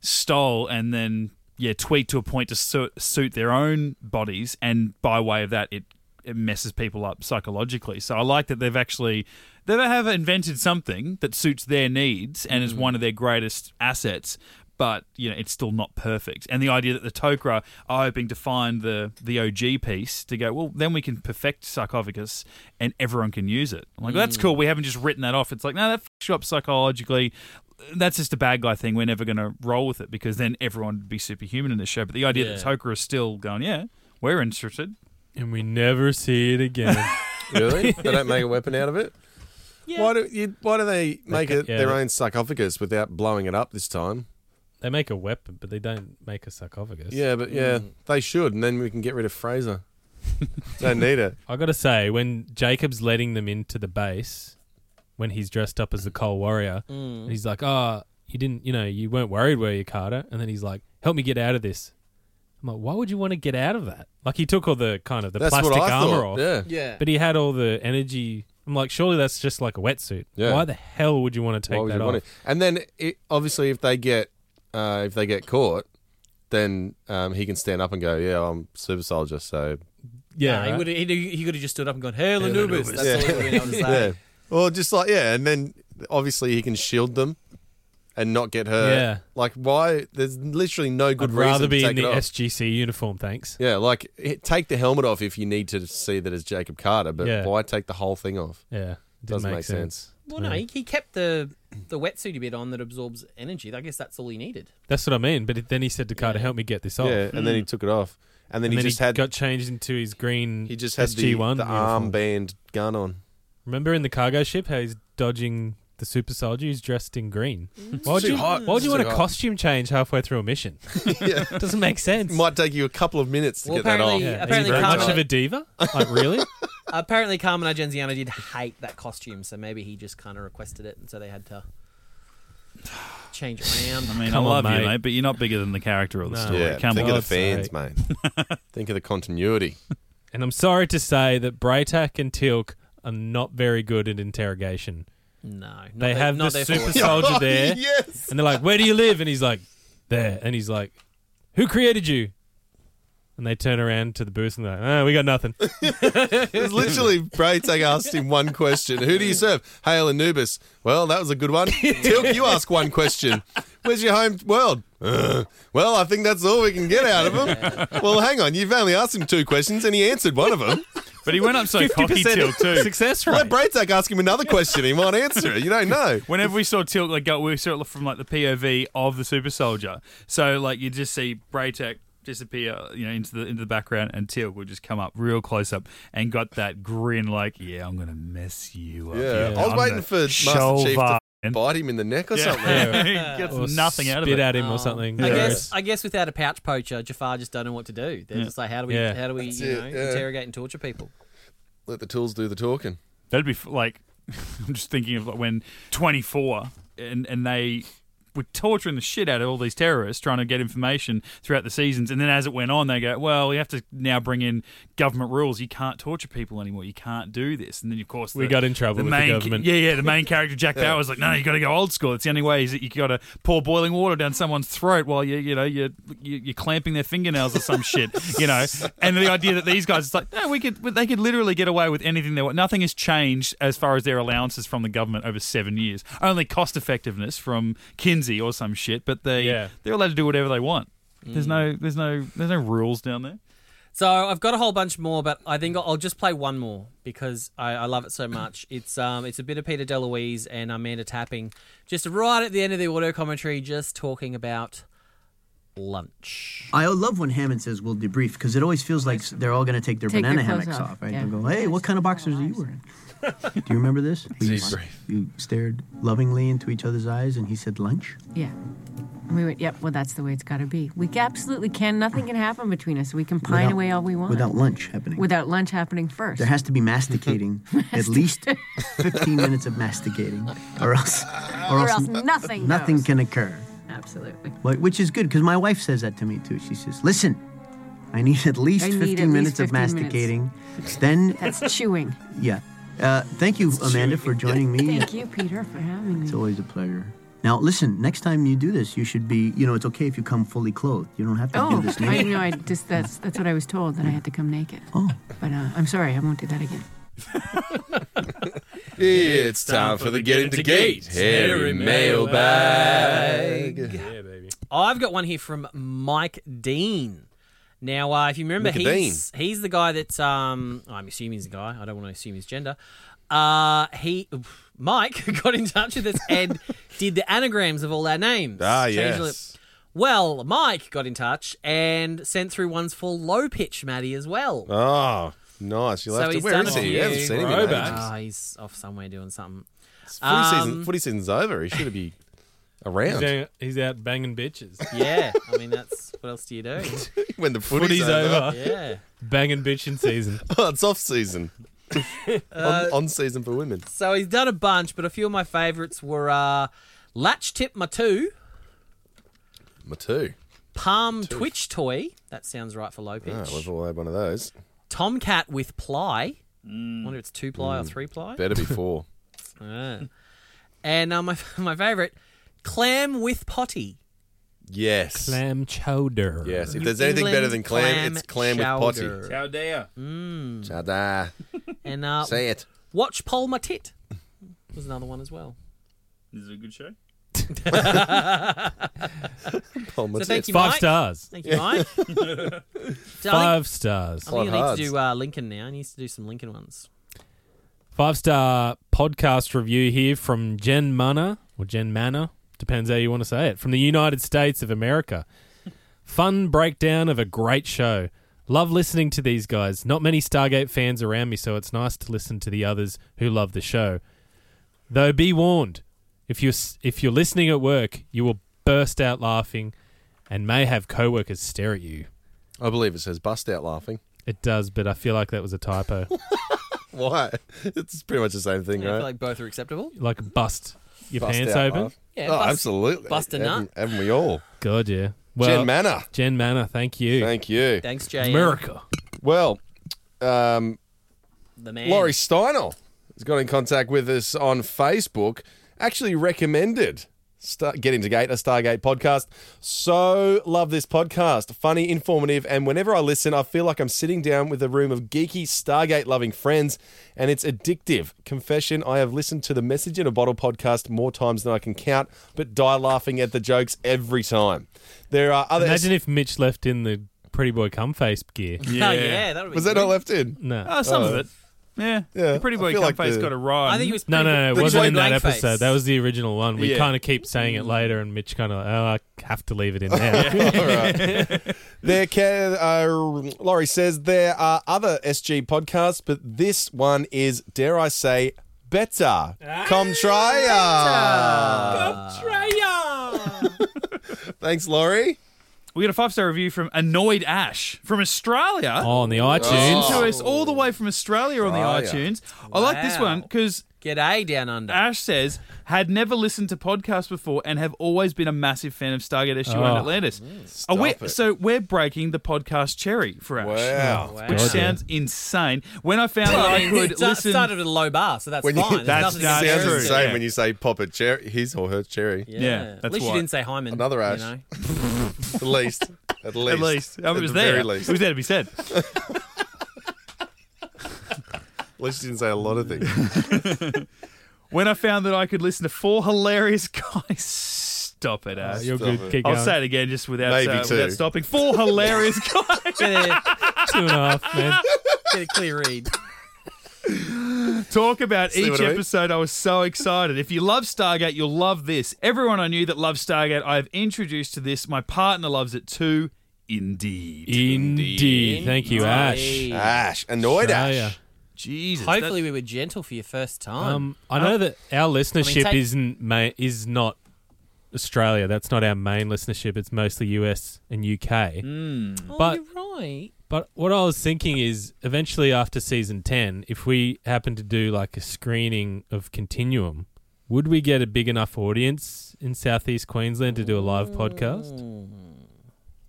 Speaker 1: stole and then yeah tweaked to a point to su- suit their own bodies, and by way of that, it it messes people up psychologically. So I like that they've actually they have invented something that suits their needs and is one of their greatest assets. But you know it's still not perfect, and the idea that the Tok'ra are hoping to find the the OG piece to go well, then we can perfect sarcophagus and everyone can use it. I'm like that's cool. We haven't just written that off. It's like no, that fucks you up psychologically. That's just a bad guy thing. We're never going to roll with it because then everyone would be superhuman in this show. But the idea that the
Speaker 2: Yeah.
Speaker 1: Tok'ra are still going, yeah, we're interested.
Speaker 3: And we never see it again.
Speaker 4: Really? They don't make a weapon out of it.
Speaker 2: Yeah.
Speaker 4: Why do you, why do they make
Speaker 3: ca-
Speaker 4: it
Speaker 3: yeah.
Speaker 4: their own sarcophagus without blowing it up this time?
Speaker 3: they make a weapon, but they don't make a sarcophagus.
Speaker 4: Yeah, but yeah, they should, and then we can get rid of Fraser. don't need it.
Speaker 3: I gotta say, when Jacob's letting them into the base, when he's dressed up as the Cold Warrior,
Speaker 4: Mm.
Speaker 3: and he's like, "Oh, you didn't, you know, you weren't worried, were you, Carter?" And then he's like, "Help me get out of this." I'm like, "Why would you want to get out of that?" Like he took all the kind of the
Speaker 4: That's
Speaker 3: plastic
Speaker 4: what I
Speaker 3: armor
Speaker 4: thought.
Speaker 3: off,
Speaker 4: Yeah.
Speaker 2: Yeah.
Speaker 3: but he had all the energy. I'm like, surely that's just like a wetsuit.
Speaker 4: Yeah.
Speaker 3: Why the hell would you want to take
Speaker 4: Why would
Speaker 3: that
Speaker 4: you
Speaker 3: off?
Speaker 4: want it? And then it, obviously, if they get uh, if they get caught, then um, he can stand up and go, "Yeah, I'm super soldier." So
Speaker 3: Yeah,
Speaker 2: Nah, he
Speaker 3: right?
Speaker 2: would he, he could have just stood up and gone, "Hail Anubis." That's all he would have been able to say.
Speaker 4: yeah, well, just like yeah, and then obviously he can shield them and not get hurt.
Speaker 3: Yeah.
Speaker 4: like why? There's literally no good
Speaker 3: I'd
Speaker 4: reason
Speaker 3: rather be
Speaker 4: to
Speaker 3: in
Speaker 4: take
Speaker 3: the
Speaker 4: it off.
Speaker 3: SGC uniform, thanks.
Speaker 4: yeah, like it- take the helmet off if you need to see that it's Jacob Carter, but
Speaker 3: Yeah.
Speaker 4: why take the whole thing off?
Speaker 3: Yeah, it didn't
Speaker 4: Doesn't make, sense.
Speaker 2: Well, no, he, he kept the the wetsuit bit on that absorbs energy. I guess that's all he needed.
Speaker 3: That's what I mean. But then he said to Carter, "Help me get this off."
Speaker 4: Yeah, and then he took it off, and then
Speaker 3: Oh. and
Speaker 4: he
Speaker 3: then
Speaker 4: just
Speaker 3: he
Speaker 4: had
Speaker 3: got changed into his green.
Speaker 4: he just had the,
Speaker 3: SG-1
Speaker 4: the
Speaker 3: uniform.
Speaker 4: armband gun on.
Speaker 3: Remember in the cargo ship how he's dodging the super soldier? He's dressed in green.
Speaker 2: Mm.
Speaker 3: Why would
Speaker 4: Too
Speaker 3: you?
Speaker 4: hot.
Speaker 3: Why would you
Speaker 4: Too
Speaker 3: want a
Speaker 4: hot.
Speaker 3: costume change halfway through a mission?
Speaker 4: yeah.
Speaker 3: Doesn't make sense.
Speaker 4: Might take you a couple of minutes to
Speaker 2: Well,
Speaker 4: get that off.
Speaker 2: apparently-
Speaker 3: yeah. Are
Speaker 2: apparently
Speaker 3: you
Speaker 4: Carter-
Speaker 3: much of a diva? Like really?
Speaker 2: Apparently, Carmen Argenziano did hate that costume, so maybe he just kind of requested it, and so they had to change it around.
Speaker 1: I mean, I
Speaker 3: Come
Speaker 1: love
Speaker 3: on,
Speaker 1: you,
Speaker 3: mate.
Speaker 1: mate, but you're not bigger than the character or the
Speaker 3: No.
Speaker 1: story.
Speaker 4: Yeah,
Speaker 1: Come
Speaker 4: think
Speaker 1: on.
Speaker 4: of the fans,
Speaker 3: God's
Speaker 4: mate. think of the continuity.
Speaker 3: and I'm sorry to say that Braytak and Tilk are not very good at interrogation.
Speaker 2: no, not
Speaker 3: They
Speaker 2: their-
Speaker 3: have
Speaker 2: not
Speaker 3: the
Speaker 2: their
Speaker 3: super
Speaker 2: fault.
Speaker 3: soldier there,
Speaker 4: Oh, yes.
Speaker 3: and they're like, "Where do you live?" And he's like, "There." And he's like, "Who created you?" And they turn around to the booth and they're like, oh, we got nothing.
Speaker 4: It was literally Braytag asked him one question. Who do you serve? Hail Anubis. Well, that was a good one. Tilk, you ask one question. Where's your home world? "Ugh. well, I think that's all we can get out of him. well, hang on. You've only asked him two questions and he answered one of them.
Speaker 1: But he went up so cocky, Tilk, too.
Speaker 3: Success
Speaker 4: Let
Speaker 3: rate.
Speaker 4: Braytag ask him another question. He might answer it. You don't know.
Speaker 1: Whenever we saw Tilk, like go, we saw it from like the POV of the super soldier. So like you just see Braytek disappear, you know, into the into the background, and Tilk would just come up real close up and got that grin, like, "Yeah, I'm gonna mess you up."
Speaker 4: Yeah.
Speaker 1: you know,
Speaker 4: I was
Speaker 1: I'm
Speaker 4: waiting
Speaker 1: gonna
Speaker 4: for Master
Speaker 1: shove
Speaker 4: Chief to
Speaker 1: up."
Speaker 4: Bite him in the neck or something.
Speaker 1: Yeah. he gets
Speaker 3: Or
Speaker 1: nothing out of
Speaker 3: spit
Speaker 1: it.
Speaker 3: at him or something.
Speaker 2: Oh. I
Speaker 3: Yeah.
Speaker 2: guess I guess without a pouch poacher, Jafar just don't know what to do. They're just like, how do we
Speaker 3: Yeah.
Speaker 2: how do we
Speaker 4: That's
Speaker 2: you
Speaker 4: it,
Speaker 2: know
Speaker 4: yeah.
Speaker 2: interrogate and torture people?
Speaker 4: Let the tools do the talking.
Speaker 1: That'd be f- like, I'm just thinking of like when 24 and, and they were torturing the shit out of all these terrorists trying to get information throughout the seasons. And then as it went on, they go, well, you have to now bring in government rules. You can't torture people anymore. You can't do this. And then, of course, the,
Speaker 3: We got in trouble with the
Speaker 1: main,
Speaker 3: government.
Speaker 1: Yeah, yeah. The main character, Jack Bauer, was like, no, you got to go old school. It's the only way is that you got to pour boiling water down someone's throat while you, you know, you're, you- you're clamping their fingernails or some shit, you know. And the idea that these guys, it's like, no, we could, they could literally get away with anything they want. Nothing has changed as far as their allowances from the government over seven years. Only cost effectiveness from Kinsey or some shit, but they,
Speaker 3: Yeah.
Speaker 1: they're allowed to do whatever they want.
Speaker 4: Mm.
Speaker 1: There's no, there's no, there's no rules down there.
Speaker 2: So I've got a whole bunch more, but I think I'll just play one more because I, I love it so much. It's um, it's a bit of Peter DeLuise and Amanda Tapping, just right at the end of the audio commentary, just talking about lunch.
Speaker 9: I love when Hammond says we'll debrief because it always feels like they're all going to take their
Speaker 7: Take your
Speaker 9: banana
Speaker 7: clothes
Speaker 9: hammocks
Speaker 7: off,
Speaker 9: off, right?
Speaker 7: yeah.
Speaker 9: They'll go, hey, what kind of boxers are you wearing? Do you remember this? You, s- you stared lovingly into each other's eyes and he said, lunch?
Speaker 7: Yeah. And we went, yep, well, that's the way it's got to be. We absolutely can. Nothing can happen between us. We can pine
Speaker 9: Without-
Speaker 7: away all we want.
Speaker 9: Without lunch happening.
Speaker 7: Without lunch happening first.
Speaker 9: there has to be masticating, at least 15 minutes of masticating, or else, or
Speaker 7: or
Speaker 9: else,
Speaker 7: else
Speaker 9: n-
Speaker 7: nothing.
Speaker 9: nothing
Speaker 7: goes.
Speaker 9: can occur.
Speaker 7: Absolutely.
Speaker 9: Wh- Which is good because my wife says that to me too. She says, listen, I need at least
Speaker 7: I need
Speaker 9: 15
Speaker 7: at least
Speaker 9: minutes of
Speaker 7: 15 minutes.
Speaker 9: masticating. Then
Speaker 7: That's chewing.
Speaker 9: Yeah. Uh, thank you, Amanda, for joining me.
Speaker 7: Thank you, Peter, for having me.
Speaker 9: It's always a pleasure. Now, listen, next time you do this, you should be, you know, it's okay if you come fully clothed. You don't have to do
Speaker 7: Oh,
Speaker 9: this
Speaker 7: I
Speaker 9: naked.
Speaker 7: know. I just that's that's what I was told that I had to come naked.
Speaker 9: Oh.
Speaker 7: But uh, I'm sorry, I won't do that again.
Speaker 4: It's time for the Get Into Gate Harry Mailbag.
Speaker 3: Yeah, baby.
Speaker 2: I've got one here from Mike Dean. Now, uh, if you remember,
Speaker 4: Mike
Speaker 2: he's he's the guy that um, I'm assuming he's a guy. I don't want to assume his gender. Uh, he Mike got in touch with us and did the anagrams of all our names.
Speaker 4: Ah,
Speaker 2: Changed
Speaker 4: yes.
Speaker 2: it. Well, Mike got in touch and sent through ones for low pitch Maddie as well.
Speaker 4: Oh, nice. You'll
Speaker 2: So
Speaker 4: have to.
Speaker 2: he's
Speaker 4: Where
Speaker 2: done
Speaker 4: is
Speaker 2: a
Speaker 4: he? You haven't
Speaker 2: few
Speaker 4: seen him in
Speaker 3: throwbacks.
Speaker 4: ages.
Speaker 2: Ah, he's off somewhere doing something.
Speaker 4: It's Footy,
Speaker 2: Um,
Speaker 4: season, footy season's over. He should be
Speaker 3: He's
Speaker 4: around
Speaker 3: out, he's out banging bitches.
Speaker 2: Yeah, I mean that's what else do you do?
Speaker 4: when the footy's,
Speaker 3: Footy's over.
Speaker 2: Yeah.
Speaker 3: Banging bitch in season.
Speaker 4: Oh, it's off season. on, on season for women.
Speaker 2: So he's done a bunch, but a few of my favourites were uh, Latch Tip My Two,
Speaker 4: My two.
Speaker 2: Palm Twitch Toy. That sounds right for low pitch.
Speaker 4: Oh, we've all had one of those.
Speaker 2: Tomcat with Ply. wonder if it's two ply
Speaker 4: Mm.
Speaker 2: or three ply.
Speaker 4: Better be four.
Speaker 2: Ah. And uh, my my favourite, Clam with Potty.
Speaker 4: yes.
Speaker 3: Clam chowder.
Speaker 4: Yes. If there's anything
Speaker 2: England
Speaker 4: better than clam, it's clam with potty.
Speaker 2: chowder.
Speaker 1: How dare?
Speaker 4: Chada.
Speaker 2: And uh,
Speaker 4: Say it.
Speaker 2: Watch Pole My Tit was another one as well.
Speaker 1: This is a good show.
Speaker 4: Oh, my
Speaker 2: So thank
Speaker 4: tits.
Speaker 2: you,
Speaker 3: Five
Speaker 2: Mike.
Speaker 3: stars.
Speaker 2: Thank you, Mike. So I think-
Speaker 3: Five stars.
Speaker 2: I think
Speaker 4: Five
Speaker 2: I need
Speaker 4: hearts.
Speaker 2: to do uh, Lincoln now. I need to do some Lincoln ones.
Speaker 3: Five star podcast review here from Jen Manna, or Jen Manna, depends how you want to say it, from the United States of America. Fun breakdown of a great show. Love listening to these guys. Not many Stargate fans around me, so it's nice to listen to the others who love the show. Though be warned, if you're s- if you're listening at work, you will burst out laughing, and may have coworkers stare at you.
Speaker 4: I believe it says bust out laughing.
Speaker 3: It does, but I feel like that was a typo,
Speaker 4: Why? It's pretty much the same thing,
Speaker 2: Yeah, I
Speaker 4: right?
Speaker 2: feel like both are acceptable.
Speaker 3: like bust your
Speaker 4: Bust
Speaker 3: pants
Speaker 4: out
Speaker 3: open.
Speaker 4: laugh.
Speaker 2: Yeah,
Speaker 4: oh,
Speaker 2: bust-
Speaker 4: absolutely.
Speaker 2: bust a
Speaker 4: haven't, Haven't we all?
Speaker 3: God, yeah.
Speaker 4: Jen Manor.
Speaker 3: Jen Manor, thank you.
Speaker 4: Thank you.
Speaker 2: Thanks, Jay.
Speaker 3: America.
Speaker 4: Well, um,
Speaker 2: The man.
Speaker 4: Laurie Steinel has got in contact with us on Facebook, actually recommended Star- Get into Gate, a Stargate podcast. So love this podcast. Funny, informative, and whenever I listen, I feel like I'm sitting down with a room of geeky Stargate loving friends, and it's addictive. Confession I have listened to the Message in a Bottle podcast more times than I can count, but die laughing at the jokes every time. There are other.
Speaker 3: Imagine if Mitch left in the pretty boy cum face gear.
Speaker 1: Yeah. Oh, yeah, that would be
Speaker 4: Was that not
Speaker 1: good.
Speaker 4: left in?
Speaker 3: No.
Speaker 1: Uh, some of it. Yeah.
Speaker 4: Yeah,
Speaker 1: The Pretty
Speaker 4: I
Speaker 1: Boy
Speaker 4: feel
Speaker 1: Cup
Speaker 4: like
Speaker 1: Face
Speaker 4: the-
Speaker 1: got a rhyme.
Speaker 3: No, no, no. It wasn't in that
Speaker 1: Blank
Speaker 3: episode.
Speaker 1: Face.
Speaker 3: That was the original one. We
Speaker 1: Yeah.
Speaker 3: kind of keep saying it later, and Mitch kind of, oh, I have to leave it in now.
Speaker 4: All right. There can, uh, Laurie says there are other SG podcasts, but this one is, dare I say, better. Comtria. Thanks, Laurie.
Speaker 1: We got a five star review from Annoyed Ash from Australia.
Speaker 3: Oh, on the
Speaker 1: Sent
Speaker 3: iTunes.
Speaker 1: To us all the way from Australia on the
Speaker 2: Australia.
Speaker 1: iTunes. I like this
Speaker 2: Wow.
Speaker 1: one because
Speaker 2: Get A down under.
Speaker 3: Ah,
Speaker 1: Ash says, had never listened to podcasts before and have always been a massive fan of Stargate SG1
Speaker 3: Oh.
Speaker 1: and Atlantis. Are we-
Speaker 4: Mm, it.
Speaker 1: so we're breaking the podcast cherry for Ash.
Speaker 4: Wow.
Speaker 2: Wow.
Speaker 1: Which
Speaker 3: God,
Speaker 1: sounds insane. When I found that I could
Speaker 2: It sta-
Speaker 1: listen,
Speaker 2: started at a low bar, so that's
Speaker 4: When you-
Speaker 2: fine. There's
Speaker 1: that's
Speaker 4: It
Speaker 2: nothing
Speaker 1: not
Speaker 2: to
Speaker 4: sounds
Speaker 1: true.
Speaker 2: compare it to.
Speaker 4: insane when you say pop a cherry, his or her cherry.
Speaker 2: Yeah.
Speaker 1: Yeah, that's
Speaker 2: At least
Speaker 1: why.
Speaker 2: you didn't say Hyman.
Speaker 4: Another Ash.
Speaker 2: You know?
Speaker 4: At least. At least.
Speaker 1: at least I mean,
Speaker 4: At
Speaker 1: it was
Speaker 4: the
Speaker 1: there.
Speaker 4: Very least.
Speaker 1: It was there to be said.
Speaker 4: At least you didn't say a lot of things.
Speaker 1: when I found that I could listen to four hilarious guys. Stop it, Ash.
Speaker 3: Uh, You're
Speaker 4: Stop
Speaker 3: good.
Speaker 4: it.
Speaker 3: Keep
Speaker 1: I'll
Speaker 3: going.
Speaker 1: say it again just without,
Speaker 4: Maybe
Speaker 1: uh,
Speaker 4: two.
Speaker 1: without stopping. Four hilarious guys.
Speaker 2: Get a,
Speaker 3: Two and a half, man.
Speaker 2: get a clear read.
Speaker 1: Talk about
Speaker 4: See
Speaker 1: each
Speaker 4: what I mean?
Speaker 1: episode. I was so excited. If you love Stargate, you'll love this. Everyone I knew that loves Stargate, I have introduced to this. My partner loves it too. Indeed.
Speaker 3: Indeed. Thank you, Ash.
Speaker 2: Indeed.
Speaker 4: Ash. Annoyed
Speaker 3: Australia.
Speaker 4: Ash.
Speaker 1: Jesus. that-
Speaker 2: Hopefully, we were gentle for your first time.
Speaker 3: Um, I know that our listenership
Speaker 2: take-
Speaker 3: isn't ma- is not Australia. That's not our main listenership. It's mostly US and UK. But
Speaker 2: oh, you're right.
Speaker 3: but what I was thinking is eventually after season ten, if we happen to do like a screening of Continuum, would we get a big enough audience in Southeast Queensland to do a live podcast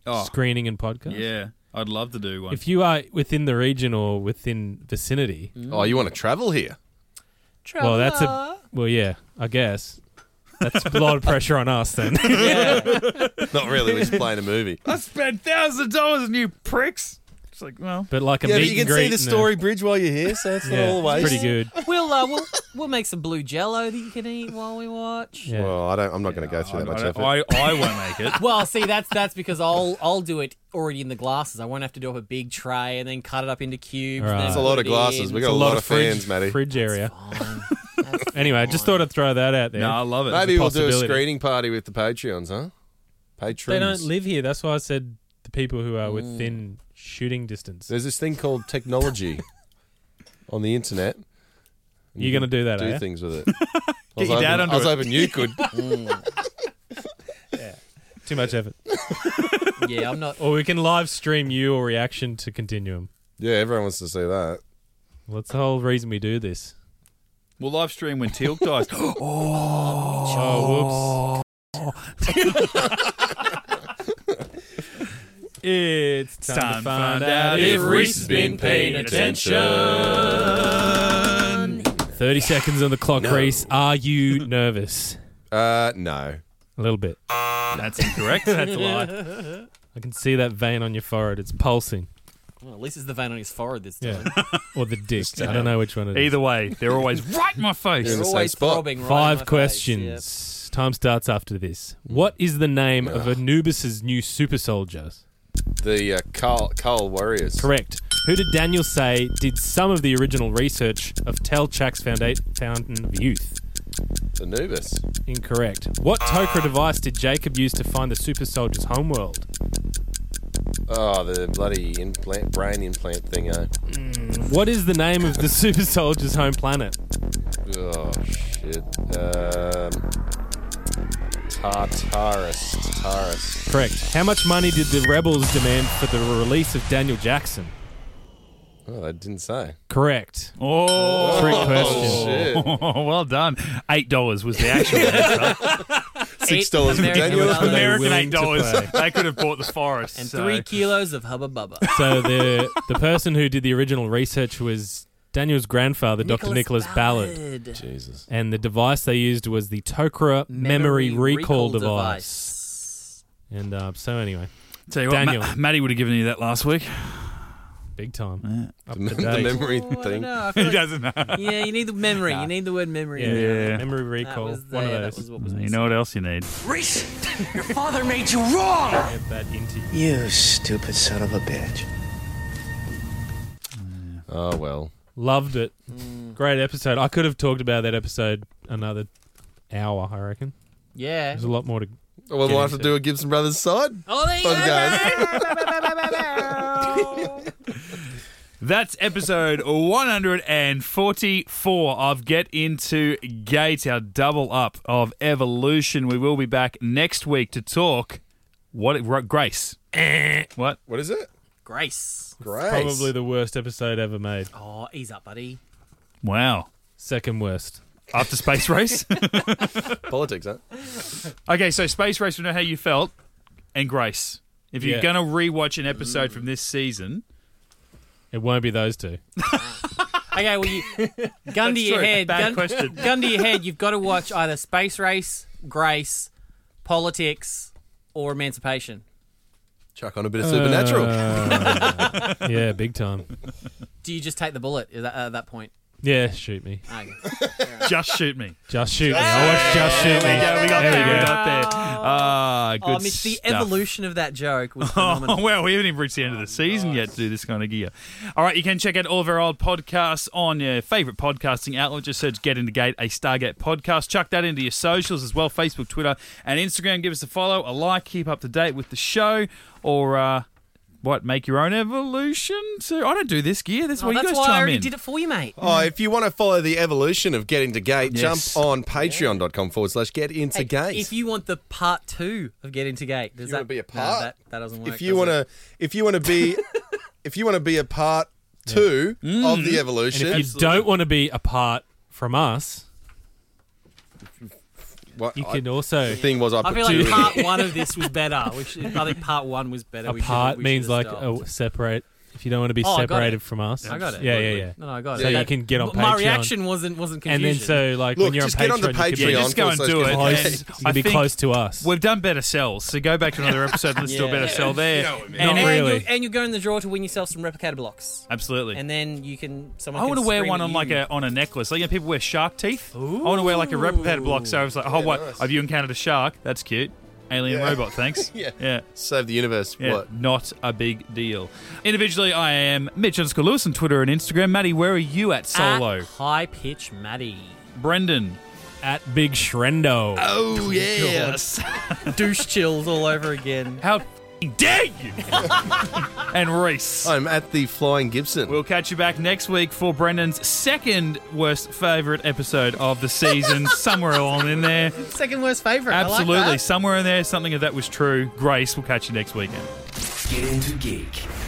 Speaker 1: Oh,
Speaker 3: screening and podcast?
Speaker 1: yeah. I'd love to do one.
Speaker 3: If you are within the region or within vicinity,
Speaker 4: Oh, you want to travel here?
Speaker 3: well, that's a well, yeah, I guess that's a lot of pressure on us then.
Speaker 4: Not really. We're just playing a movie.
Speaker 1: I spent thousands of dollars on you pricks. It's like, well,
Speaker 3: But like a
Speaker 4: Yeah,
Speaker 3: meet
Speaker 4: but you
Speaker 3: and
Speaker 4: can see
Speaker 3: greet
Speaker 4: the
Speaker 3: and a-
Speaker 4: story bridge while you're here, so it's not
Speaker 3: yeah,
Speaker 4: all the way.
Speaker 3: It's pretty good.
Speaker 2: We'll, uh, we'll we'll make some blue jello that you can eat while we watch.
Speaker 3: Yeah.
Speaker 4: Well, I don't. I'm not going to go through
Speaker 1: I,
Speaker 4: that much
Speaker 1: I-
Speaker 4: effort.
Speaker 1: I, I won't make it.
Speaker 2: Well, see, that's that's because I'll I'll do it already in the glasses. I won't have to do up a big tray and then cut it up into cubes.
Speaker 3: Right.
Speaker 2: and then
Speaker 4: That's
Speaker 3: It's
Speaker 4: a lot
Speaker 2: put
Speaker 4: of
Speaker 2: it
Speaker 4: glasses.
Speaker 2: in.
Speaker 4: We got a
Speaker 3: a
Speaker 4: lot,
Speaker 3: lot
Speaker 4: of
Speaker 3: of
Speaker 4: fans, Matty.
Speaker 3: Fridge area.
Speaker 2: Fine.
Speaker 3: Anyway, I just thought I'd throw that out there.
Speaker 1: No, I love it.
Speaker 4: Maybe we'll do a
Speaker 3: possibility.
Speaker 4: screening party with the Patreons, huh? Patrons.
Speaker 3: they don't live here. That's why I said the people who are within shooting distance.
Speaker 4: There's this thing called technology on the internet.
Speaker 3: You're going to do that, eh?
Speaker 4: Do
Speaker 3: are ya?
Speaker 4: things with it. Get
Speaker 1: your dad onto
Speaker 4: I was
Speaker 1: it.
Speaker 4: hoping you could.
Speaker 3: Too much effort.
Speaker 2: Yeah, I'm not.
Speaker 3: Or we can live stream your reaction to Continuum.
Speaker 4: yeah, everyone wants to see that.
Speaker 3: Well, that's the whole reason we do this.
Speaker 1: We'll live stream when Teal dies.
Speaker 3: Oh, whoops. it's time, to find out if Reese's been paying attention. 30 seconds on the clock, Reese. Are you nervous?
Speaker 4: Uh, no.
Speaker 3: A little bit.
Speaker 1: That's incorrect.
Speaker 3: That's a lie. I can see that vein on your forehead. It's pulsing.
Speaker 2: Well, at least it's the vein on his forehead this time.
Speaker 3: Yeah. or the dick. I don't know which one it is.
Speaker 1: Either way, they're always right in my face.
Speaker 4: Yeah.
Speaker 2: You're
Speaker 4: the same
Speaker 2: always
Speaker 4: spot.
Speaker 2: throbbing. Right in my
Speaker 3: Five
Speaker 2: face,
Speaker 3: questions. Time starts after this. What is the name of Anubis's new super soldiers?
Speaker 4: The uh, Carl, Carl Warriors.
Speaker 3: Correct. Who did Daniel say did some of the original research of Tel Chak's founda- Fountain of Youth?
Speaker 4: Anubis.
Speaker 3: Incorrect. What Tokra device did Jacob use to find the super soldier's homeworld?
Speaker 4: Oh, the bloody implant, brain implant thing, eh?
Speaker 3: What is the name of the super soldier's home planet?
Speaker 4: Oh, shit. Um, Tartarus. Tartarus.
Speaker 3: Correct. How much money did the rebels demand for the release of Daniel Jackson?
Speaker 4: Oh, they didn't say.
Speaker 3: Correct.
Speaker 1: Oh,
Speaker 3: Trick question.
Speaker 4: Shit.
Speaker 1: well done. Eight dollars was the actual answer.
Speaker 4: Six dollars for
Speaker 2: American
Speaker 4: Daniel.
Speaker 2: dollars.
Speaker 1: American
Speaker 3: willing
Speaker 1: eight dollars.
Speaker 3: to
Speaker 1: They could have bought the forest.
Speaker 2: And
Speaker 1: so-
Speaker 2: three kilos of Hubba Bubba.
Speaker 3: So the the person who did the original research was Daniel's grandfather, Dr.
Speaker 2: Nicholas
Speaker 3: Nicholas Ballard.
Speaker 2: Ballard.
Speaker 4: Jesus.
Speaker 3: And the device they used was the Tokra memory,
Speaker 2: Memory
Speaker 3: recall,
Speaker 2: recall
Speaker 3: device. And uh, so, anyway,
Speaker 1: Tell you what,
Speaker 3: Daniel.
Speaker 1: Ma- Maddie would have given you that last week.
Speaker 3: big time. Up
Speaker 4: The,
Speaker 3: to
Speaker 4: mem- the
Speaker 3: date.
Speaker 4: memory
Speaker 2: Oh, I don't
Speaker 4: thing.
Speaker 2: know, I feel
Speaker 1: He
Speaker 2: like-
Speaker 1: doesn't know.
Speaker 2: yeah, you need the memory. You need the word memory.
Speaker 3: Yeah,
Speaker 2: in there.
Speaker 1: Yeah.
Speaker 3: memory
Speaker 2: That
Speaker 3: recall.
Speaker 2: was
Speaker 3: One
Speaker 2: there,
Speaker 3: of
Speaker 2: that
Speaker 3: those. Mm-hmm.
Speaker 2: was what was
Speaker 1: You
Speaker 2: missing.
Speaker 1: know what else you need?
Speaker 11: Reese, your father made you wrong.
Speaker 3: Get that into
Speaker 2: Mm.
Speaker 3: you.
Speaker 11: You stupid son of a bitch.
Speaker 4: Oh well.
Speaker 3: Loved it.
Speaker 2: Mm.
Speaker 3: Great episode. I could have talked about that episode another hour, I reckon.
Speaker 2: Yeah.
Speaker 3: There's a lot more to.
Speaker 4: Well, we'll
Speaker 3: Get
Speaker 4: have to
Speaker 3: into
Speaker 4: do a Gibson Brothers side.
Speaker 2: Oh, there you
Speaker 4: Fun
Speaker 2: go.
Speaker 4: guys.
Speaker 1: That's episode 144 of Get Into Gate, our double up of Evolution. We will be back next week to talk what Grace. What?
Speaker 4: What is it?
Speaker 2: Grace.
Speaker 4: Grace.
Speaker 3: Probably the worst episode ever made.
Speaker 2: Oh, ease up, buddy.
Speaker 1: Wow.
Speaker 3: Second worst.
Speaker 1: After Space Race?
Speaker 4: politics, huh?
Speaker 1: okay, so Space Race, we know how you felt, and Grace. If you're
Speaker 3: Yeah.
Speaker 1: going to rewatch an episode from this season,
Speaker 3: It won't be those two.
Speaker 2: Okay, well, you, gun to
Speaker 1: That's
Speaker 2: your
Speaker 1: true.
Speaker 2: head.
Speaker 1: Bad
Speaker 2: gun,
Speaker 1: question.
Speaker 2: Gun to your head. You've got to watch either Space Race, Grace, Politics, or Emancipation.
Speaker 4: Chuck on a bit of supernatural.
Speaker 3: Uh, yeah, big time.
Speaker 2: Do you just take the bullet at that, at that point? Ah,
Speaker 3: Yeah, shoot me.
Speaker 2: Okay.
Speaker 1: just shoot me.
Speaker 3: Just shoot me. I watched Just Shoot Me.
Speaker 1: Yeah, we got
Speaker 3: There we
Speaker 1: there. We
Speaker 3: go.
Speaker 1: got there. Ah, good
Speaker 2: oh, I miss the
Speaker 1: stuff.
Speaker 2: evolution of that joke was
Speaker 1: Oh,
Speaker 2: phenomenal.
Speaker 1: well, we haven't even reached the end of
Speaker 2: Oh,
Speaker 1: the season yet to do this kind of gear. All right, you can check out all of our old podcasts on your favourite podcasting outlet. Just search Get Into Gate, a Stargate podcast. Chuck that into your socials as well Facebook, Twitter, and Instagram. Give us a follow, a like, keep up to date with the show, or. Uh, what make your own evolution? So I don't do this gear. That's
Speaker 2: Oh,
Speaker 1: why you
Speaker 2: that's
Speaker 1: guys
Speaker 2: why I
Speaker 1: chime
Speaker 2: already
Speaker 1: in.
Speaker 2: did it for you, mate.
Speaker 4: Oh, if you want to follow the evolution of Getting to Gate,
Speaker 1: Yes.
Speaker 4: jump on patreon.com forward slash get into
Speaker 2: Hey,
Speaker 4: gate.
Speaker 2: If you want the part two of Get Into Gate, does
Speaker 4: You
Speaker 2: that
Speaker 4: wanna be a
Speaker 2: no,
Speaker 4: part?
Speaker 2: that, that doesn't work.
Speaker 4: if you
Speaker 2: does
Speaker 4: want
Speaker 2: it?
Speaker 4: to if you want to be if you want to be a part two of the evolution
Speaker 3: And if you don't want to be apart from us,
Speaker 4: what,
Speaker 3: you
Speaker 4: I-
Speaker 3: can
Speaker 4: the
Speaker 3: also.
Speaker 4: thing was I put
Speaker 2: I feel
Speaker 4: two
Speaker 2: like
Speaker 4: in.
Speaker 2: part one of this was better. We should, I think part one was better. We should-
Speaker 3: Apart
Speaker 2: we
Speaker 3: means
Speaker 2: should've
Speaker 3: like
Speaker 2: stopped.
Speaker 3: a separate. If you don't want to be
Speaker 2: Oh, I got it.
Speaker 3: separated from us,
Speaker 2: I got it.
Speaker 3: Yeah, yeah, yeah.
Speaker 2: No, no, I got it.
Speaker 3: So you
Speaker 2: That-
Speaker 3: can get on
Speaker 2: My
Speaker 3: Patreon.
Speaker 2: reaction wasn't wasn't
Speaker 3: And then
Speaker 2: confusion.
Speaker 3: so like
Speaker 4: Look,
Speaker 3: when you're
Speaker 4: just
Speaker 3: on
Speaker 4: get
Speaker 3: Patreon,
Speaker 4: on to
Speaker 3: you can
Speaker 1: yeah,
Speaker 3: be
Speaker 4: Patreon.
Speaker 1: just go and
Speaker 4: Forward
Speaker 1: do it.
Speaker 4: slash
Speaker 3: close.
Speaker 1: And
Speaker 3: you
Speaker 1: I
Speaker 3: can be
Speaker 1: think
Speaker 3: close to us.
Speaker 1: We've done better sells, so go back to another episode. Let's do a better
Speaker 2: Yeah.
Speaker 1: sell there.
Speaker 2: and,
Speaker 1: And-
Speaker 3: Not really.
Speaker 2: And you, and you go in the drawer to win yourself some replicator blocks,
Speaker 1: Absolutely.
Speaker 2: and then you can. Someone.
Speaker 1: I
Speaker 2: want to
Speaker 1: wear one on like a on a necklace. Like you know, people wear shark teeth. I want to wear like a replicated block. So I was like, oh, what? Have you encountered a shark? That's cute. Alien
Speaker 4: Yeah.
Speaker 1: robot, thanks.
Speaker 4: Yeah.
Speaker 1: yeah.
Speaker 4: save the universe
Speaker 1: Yeah,
Speaker 4: what
Speaker 1: Not a big deal. Individually, I am Mitch underscore Lewis on Twitter and Instagram. Maddie, where are you at solo?
Speaker 2: high pitch, Maddie.
Speaker 1: Brendan. Uh,
Speaker 3: at Big Shrendo.
Speaker 4: oh yes
Speaker 2: Douche chills all over again.
Speaker 1: How f***ing dare you? and Reese.
Speaker 4: I'm at the Flying Gibson
Speaker 1: We'll catch you back next week for Brendan's second worst favourite episode of the season, somewhere along in there.
Speaker 2: Second worst favorite. I like
Speaker 1: Absolutely.
Speaker 2: that.
Speaker 1: Somewhere in there, something of that was true. Grace, we'll catch you next weekend.
Speaker 11: Get into geek.